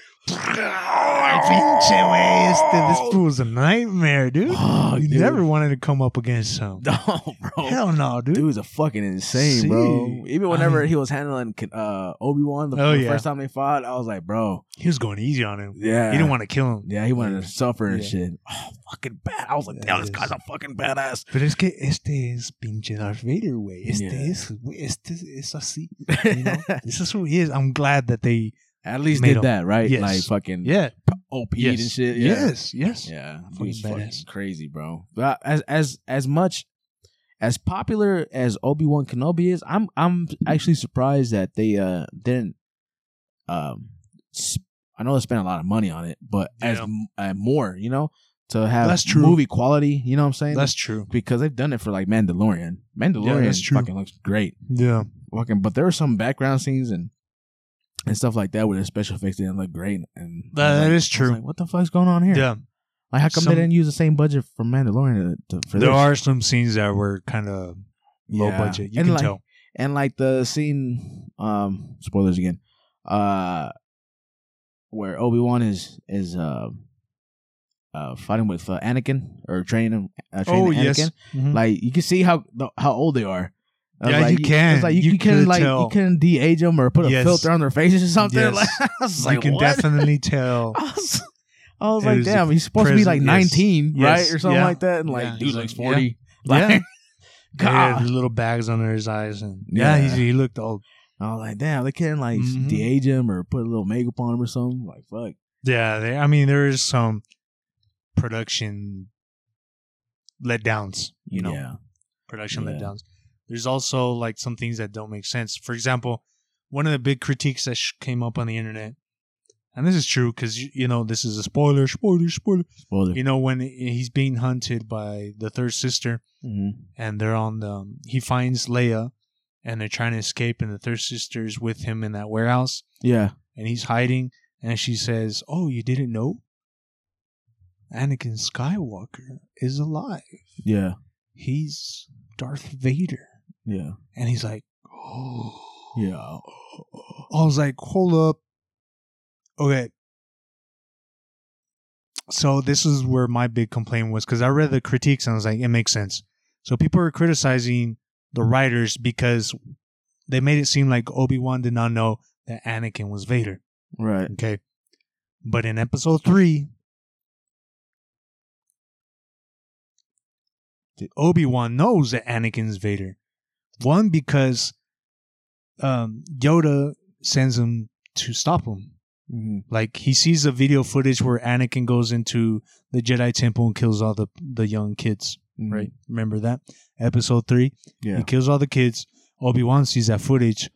S2: pinche wey, este, this
S3: like
S2: fool's a nightmare, dude.
S3: oh
S2: you
S3: dude.
S2: never wanted to come up against him.
S3: no bro
S2: Hell no, dude.
S3: Dude was a fucking insane,
S2: See,
S3: bro. Even
S2: I
S3: whenever
S2: mean-
S3: he was handling uh, Obi Wan the,
S2: Oh,
S3: the
S2: yeah.
S3: first time they fought, I was like, bro,
S2: He was going easy on him.
S3: yeah,
S2: He didn't want to kill him.
S3: yeah, he wanted to suffer and
S2: Yeah.
S3: shit. Oh, fucking bad. I was like,
S2: Yeah,
S3: damn,
S2: it
S3: this
S2: is.
S3: guy's a fucking badass.
S2: Pero es que este es pinche Darth Vader, güey. Este
S3: Yeah.
S2: es, güey, este es así. You know? this is who he is. I'm glad that they,
S3: At least
S2: Made
S3: did
S2: him.
S3: that, right?
S2: Yes.
S3: Like fucking
S2: yeah,
S3: OP
S2: yes.
S3: and shit. Yeah.
S2: Yes, yes.
S3: Yeah,
S2: Fucking
S3: he was fucking
S2: badass.
S3: crazy, bro. But as as as much as popular as Obi Wan Kenobi is, I'm I'm actually surprised that they uh didn't um sp- I know they spent a lot of money on it, but as
S2: Yeah.
S3: m- uh, more, you know, to have
S2: That's true.
S3: movie quality. You know what I'm saying?
S2: That's true.
S3: because they've done it for like Mandalorian. Mandalorian
S2: that's true.
S3: fucking looks great.
S2: Yeah.
S3: Fucking, but there were some background scenes and and stuff like that where the special effects didn't look great. And
S2: That-
S3: I was
S2: that
S3: like-
S2: is
S3: I was
S2: true.
S3: like, what the fuck's going on here?
S2: Yeah.
S3: Like, how come
S2: Some-
S3: they didn't use the same budget for Mandalorian to, to, for
S2: There
S3: this?
S2: are some scenes that were kind of low
S3: Yeah.
S2: budget. You
S3: and
S2: can
S3: like,
S2: tell.
S3: And like the scene, um, spoilers again, uh, where Obi Wan is is uh, uh, fighting with uh, Anakin or training him. Uh, training
S2: Oh,
S3: Anakin. Mm-hmm.
S2: yes. Mhm.
S3: Like you can see how the, how old they are. I was
S2: Yeah,
S3: like,
S2: you can.
S3: It's like you,
S2: You
S3: you couldn't
S2: could
S3: like
S2: tell.
S3: you couldn't de-age them or put a
S2: Yes.
S3: filter on their faces or something.
S2: Yes.
S3: Like, I was
S2: you
S3: like,
S2: can
S3: what?
S2: definitely tell.
S3: I was, I was
S2: It
S3: like,
S2: was
S3: damn, he's supposed to be
S2: present-
S3: like
S2: yes.
S3: 19,
S2: Yes.
S3: right, or something
S2: Yeah.
S3: like that. And like,
S2: Yeah. He's
S3: dude
S2: like,
S3: looks
S2: yeah.
S3: 40. Like,
S2: Yeah. They
S3: God.
S2: had little bags under his eyes, and yeah,
S3: Yeah.
S2: he's he looked all
S3: I was like, damn, they couldn't like
S2: Mhm.
S3: de-age him or put a little makeup on him or something. Like, fuck.
S2: Yeah, they, I mean, there is some production letdowns, you know,
S3: yeah,
S2: production
S3: Yeah.
S2: letdowns. There's also like some things that don't make sense. For example, one of the big critiques that sh- came up on the internet, and this is true because you, you know this is a spoiler, spoiler, spoiler.
S3: spoiler.
S2: You know when he's being hunted by the third sister,
S3: Mhm.
S2: and they're on the um, he finds Leia, and they're trying to escape, and the third sister is with him in that warehouse,
S3: Yeah,
S2: and he's hiding, and she says, "Oh, you didn't know? Anakin Skywalker is alive.
S3: yeah,
S2: He's Darth Vader."
S3: yeah,
S2: And he's like, "Oh,
S3: yeah.
S2: I was like, "Hold up, okay." So this is where my big complaint was because I read the critiques and I was like, "It makes sense." So people are criticizing the writers because they made it seem like Obi Wan did not know that Anakin was Vader.
S3: Right.
S2: Okay. But in episode three, Obi Wan knows that Anakin's Vader. One, because um, Yoda sends him to stop him.
S3: hmm
S2: Like, he sees a video footage where Anakin goes into the Jedi Temple and kills all the, the young kids,
S3: Mm-hmm.
S2: right? Mm-hmm. Remember that? Episode three.
S3: Yeah.
S2: He kills all the kids. Obi Wan sees that footage,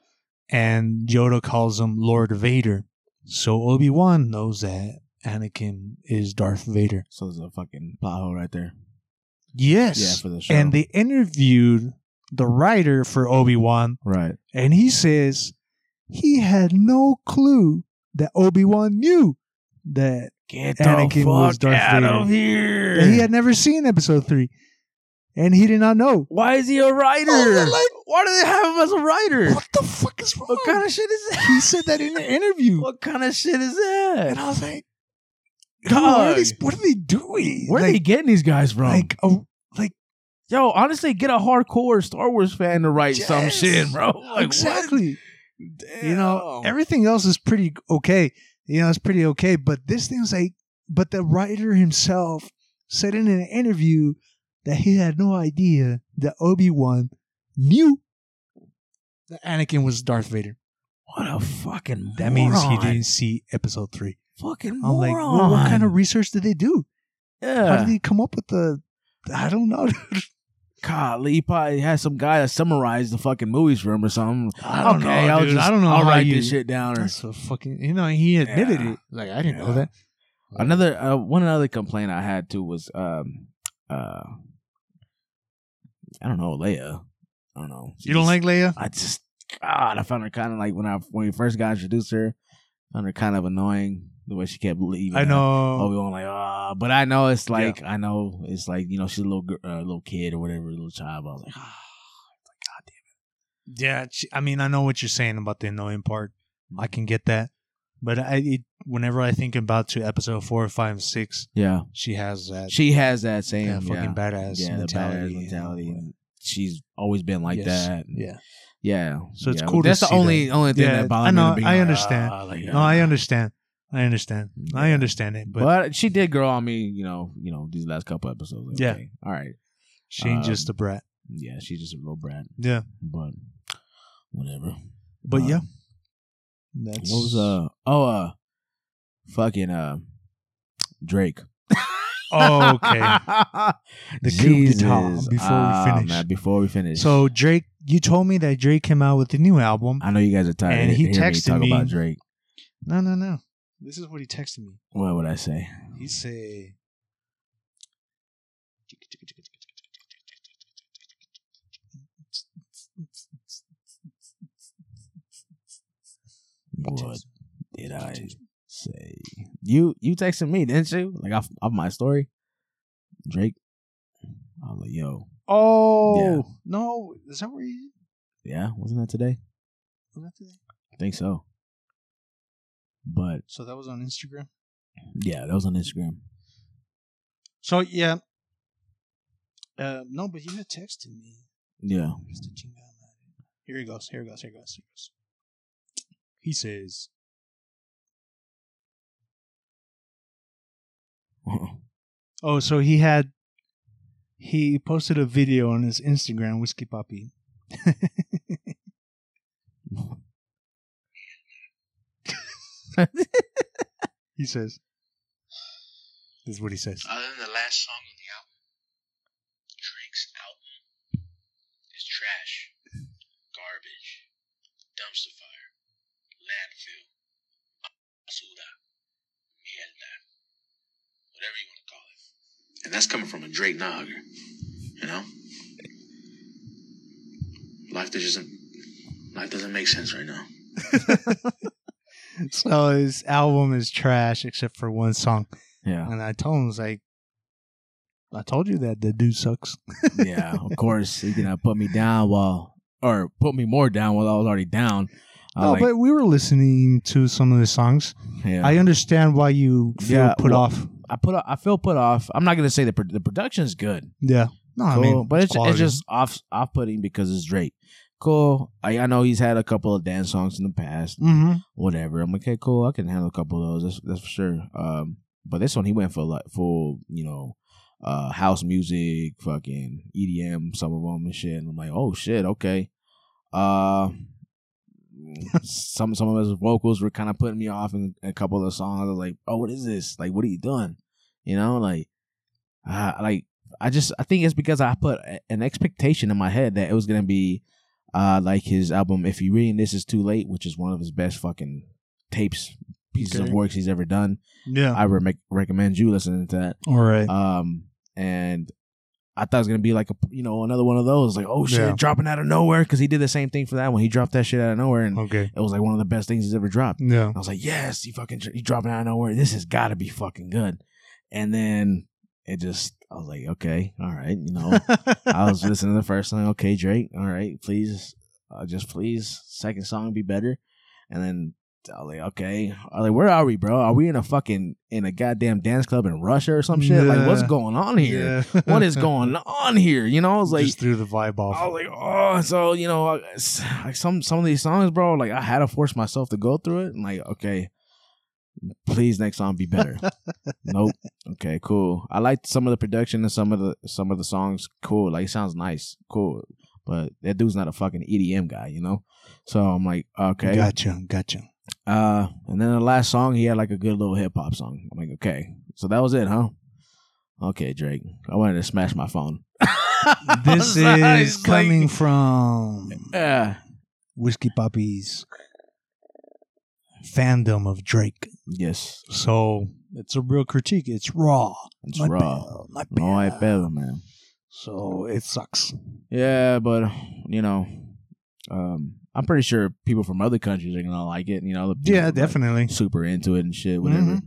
S2: and Yoda calls him Lord Vader. So Obi Wan knows that Anakin is Darth Vader.
S3: So there's a fucking pothole right there.
S2: Yes.
S3: Yeah, for the show.
S2: And they interviewed the writer for Obi Wan,
S3: right.
S2: and he says he had no clue that Obi Wan knew that
S3: Get
S2: the Anakin was fuck Darth out Vader. of
S3: here.
S2: that he had never seen Episode three, and he did not know.
S3: Why is he a writer?
S2: Oh, they're like-
S3: Why do they have him as a writer?
S2: What the fuck is wrong?
S3: What kind of shit is that?
S2: he said that in the interview,
S3: What kind of shit is
S2: and I
S3: that?
S2: was like, "Dude, what, are
S3: Dog.
S2: they, what are they doing?
S3: Where are
S2: Like-
S3: they getting these guys from?
S2: Like, oh,
S3: Yo, honestly, get a hardcore Star Wars fan to write some
S2: Yes.
S3: shit, bro. Like, what?
S2: exactly. You know,
S3: Damn.
S2: everything else is pretty okay. You know, it's pretty okay. But this thing's like, but the writer himself said in an interview that he had no idea that Obi Wan knew that Anakin was Darth Vader.
S3: what a fucking
S2: That means he
S3: moron.
S2: didn't see Episode three.
S3: Fucking
S2: I'm
S3: moron.
S2: like, well, what kind of research did they do? How
S3: yeah?
S2: did he come up with the? I don't know. dude.
S3: God, Lee probably had some guy that summarized the fucking movies for him or something.
S2: I don't
S3: okay,
S2: know.
S3: I'll
S2: dude.
S3: just
S2: I don't know
S3: I'll
S2: how
S3: write
S2: you-
S3: this shit down. Or
S2: That's a fucking. You know, he admitted
S3: Yeah.
S2: it. Like I didn't know
S3: Yeah.
S2: that.
S3: Another uh, one other complaint I had too was um uh I don't know Leia. I don't know. She
S2: You don't
S3: just-
S2: like Leia?
S3: I just ah, God, I found her kind of like when I when we first got introduced to her, found her kind of annoying the way she kept leaving.
S2: I
S3: Obi
S2: know.
S3: Wan like ah, but I know it's like I know it's like you know she's a little gir- uh, little kid or whatever, little child. But I was like ah,
S2: Yeah, she- I mean, I know what you're saying about the annoying part. I
S3: Mm-hmm.
S2: can get that, but I it, whenever I think about to episode four, five, and six,
S3: yeah,
S2: she has that
S3: she has that same
S2: yeah, fucking badass
S3: yeah, the
S2: mentality.
S3: badass mentality. And she's always been like
S2: Yes.
S3: that.
S2: Yeah.
S3: Yeah.
S2: So it's
S3: yeah.
S2: cool to
S3: That's
S2: see
S3: the only only thing
S2: Yeah,
S3: that bothered
S2: I know,
S3: me. to be
S2: I
S3: like,
S2: understand.
S3: "Ah," like,
S2: No, I
S3: "Ah."
S2: understand. I understand. I
S3: Yeah.
S2: understand it,
S3: But,
S2: but,
S3: she did grow on me, you know, you know, these last couple episodes. Like,
S2: Yeah.
S3: okay, all right.
S2: she ain't just
S3: um,
S2: a brat.
S3: Yeah, she's just a little brat.
S2: Yeah,
S3: But whatever.
S2: but
S3: um,
S2: yeah, that's
S3: What was uh oh uh fucking uh Drake.
S2: oh, okay. The coup d'etat
S3: Jesus.
S2: before we
S3: Ah,
S2: finish.
S3: man, before we finish.
S2: So Drake, you told me that Drake came out with a new album.
S3: I know you guys are tired
S2: And
S3: of
S2: he
S3: hearing me
S2: texted
S3: talk
S2: me-
S3: about Drake.
S2: No, no, no. This is what he texted me.
S3: Oh. What would I say?
S2: He say,
S3: What did I say? You you texted me, didn't you? Like off, off my story, Drake. I was like, yo,
S2: Oh, no. Is that where you.
S3: yeah, wasn't that today?
S2: was that today?
S3: I think so. But
S2: So that was on Instagram?
S3: yeah, that was on Instagram.
S2: So, yeah. Uh, no, but you had texted me.
S3: Yeah,
S2: Where's the chingada madre? Here he goes. Here he goes. Here he goes. Here he goes. He says, "Oh, so he had he posted a video on his Instagram, Whiskey Poppy." he says, "This is what he says."
S5: Other than the last song on the album, Drake's album is trash, garbage, dumpster fire, landfill, basura, mierda, whatever you want to call it. And that's coming from a Drake Nogger, you know? Life that doesn't, life doesn't make sense right now.
S2: So his album is trash except for one song.
S3: yeah,
S2: And I told him, I was like, I told you that the dude sucks.
S3: yeah. Of course, he cannot put me down while or put me more down while I was already down. I
S2: No,
S3: like,
S2: but we were listening to some of the songs.
S3: yeah.
S2: I understand why you feel
S3: Yeah,
S2: put
S3: well-
S2: off.
S3: I put I feel put off. I'm not gonna say the pro- the production's good,
S2: Yeah. No, I
S3: cool,
S2: mean,
S3: but it's
S2: quality.
S3: it's just off off putting because it's Drake. Cool. I, I know he's had a couple of dance songs in the past.
S2: Mhm.
S3: Whatever. I'm like, okay, cool. I can handle a couple of those. That's that's for sure. Um, but this one he went for like full, you know, uh, house music, fucking EDM, some of them and shit. And I'm like, oh shit, okay. Uh, some some of his vocals were kind of putting me off in a couple of songs. I was like, oh, what is this? Like, what are you doing? You know, like, uh, like I just I think it's because I put a- an expectation in my head that it was gonna be uh like his album If You Reading This Is Too Late, which is one of his best fucking tapes pieces
S2: Okay.
S3: of works he's ever done.
S2: Yeah.
S3: I re- recommend you listening to that.
S2: All right.
S3: Um, and I thought it was gonna be like a you know another one of those like oh shit
S2: Yeah.
S3: dropping out of nowhere because he did the same thing for that one. He dropped that shit out of nowhere and
S2: okay.
S3: it was like one of the best things he's ever dropped.
S2: Yeah.
S3: I was like yes, he fucking he dropping out of nowhere. This has got to be fucking good. And then it just I was like okay all right you know I was listening to the first song okay Drake all right please uh, just please second song be better and then. I was like, okay. I was like, where are we, bro? Are we in a fucking in a goddamn dance club in Russia or some shit? Like, what's
S2: Yeah.
S3: going on here? what is going on here? You know, I was like,
S2: just threw the vibe off.
S3: I was like, oh, so you know, I- it's- like some some of these songs, bro. Like I had to force myself to go through it, and like, okay, please next song be better. nope. Okay, cool. I liked some of the production and some of the some of the songs. Cool. Like it sounds nice. Cool. But that dude's not a fucking EDM guy, you know. So I'm like, okay,
S2: Gotcha. Gotcha.
S3: uh, and then the last song, he had like a good little hip hop song. I'm like, okay, so that was it, huh? Okay, Drake. I wanted to smash my phone.
S2: This is coming from
S3: Yeah,
S2: Whiskey Poppy's fandom of Drake.
S3: yes,
S2: So it's a real critique. It's raw.
S3: it's
S2: Not
S3: raw.
S2: bad, not
S3: No, I
S2: bad.
S3: feel man.
S2: So it sucks.
S3: Yeah, but you know, um, I'm pretty sure people from other countries are gonna like it. You know, the people
S2: Yeah,
S3: like,
S2: definitely. Mm-hmm.
S3: super into it and shit. Whatever.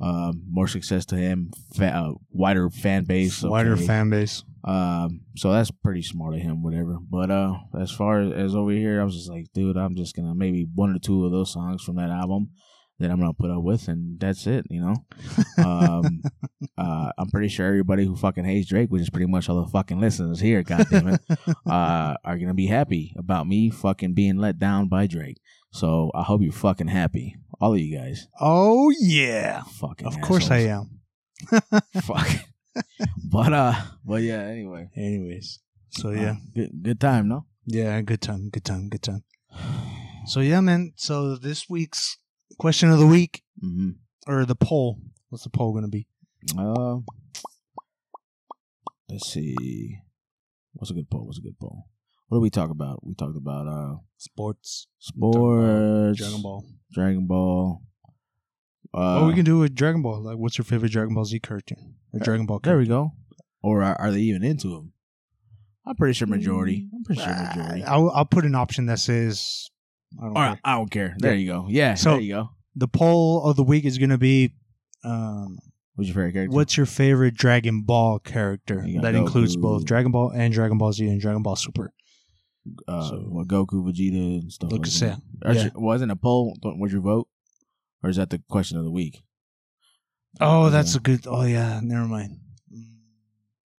S3: Um, more success to him. Fa- uh, wider fan base.
S2: Wider
S3: okay.
S2: fan base.
S3: Um, so that's pretty smart of him, whatever. But uh, as far as, as over here, I was just like, dude, I'm just gonna maybe one or two of those songs from that album that I'm gonna put up with, and that's it, you know. Um, uh, I'm pretty sure everybody who fucking hates Drake, which is pretty much all the fucking listeners here, goddammit, uh, are gonna be happy about me fucking being let down by Drake. So I hope you're fucking happy, all of you guys.
S2: Oh yeah.
S3: Fucking,
S2: Of course I am.
S3: am. Fuck. but uh, but yeah. Anyway,
S2: Anyways. So
S3: Uh,
S2: yeah.
S3: good good time, no.
S2: yeah, good time, good time, good time. So yeah, man. So this week's question of the week
S3: hmm
S2: or the poll. What's the poll gonna be?
S3: Uh, let's see. What's a good poll? What's a good poll? What did we talk about? We talked about uh
S2: Sports.
S3: sports,
S2: Dragon Ball.
S3: Dragon Ball. Uh,
S2: oh, we can do with Dragon Ball. Like what's your favorite Dragon Ball Z cartoon? Or
S3: Uh,
S2: Dragon Ball
S3: There we go.
S2: character?
S3: Or are, are they even into them?
S2: Mm,
S3: I'm pretty sure majority. I'm pretty sure majority.
S2: I'll, I'll put an option that says I don't
S3: All
S2: care.
S3: right, I don't care. There
S2: Yeah.
S3: you go. Yeah,
S2: So-
S3: there you go.
S2: The poll of the week is going to be um,
S3: What's your favorite character?
S2: what's your favorite Dragon Ball character?
S3: You got
S2: That includes
S3: Goku.
S2: both Dragon Ball and Dragon Ball Z and Dragon Ball Super.
S3: uh,
S2: so-
S3: what Goku, Vegeta, and stuff.
S2: Look,
S3: like
S2: yeah.
S3: that. Actually, Wasn't a poll? Was your vote, or is that the question of the week?
S2: Oh,
S3: Yeah.
S2: that's a good. Oh, yeah. Never mind.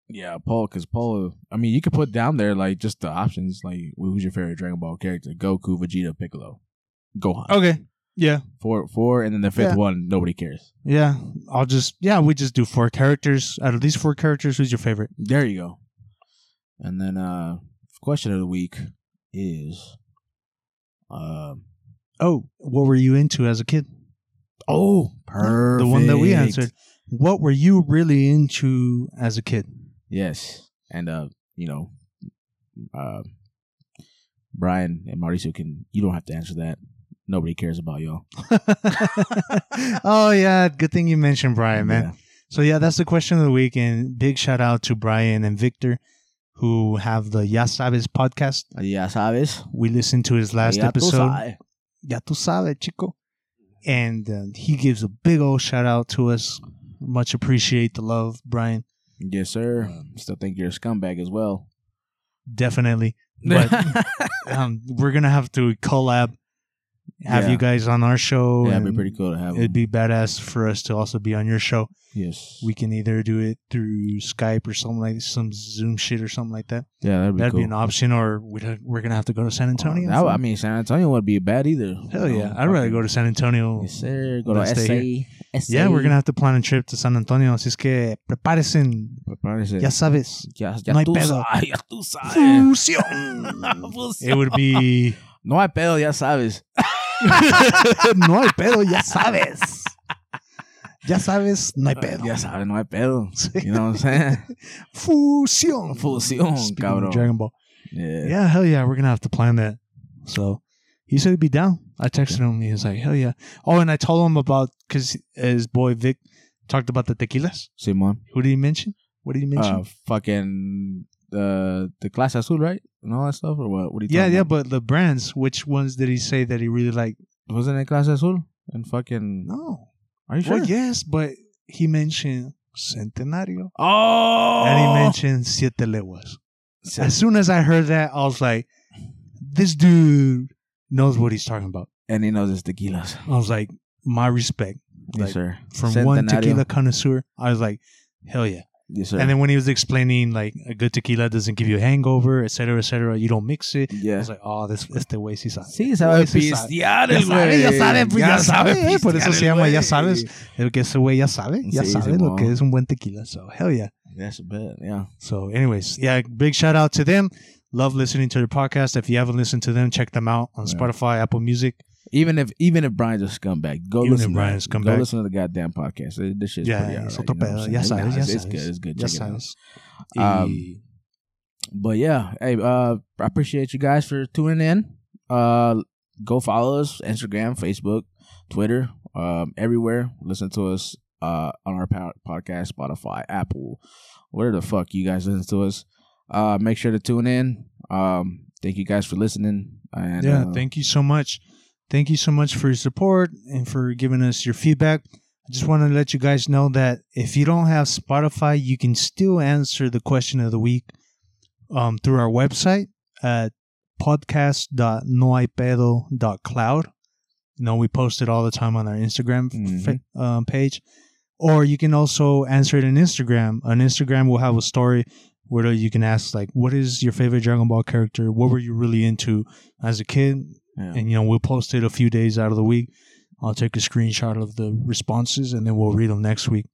S3: Yeah, Paul, because Paul, I mean, you could put down there like just the options, like who's your favorite Dragon Ball character? Goku, Vegeta, Piccolo, Gohan.
S2: Okay. Yeah.
S3: Four, four, and then the fifth
S2: Yeah.
S3: one, nobody cares.
S2: Yeah. I'll just. Yeah, we just do four characters. Out of these four characters, who's your favorite?
S3: There you go. And then, uh, question of the week is, um,
S2: Oh, what were you into as a kid?
S3: oh, perfect,
S2: The one that we answered. What were you really into as a kid?
S3: Yes, and uh, you know, uh, Brian and Mauricio can. You don't have to answer that. Nobody cares about y'all.
S2: oh yeah, good thing you mentioned Brian, man.
S3: Yeah.
S2: So yeah, that's the question of the week, and big shout out to Brian and Victor, who have the Ya Sabes podcast.
S3: Ya sabes.
S2: We listened to his last
S3: Ya tú
S2: episode,
S3: sabes.
S2: Ya tú sabes, chico, and uh, he gives a big old shout out to us. Much appreciate the love, Brian.
S3: Yes, sir. Still think you're a scumbag as well.
S2: Definitely, but um, we're gonna have to collab, have
S3: Yeah.
S2: you guys on our show.
S3: yeah, it'd be
S2: and
S3: pretty cool to have
S2: It'd
S3: him.
S2: be badass for us to also be on your show.
S3: yes.
S2: we can either do it through Skype or something like some Zoom shit or something like that.
S3: yeah, that'd be
S2: That'd
S3: cool.
S2: be an option, or we'd ha- we're gonna have to go to San Antonio.
S3: Uh, that would- I mean, San Antonio wouldn't be bad either.
S2: hell
S3: You
S2: yeah,
S3: know,
S2: I'd rather
S3: fucking-
S2: go to San Antonio.
S3: Yes, sir. Go
S2: than
S3: to
S2: stay
S3: SA. SA.
S2: yeah, we're gonna have to plan a trip to San Antonio. Así es que prepárese,
S3: Prepárese.
S2: ya sabes.
S3: Ya, ya
S2: No hay
S3: tú
S2: pedo.
S3: sabes, ya tú sabes. Mm.
S2: Fusión. It would be
S3: No hay pedo, ya sabes.
S2: no hay pedo, ya sabes. Ya sabes, no hay pedo.
S3: Ya sabes, no hay pedo. You know what I'm saying?
S2: Fusión.
S3: Fusión,
S2: Speaking of
S3: cabrón.
S2: Dragon Ball.
S3: Yeah.
S2: yeah, hell yeah, we're gonna have to plan that. So he said he'd be down. I texted him. He was like, hell yeah. Oh, and I told him about because his boy Vic talked about the tequilas.
S3: Simón.
S2: Who did he mention? What did he mention?
S3: Uh, fucking uh, the class azul, right? And all that stuff, or what? What are you
S2: yeah,
S3: talking
S2: yeah,
S3: about?
S2: but the brands. Which ones did he say that he really liked?
S3: Wasn't it class azul? And fucking.
S2: No.
S3: Are you sure?
S2: Well, yes, but he mentioned Centenario
S3: Oh!
S2: and he mentioned Siete Leguas. As soon as I heard that, I was like, this dude knows what he's talking about.
S3: and he knows his tequilas.
S2: I was like, my respect.
S3: yes,
S2: Like,
S3: sir.
S2: from one
S3: Centenario.
S2: tequila connoisseur. I was like, hell yeah.
S3: Yes, sir.
S2: And then when he was explaining like a good tequila doesn't give you a hangover, et cetera, et cetera, you don't mix it. I
S3: yeah.
S2: was like, oh, this este güey sí sabe.
S3: Sí, sabe
S2: Sí sabe.
S3: pistear,
S2: Ya
S3: el
S2: sabe,
S3: güey.
S2: ya sabe, pues, ya sabe, eh, por eso
S3: pistear
S2: se
S3: el
S2: llama, ya
S3: güey.
S2: sabes. El que ese güey ya sabe, ya
S3: Sí,
S2: sabe lo
S3: Simón.
S2: que es un buen tequila. So hell yeah.
S3: That's a bet, yeah.
S2: So anyways, yeah, big shout out to them. Love listening to their podcast. If you haven't listened to them, check them out on
S3: Yeah.
S2: Spotify, Apple Music.
S3: Even if even if Brian's a scumbag, go
S2: Even if
S3: listen. to
S2: Brian's
S3: it.
S2: scumbag.
S3: Go listen to the goddamn podcast. It- This shit's
S2: Yeah,
S3: pretty alright,
S2: es
S3: you
S2: otro
S3: know what I'm
S2: pedo.
S3: saying?
S2: Ya sabes,
S3: Nah,
S2: ya
S3: it's, it's
S2: sabes.
S3: good. It's good.
S2: Ya
S3: Check it out.
S2: sabes.
S3: Um,
S2: Y-
S3: But yeah, hey, uh, I appreciate you guys for tuning in. Uh, go follow us Instagram, Facebook, Twitter, um, everywhere. Listen to us uh on our po- podcast, Spotify, Apple, where the fuck you guys listen to us. Uh, make sure to tune in. Um, thank you guys for listening. And
S2: yeah
S3: uh,
S2: thank you so much thank you so much for your support and for giving us your feedback i just want to let you guys know that if you don't have spotify you can still answer the question of the week um, through our website at podcast.noipedo.cloud you know we post it all the time on our instagram f- um, page or you can also answer it on instagram on instagram we'll have a story where you can ask like what is your favorite dragon ball character what were you really into as a kid.
S3: yeah.
S2: And, you know, we'll post it a few days out of the week. I'll take a screenshot of the responses and then we'll read them next week.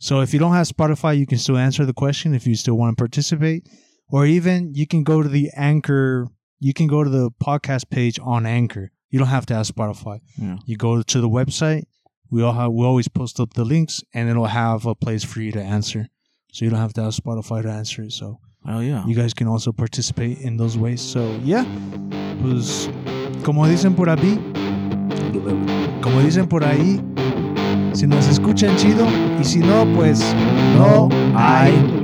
S2: So if you don't have Spotify, you can still answer the question if you still want to participate. Or even you can go to the Anchor, you can go to the podcast page on Anchor. You don't have to have Spotify.
S3: Yeah.
S2: You go to the website. We all have, we always post up the links and it'll have a place for you to answer. So you don't have to have Spotify to answer it. So
S3: oh yeah,
S2: you guys can also participate in those ways. So, yeah, pues como dicen por ahí, como dicen por ahí, si nos escuchan chido y si no, pues no hay